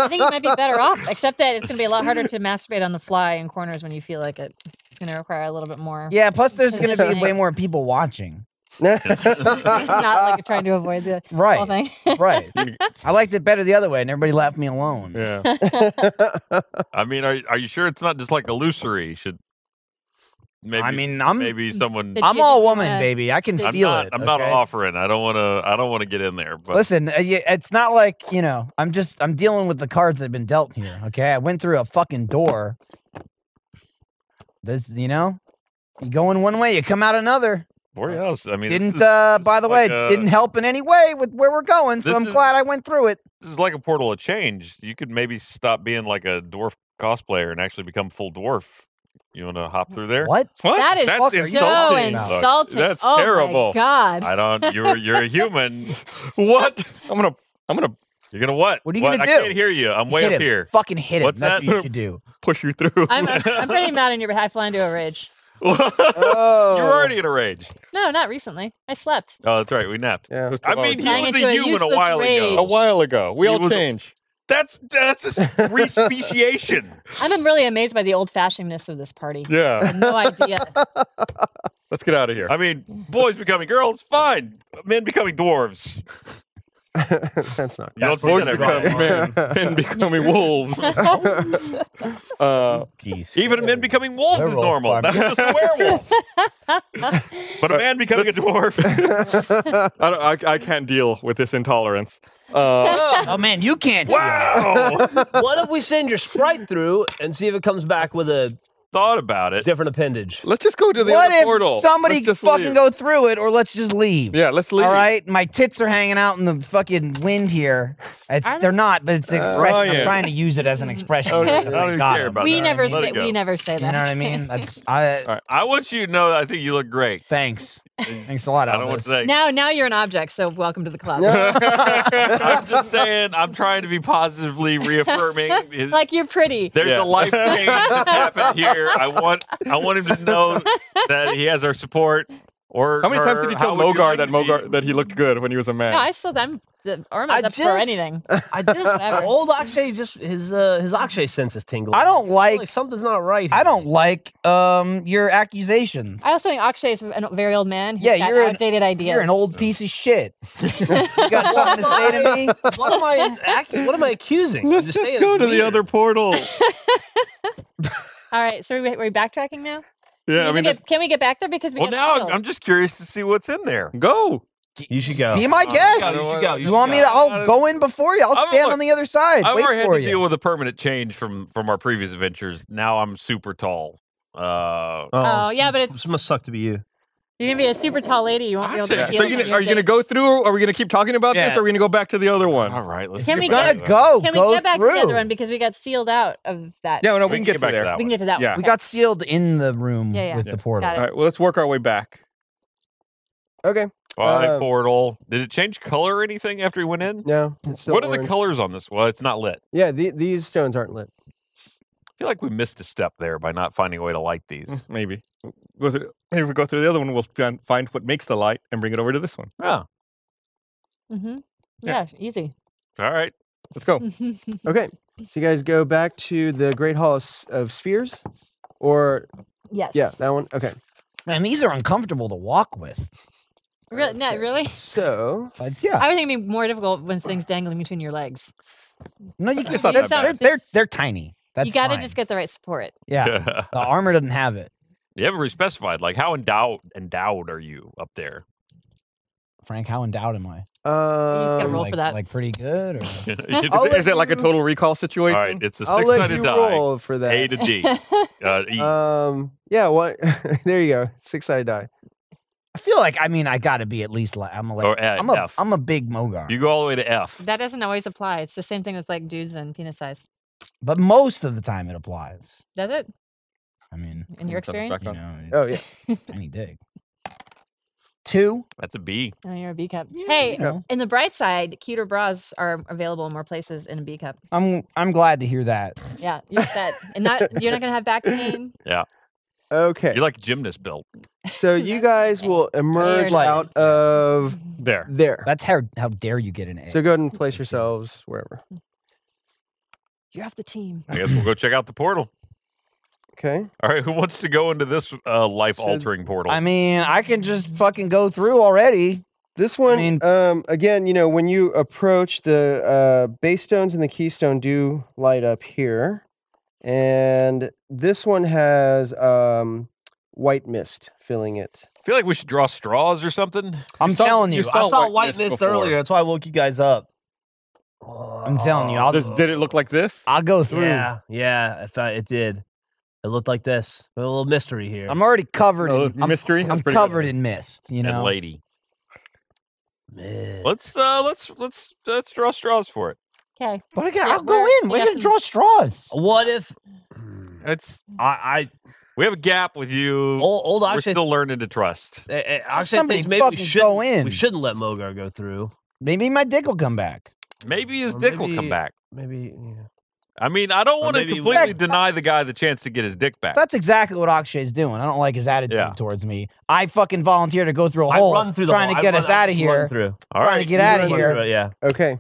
think you might be better off, except that it's gonna be a lot harder to masturbate on the fly in corners when you feel like it. It's gonna require a little bit more.
Yeah, plus there's going to be
Positioning.
way more people watching.
Not like trying to avoid the whole
Right.
thing.
Right. I liked it better the other way, and everybody left me alone.
Yeah.
I mean, are are you sure it's not just like illusory? Should maybe
I mean, mm, I'm
maybe someone.
Did
I'm
you-
all
did you
woman,
wanna-
baby. I can
did-
I'm
feel
not.
it.
I'm not
okay?
offering. I don't want to. I don't want to get in there. But
Listen, uh, yeah, it's not like you know. I'm just. I'm dealing with the cards that have been dealt here. Okay, I went through a fucking door. This, you know, you go in one way, you come out another.
Borealis, I mean, this
didn't,
is-
uh,
this
by
is
the
like
way,
a-
didn't help in any way with where we're going. So
This
I'm
is-
glad I went through it.
This is like a portal of change. You could maybe stop being like a dwarf cosplayer and actually become full dwarf. You want to hop through there?
What?
What?
That is
That's
so
insulting.
No.
insulting.
That's
oh
terrible.
My God.
I don't. You're you're a human.
What? I'm gonna I'm gonna
You're gonna what?
What are you gonna
I
do?
can't hear you. I'm way
hit
up
him.
here.
Fucking hit him.
What's
That's
that?
what you should do.
push you through.
I'm, I'm pretty mad on your behalf. I fly into a rage.
oh,
You're already in a rage.
No, not recently. I slept.
Oh, that's right. We napped.
Yeah.
I mean, he
Flying
was
into
a
a
human a
useless
while
rage.
a
ago.
while ago. We
He
all
was-
change.
That's that's just respeciation.
I'm am really amazed by the old fashionedness of this party. I
Yeah.
had no idea.
Let's get out of here.
I mean, boys becoming girls, fine. Men becoming dwarves. You
That's not.
don't see
Boys
that every
become
day.
men, men becoming wolves. Uh,
Jeez.
Even men becoming wolves is
Werewolf
normal. That's
party.
just a werewolf. but a man becoming a dwarf.
I, don't, I, I can't deal with this intolerance. Uh,
Oh man, you can't. do that.
Wow.
what if we send your sprite through and see if it comes back with a
Thought about it.
different appendage?
let's just go to the
What
other
if
portal.
somebody
Let's just
fucking
leave.
go through it, or let's just leave?
Yeah, let's leave.
All right, my tits are hanging out in the fucking wind here. It's,
Are they?
they're not, but it's an expression. I'm
Ryan.
trying to use it as an expression.
I
because
Uh, oh, don't
I
even
got
care
it.
about
We
that.
never
Let
say
it go.
we never say
You know what I
that.
mean? That's I.
I want you to know. I think you look great.
Thanks. Thanks a lot.
I don't want
Elvis.
to say.
Now now you're an object, so welcome to the club.
I'm just saying. I'm trying to be positively reaffirming. his-
Like you're pretty.
There's
Yeah.
a life change that's happened here. I want. I want him to know that he has our support. Or
How many times
her.
did you
How
tell
would you
Mogar
like
that
to be?
Mogar that he looked good when he was a man?
No, I still I'm the
I
Orma's up for
just-
anything.
I just
Whatever.
old Akshay just his uh, his Akshay sense is tingling.
I don't
Like,
like.
something's not right.
I don't like um your accusations.
I also think Akshay is an very old man. who's
Yeah,
got
you're an-
outdated ideas.
You're an old piece of shit. you got something to say to me?
here. What am I? ac- what am I accusing? I'm
let's
just
just
saying
go
it's
to the
weird.
other portal.
All right, so are we, are we backtracking now?
Yeah, I
Can we
mean,
get- can we get back there because we
Well,
got
now
spilled.
I'm just curious to see what's in there.
go.
You should go.
Be my guest.
gotta-
You
you
should go.
should
You want me to? I'll go in before you. I'll
I'm
stand
like-
on the other side.
I've already
Wait
had
for
to deal
you.
with a permanent change from from our previous adventures. Now I'm super tall. Uh,
Oh, yeah, but
this
it's-
must suck to be you.
You're gonna be a super tall lady. You won't be able to.
Actually,
make
So
deals
you,
on
gonna-
your
are you going to
dates.
go through? Or are we going to keep talking about this?
Yeah.
Or are we going to go back to the other one?
all right, let's
Can
get
we
back
Gotta
to that.
go.
Can
go
we get back
through.
to the other one because we got sealed out of that?
Yeah, no, we,
We
can get,
back
to there.
to that
we can
one.
get to that
Yeah.
one.
We got sealed in the room
Yeah, yeah.
with
Yeah.
the portal.
Got it.
All right, well, let's work our way back.
Okay.
Twilight
Uh,
portal. Did it change color or anything after we went in?
No, it's still
What are the
orange.
colors on this? Well, it's not lit. I
Yeah, the, these stones aren't lit.
feel like we missed a step there by not finding a way to light these.
Mm, Maybe. Go through- Maybe if we go through the other one, we'll fin- find what makes the light and bring it over to this
Hmm.
one.
Yeah.
Mm-hmm.
Yeah.
Yeah, easy.
All right.
Let's go.
Okay. So you guys go back to the Great Hall of, S- of Spheres, or
yes.
yeah, that one. Okay.
Man, these are uncomfortable to walk with.
Really? No, really.
So uh, yeah,
I would think it'd be more difficult when things dangling between your legs.
No, you can't.
not
They're,
that bad.
they're, they're, they're tiny. That's
you gotta
fine.
just get the right support.
yeah. The armor doesn't have it.
you haven't really specified like how endowed endowed are you up there?
Frank, how endowed am I?
gotta
um,
roll
like,
for that.
Like pretty good. Or...
You
I'll
just-
Is,
let
is it like a
you-
total recall situation?
all right, it's a
I'll let
six-sided
you
die.
roll for
A
that.
to D. Uh, e.
Um, yeah, what? there you go, six sided die.
I feel like I mean I gotta be at least like I'm a like
Or at
I'm a
F.
am a big Mogar,
you go all the way to F.
that doesn't always apply. It's the same thing with like dudes and penis size.
but most of the time it applies.
Does it?
I mean,
In your
Turn this
experience?
back
you
on.
know,
Oh yeah,
tiny dig. Two.
That's a B.
Oh, you're a B cup.
Yeah,
hey,
you know.
in the bright side, cuter bras are available in more places in a B cup.
I'm I'm glad to hear that.
Yeah, you're set. and not you're not gonna have back pain.
Okay.
You're like gymnast built.
so you guys will emerge
Like-
out of
There.
there.
That's how how dare you get an A.
So go ahead and place yourselves wherever.
You're off the team.
I guess we'll go check out the portal.
Okay.
All right, who wants to go into this uh, life-altering portal?
I mean, I can just fucking go through already.
This one,
mean-
um, again, you know, when you approach the uh, base stones and the keystone do light up here, and this one has um, white mist filling it.
I feel like we should draw straws or something.
I'm
saw-
telling
you
you,
saw
I saw
white
white
mist
mist
before.
earlier. That's why I woke you guys up.
I'm telling you, I'll
uh,
Does, did it look like this?
I'll go through.
Yeah, yeah. I thought it did. It looked like this. A little mystery here.
I'm already covered.
Oh,
No,
in, I'm,
mystery?
I'm
That's pretty good.
covered in mist. You
And
know.
lady,
Man.
let's uh, let's let's let's draw straws for it.
Okay.
But I got,
Yeah,
I'll go
we're-
in.
we
We're
got
gonna
some-
draw straws.
What if
Hmm.
It's
I, I
we have a gap with you.
old, old
We're
Akshay?
still learning to trust.
eh, eh, Akshay
somebody
thinks maybe we
fucking
shouldn't,
go in.
we shouldn't let Mogar go through.
Maybe my dick will come back.
Maybe his
Or
dick will
maybe-
come back.
Maybe yeah.
I mean, I don't
Or
want to
maybe-
completely
Heck,
deny the guy the chance to get his dick back.
That's exactly what Akshay's doing. I don't like his attitude
Yeah.
towards me. I fucking volunteer to go through a
I
hole,
run through the
trying
hole.
to
I
get
run-
us
I
out of
just run
here.
Through.
All
trying
right,
to get out of
Run
here.
through it, yeah.
Okay.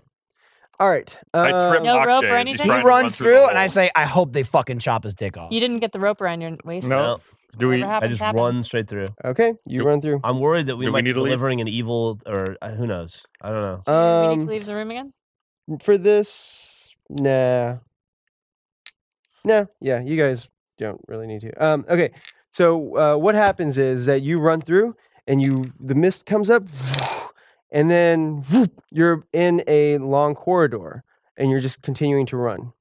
All right.
I trip
um,
No
Akshay
rope or
as he's
anything?
trying
He
to run
runs
the
through, and I
hole.
say, I hope they fucking chop his dick off.
You didn't get the rope around your waist.
No.
Nope.
Do we?
Whatever
I
happens,
just
happens.
run straight through.
Okay. You
Do-
run through.
I'm worried that we
Do we
might
need
be
to leave?
delivering an evil or uh, who knows. I don't know.
Do we need
Um,
to leave the room again?
For this, nah. Nah. Yeah, you guys don't really need to. Um, okay. So uh, what happens is that you run through and you the mist comes up and then you're in a long corridor and you're just continuing to run.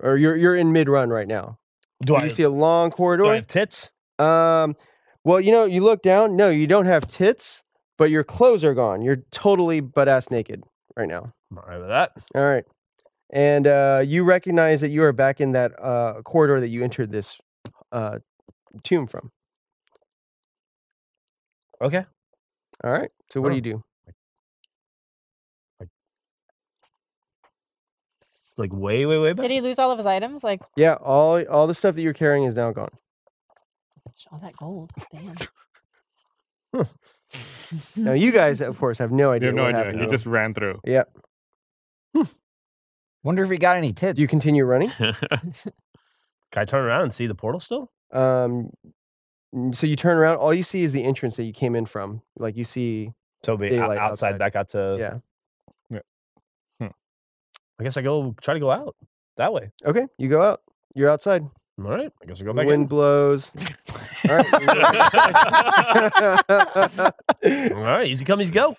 Or you're you're in mid run right now.
Do
you see a long corridor?
do I have tits?
Um, well, you know, you look down. No, you don't have tits, but your clothes are gone. You're totally butt ass naked right now.
I'm alright with that.
All right, and uh, you recognize that you are back in that uh, corridor that you entered this uh, tomb from.
Okay.
All right. So what do
Oh.
you do?
Like way, way, way
Did
back.
he lose all of his items? Like
Yeah, all all the stuff that you're carrying is now gone.
all that gold. Damn.
Now you guys, of course, have no
You
idea
have no
what
idea.
happened.
He just ran through.
Yep.
Wonder if he got any tits.
Do you continue running?
Can I turn around and see the portal still?
Um, n- so you turn around. All you see is the entrance that you came in from. Like you see.
So be
Daylight
outside,
outside.
back out to
Yeah.
I guess I go try to go out that way.
Okay. You go out. You're outside.
All right. I guess we go
The
back
wind blows. All right.
in. All right. Easy come, easy go.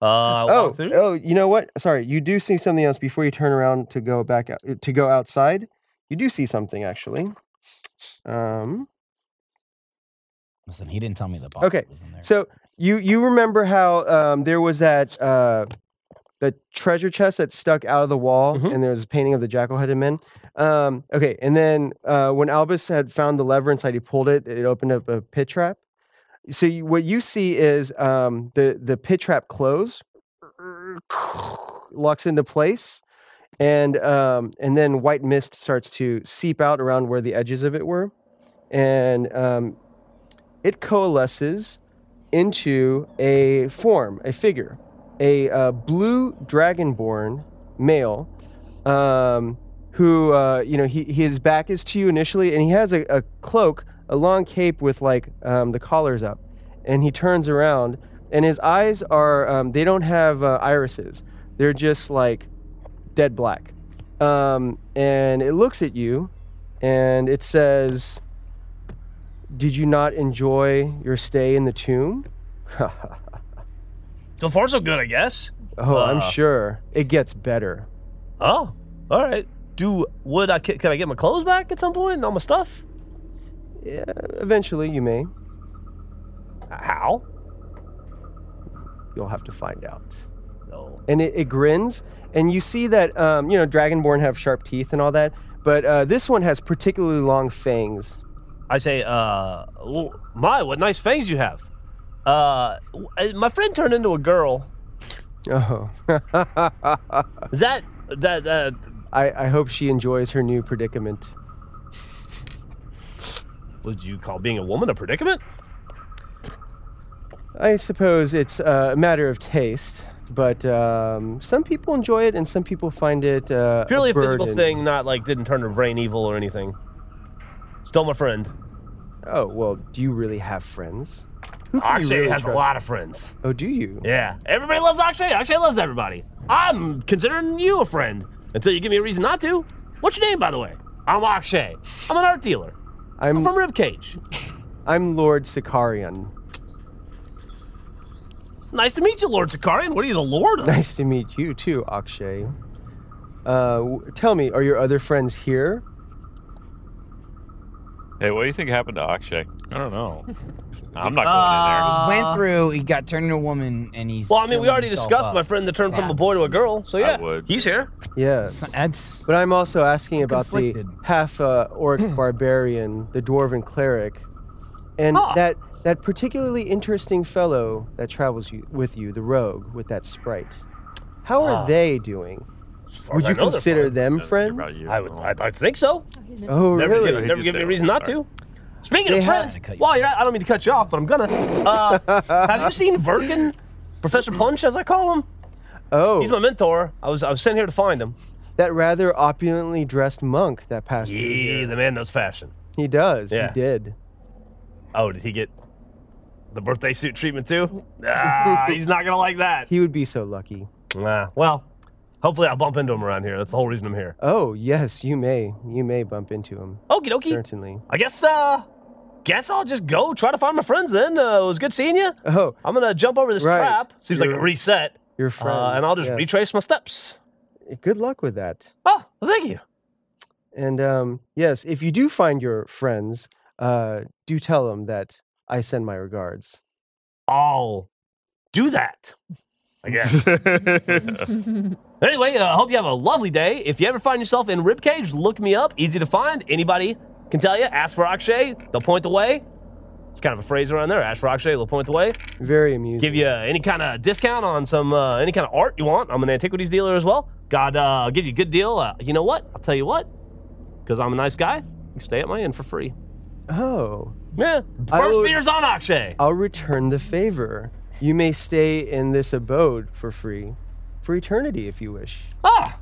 Uh, I
oh,
walk through.
oh, you know what? Sorry, you do see something else before you turn around to go back out, to go outside. You do see something actually. Um,
Listen, he didn't tell me the box
Okay,
was in there.
so you you remember how um, there was that uh, the treasure chest that stuck out of the wall,
Mhm.
and there was a painting of the jackal-headed men. Um, okay, and then uh, when Albus had found the lever inside, he pulled it. It opened up a pit trap. So you, what you see is um, the the pit trap close, locks into place, and um, and then white mist starts to seep out around where the edges of it were, and um, it coalesces into a form, a figure, a uh, blue dragonborn male, um, who uh, you know he his back is to you initially, and he has a, a cloak, a long cape with like um, the collars up, and he turns around, and his eyes are um, they don't have uh, irises, they're just like dead black, um, and it looks at you, and it says. Did you not enjoy your stay in the tomb?
So far, so good, I guess.
Oh, I'm
Uh.
sure it gets better.
Oh, all right. Do would I can I get my clothes back at some point and all my stuff?
Yeah, eventually you may.
How?
You'll have to find out.
No.
And it, it grins, and you see that um, you know dragonborn have sharp teeth and all that, but uh, this one has particularly long fangs.
I say, uh, "Oh, my, what nice fangs you have. Uh, w- uh, my friend turned into a girl.
Oh,
Is that that that?
I, I hope she enjoys her new predicament.
Would you call being a woman a predicament?
I suppose it's uh, a matter of taste, but um, some people enjoy it and some people find it uh, a
Purely a physical
burden.
thing, not like didn't turn her brain evil or anything. Still my friend.
Oh well, do you really have friends? Who can you
Akshay
really
has a
trust?
lot of friends.
Oh, do you?
Yeah, everybody loves Akshay. Akshay loves everybody. I'm considering you a friend until you give me a reason not to. What's your name, by the way? I'm Akshay. I'm an art dealer.
I'm
I'm from Ribcage.
I'm Lord Sicarion.
Nice to meet you, Lord Sicarian. What are you, the Lord? of?
Nice to meet you too, Akshay. Uh, w- tell me, are your other friends here?
Hey, what do you think happened to Akshay?
I don't know.
I'm not going in
Uh,
went through. He got turned into a woman, and he's.
Well, I mean, we
filling
already
himself
discussed
up.
my friend that turned from a boy to a girl. So yeah,
would.
he's here.
Yes.
That's
But I'm also asking about
conflicted.
the half uh, orc barbarian, the dwarven cleric, and
Ah.
that that particularly interesting fellow that travels you, with you, the rogue with that sprite. How are
Ah.
they doing?
As far
Would
as I
you
know, they're
consider
fine.
them
there. Nothing about
friends?
you.
I would. I'd, I'd think so.
Oh,
Never,
really?
give,
He
never
did
give me
say
a
it
reason
was
not
fine.
to. Speaking
They
of
have-
friends,
To cut you
well, you're, I don't mean to cut you off, but I'm gonna. Uh, have you seen Verkin, Professor Punch, as I call him?
Oh,
He's my mentor. I was I was sent here to find him.
that rather opulently dressed monk that passed through
Yeah,
here.
the man knows fashion.
He does.
Yeah.
He did.
Oh, did he get the birthday suit treatment too? Ah, he's not gonna like that.
He would be so lucky.
Nah, well, hopefully I'll bump into him around here. That's the whole reason I'm here.
Oh, yes, you may. You may bump into him.
Okie dokie.
Certainly.
I guess uh guess I'll just go try to find my friends then. Uh, it was good seeing you.
Oh,
I'm gonna jump over this
Right.
trap. Seems like a
You're-
reset.
your
Uh,
friend.
and I'll just retrace my steps.
Good luck with that.
Oh, well, thank you.
And um, yes, if you do find your friends, uh, do tell them that I send my regards.
I'll do that. I guess. anyway, uh, hope you have a lovely day. If you ever find yourself in Ribcage, look me up. Easy to find. Anybody can tell you. Ask for Akshay. They'll point the way. It's kind of a phrase around there. Ask for Akshay. They'll point the way.
Very amusing.
give you uh, any kind of discount on some uh, any kind of art you want. I'm an antiquities dealer as well. God, uh, give you a good deal. Uh, you know what? I'll tell you what, because I'm a nice guy. You can stay at my inn for free.
oh,
Yeah.
I
First
will-
beer's on Akshay.
I'll return the favor. You may stay in this abode for free, for eternity if you wish.
Ah.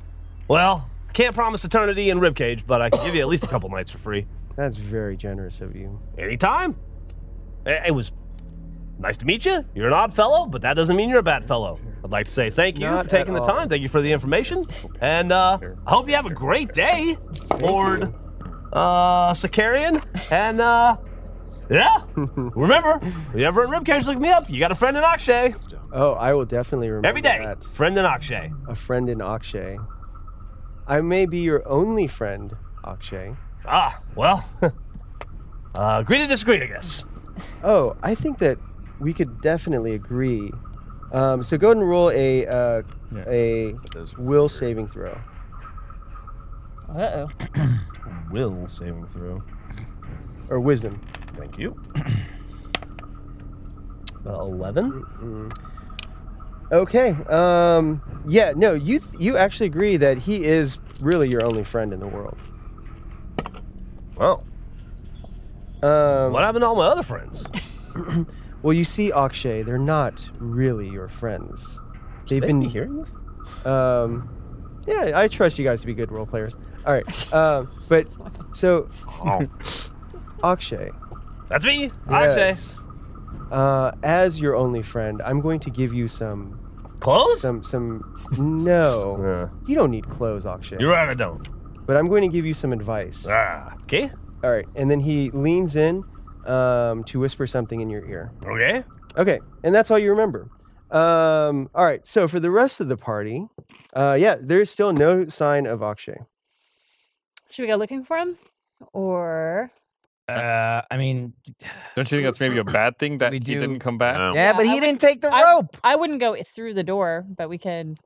Well, I can't promise eternity in ribcage, but I can give you at least a couple nights for free.
That's very generous of you.
Anytime. I- It was nice to meet you. You're an odd fellow, but that doesn't mean you're a bad fellow. I'd like to say thank you
Not
for taking the
at all.
time. Thank you for the information. And uh, I hope you have a great day, Lord uh, Sicarian, and uh, yeah. Remember, if you ever in Ribcage, look me up. You got a friend in Akshay.
Oh, I will definitely remember
Every day.
that.
Friend in Akshay.
A friend in Akshay. I may be your only friend, Akshay.
Ah, well. uh, agree to disagree, I guess.
Oh, I think that we could definitely agree. Um, so go ahead and roll a uh, a will saving throw.
Uh oh.
Will saving throw.
Or wisdom.
Thank you.
Uh, 11?
Okay. Um, yeah. No. You th- you actually agree that he is really your only friend in the world.
Well,
Um,
what happened to all my other friends?
Well, you see, Akshay, they're not really your friends. They've
They
been
be hearing this?
Um, yeah, I trust you guys to be good role players. All right. Um, but so,
Oh.
Akshay.
That's me, Akshay.
yes, Uh, as your only friend, I'm going to give you some,
Close?
some, some. No, you don't need clothes, Akshay.
You're right, I don't.
But I'm going to give you some advice.
Ah, okay,
All right. And then he leans in um, to whisper something in your ear.
okay.
Okay, and that's all you remember. Um, all right, so for the rest of the party, uh, yeah, there's still no sign of Akshay.
Should we go looking for him? Or
Uh, I mean,
Don't you think that's maybe a bad thing that
We
he
do-
didn't come back?
No.
yeah, but
I
he
would-
didn't take the
I-
rope.
I wouldn't go through the door, but we could.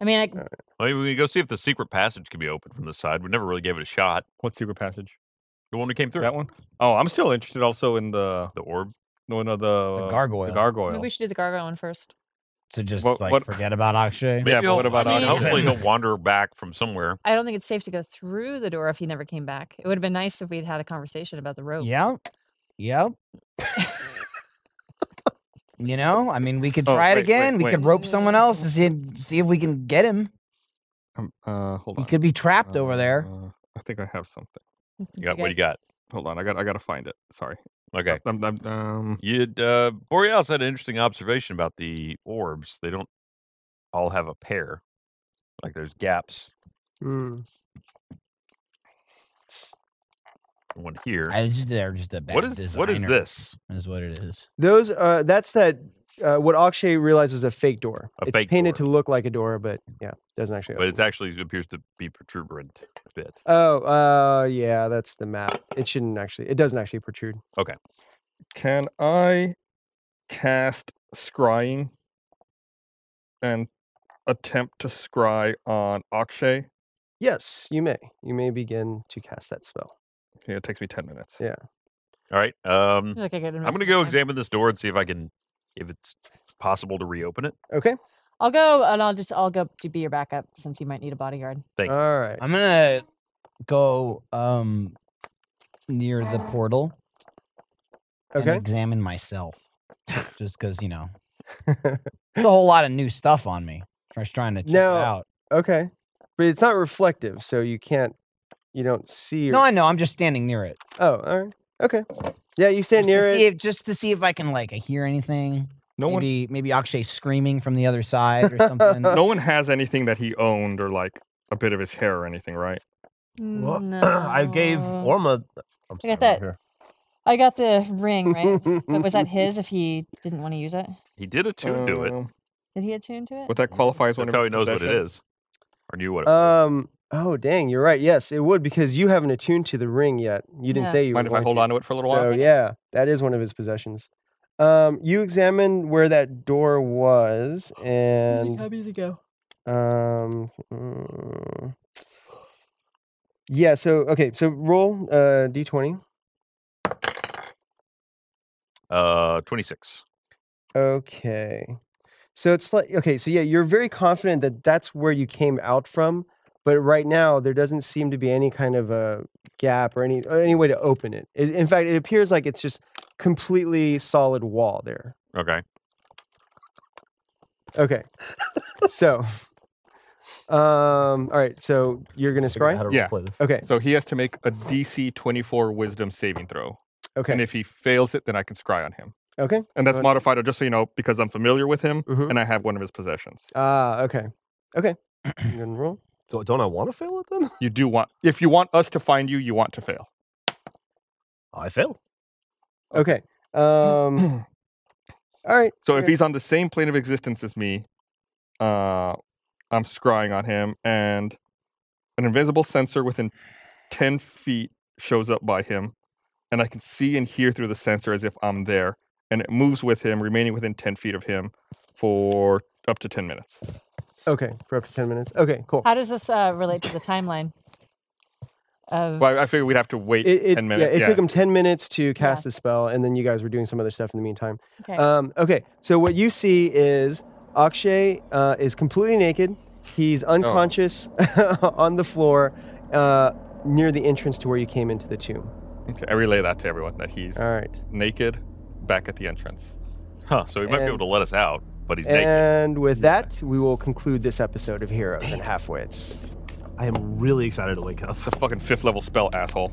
I mean, I,
Maybe we can go see if the secret passage can be opened from the side. We never really gave it a shot.
What secret passage?
The one we came through.
That one? Oh, I'm still interested also in the
The orb.
no, no, the,
Uh,
The gargoyle.
The gargoyle.
maybe we should do the gargoyle one first.
To just
What-
like
what-
forget about Akshay.
Maybe
but
he'll-
what about
I mean,
Akshay?
Hopefully he'll wander back from somewhere.
I don't think it's safe to go through the door if he never came back. It would have been nice if we'd had a conversation about the rope.
Yep. Yep. you know, I mean, we could
Oh,
try it
wait,
again.
wait,
we
wait.
could rope someone else and see see if we can get him.
Um, uh, hold
He
on.
could be trapped over there.
Uh, I think I have something.
You got, what do you got?
Hold on, I got I gotta find it. Sorry.
Okay.
I'm, I'm- um,
You uh, Borealis had an interesting observation about the orbs. They don't all have a pair. Like there's gaps.
Hmm.
One here.
I just they're just a bad
Uh, what is what is
designer,
this?
Is what it is.
Those, uh, that's that. Uh, what Akshay realized was a fake door.
A
it's
fake
painted
door.
to look like a door, but yeah, doesn't actually.
But
open.
it's actually appears to be protuberant a bit.
oh, uh, yeah, that's the map. It shouldn't actually. It doesn't actually protrude.
can I cast scrying and attempt to scry on Akshay?
Yes, you may. You may begin to cast that spell.
Okay, it takes me ten minutes.
Yeah.
All right. Um,
Like I could
I'm gonna go examine this door and see if I can, if it's possible to reopen it.
Okay.
I'll go and I'll just I'll go to be your backup since you might need a bodyguard.
Thank you.
All right.
I'm gonna go um near the portal. and
Okay.
examine myself, just because you know, there's a whole lot of new stuff on me. I was trying to check
Now,
it out.
Okay. But it's not reflective, so you can't. You don't see. Or,
No, I know. I'm just standing near it.
Oh, all right. Okay. Yeah, you stand
just
near
to
it.
see if just to see if I can like hear anything.
No one
maybe maybe Akshay screaming from the other side or something.
no one has anything that he owned or like a bit of his hair or anything, right?
Well, I gave
Mm, No.
Orma. I'm sorry,
Look at
right
that.
here.
I got the ring right, but was that his? If he didn't want to use it,
He did attune to it.
Um,
did he attune to it?
Would that qualify as one
That's
of
how he
his
knows what it
possessions? Uh
is, or knew what it was.
Um. Oh, dang. You're right. Yes, it would because you haven't attuned to the ring yet. You didn't
Yeah.
say you.
Mind
would
if I
want
hold
to.
on to it for a little
so
while?
yeah, that is one of his possessions. Um, you examine where that door was, and um, mm, yeah. So okay, so roll uh d twenty.
Uh, 26.
Okay. So it's like okay, so yeah, you're very confident that that's where you came out from, but right now there doesn't seem to be any kind of a gap or any or any way to open it. I- In fact, it appears like it's just completely solid wall there.
Okay.
Okay. so um all right, so you're going to
Figure out
scry?
how to
Yeah.
roleplay this.
Okay.
So he has to make a DC 24 Wisdom saving throw, and
Okay.
if he fails it, then I can scry on him.
Okay.
And that's
Good.
modified, just so you know, because I'm familiar with him,
Mhm.
and I have one of his possessions.
Ah, okay. Okay. Go ahead and roll.
Do, don't I want to fail it then?
You do want if you want us to find you, you want to fail.
I fail. Oh.
Okay. Um. all right.
So if he's on the same plane of existence as me, uh, I'm scrying on him, and an invisible sensor within ten feet shows up by him, and I can see and hear through the sensor as if I'm there, and it moves with him, remaining within ten feet of him for up to ten minutes.
Okay, for up to ten minutes. Okay, cool.
How does this uh, relate to the timeline? Of
Well, I, I figured we'd have to wait
It, it-
ten
yeah,
minutes.
it took him ten minutes to cast the spell, and then you guys were doing some other stuff in the meantime.
Okay.
Um, okay. So what you see is Akshay uh, is completely naked. He's
Oh.
unconscious on the floor uh, near the entrance to where you came into the tomb.
Okay, I relay that to everyone that he's
All right.
naked, back at the entrance.
Huh. So he might be able
And-
to let us out, but he's naked.
And with that, we will conclude this episode of Heroes and Halfwits.
I am really excited to wake up.
The fucking fifth level spell, asshole.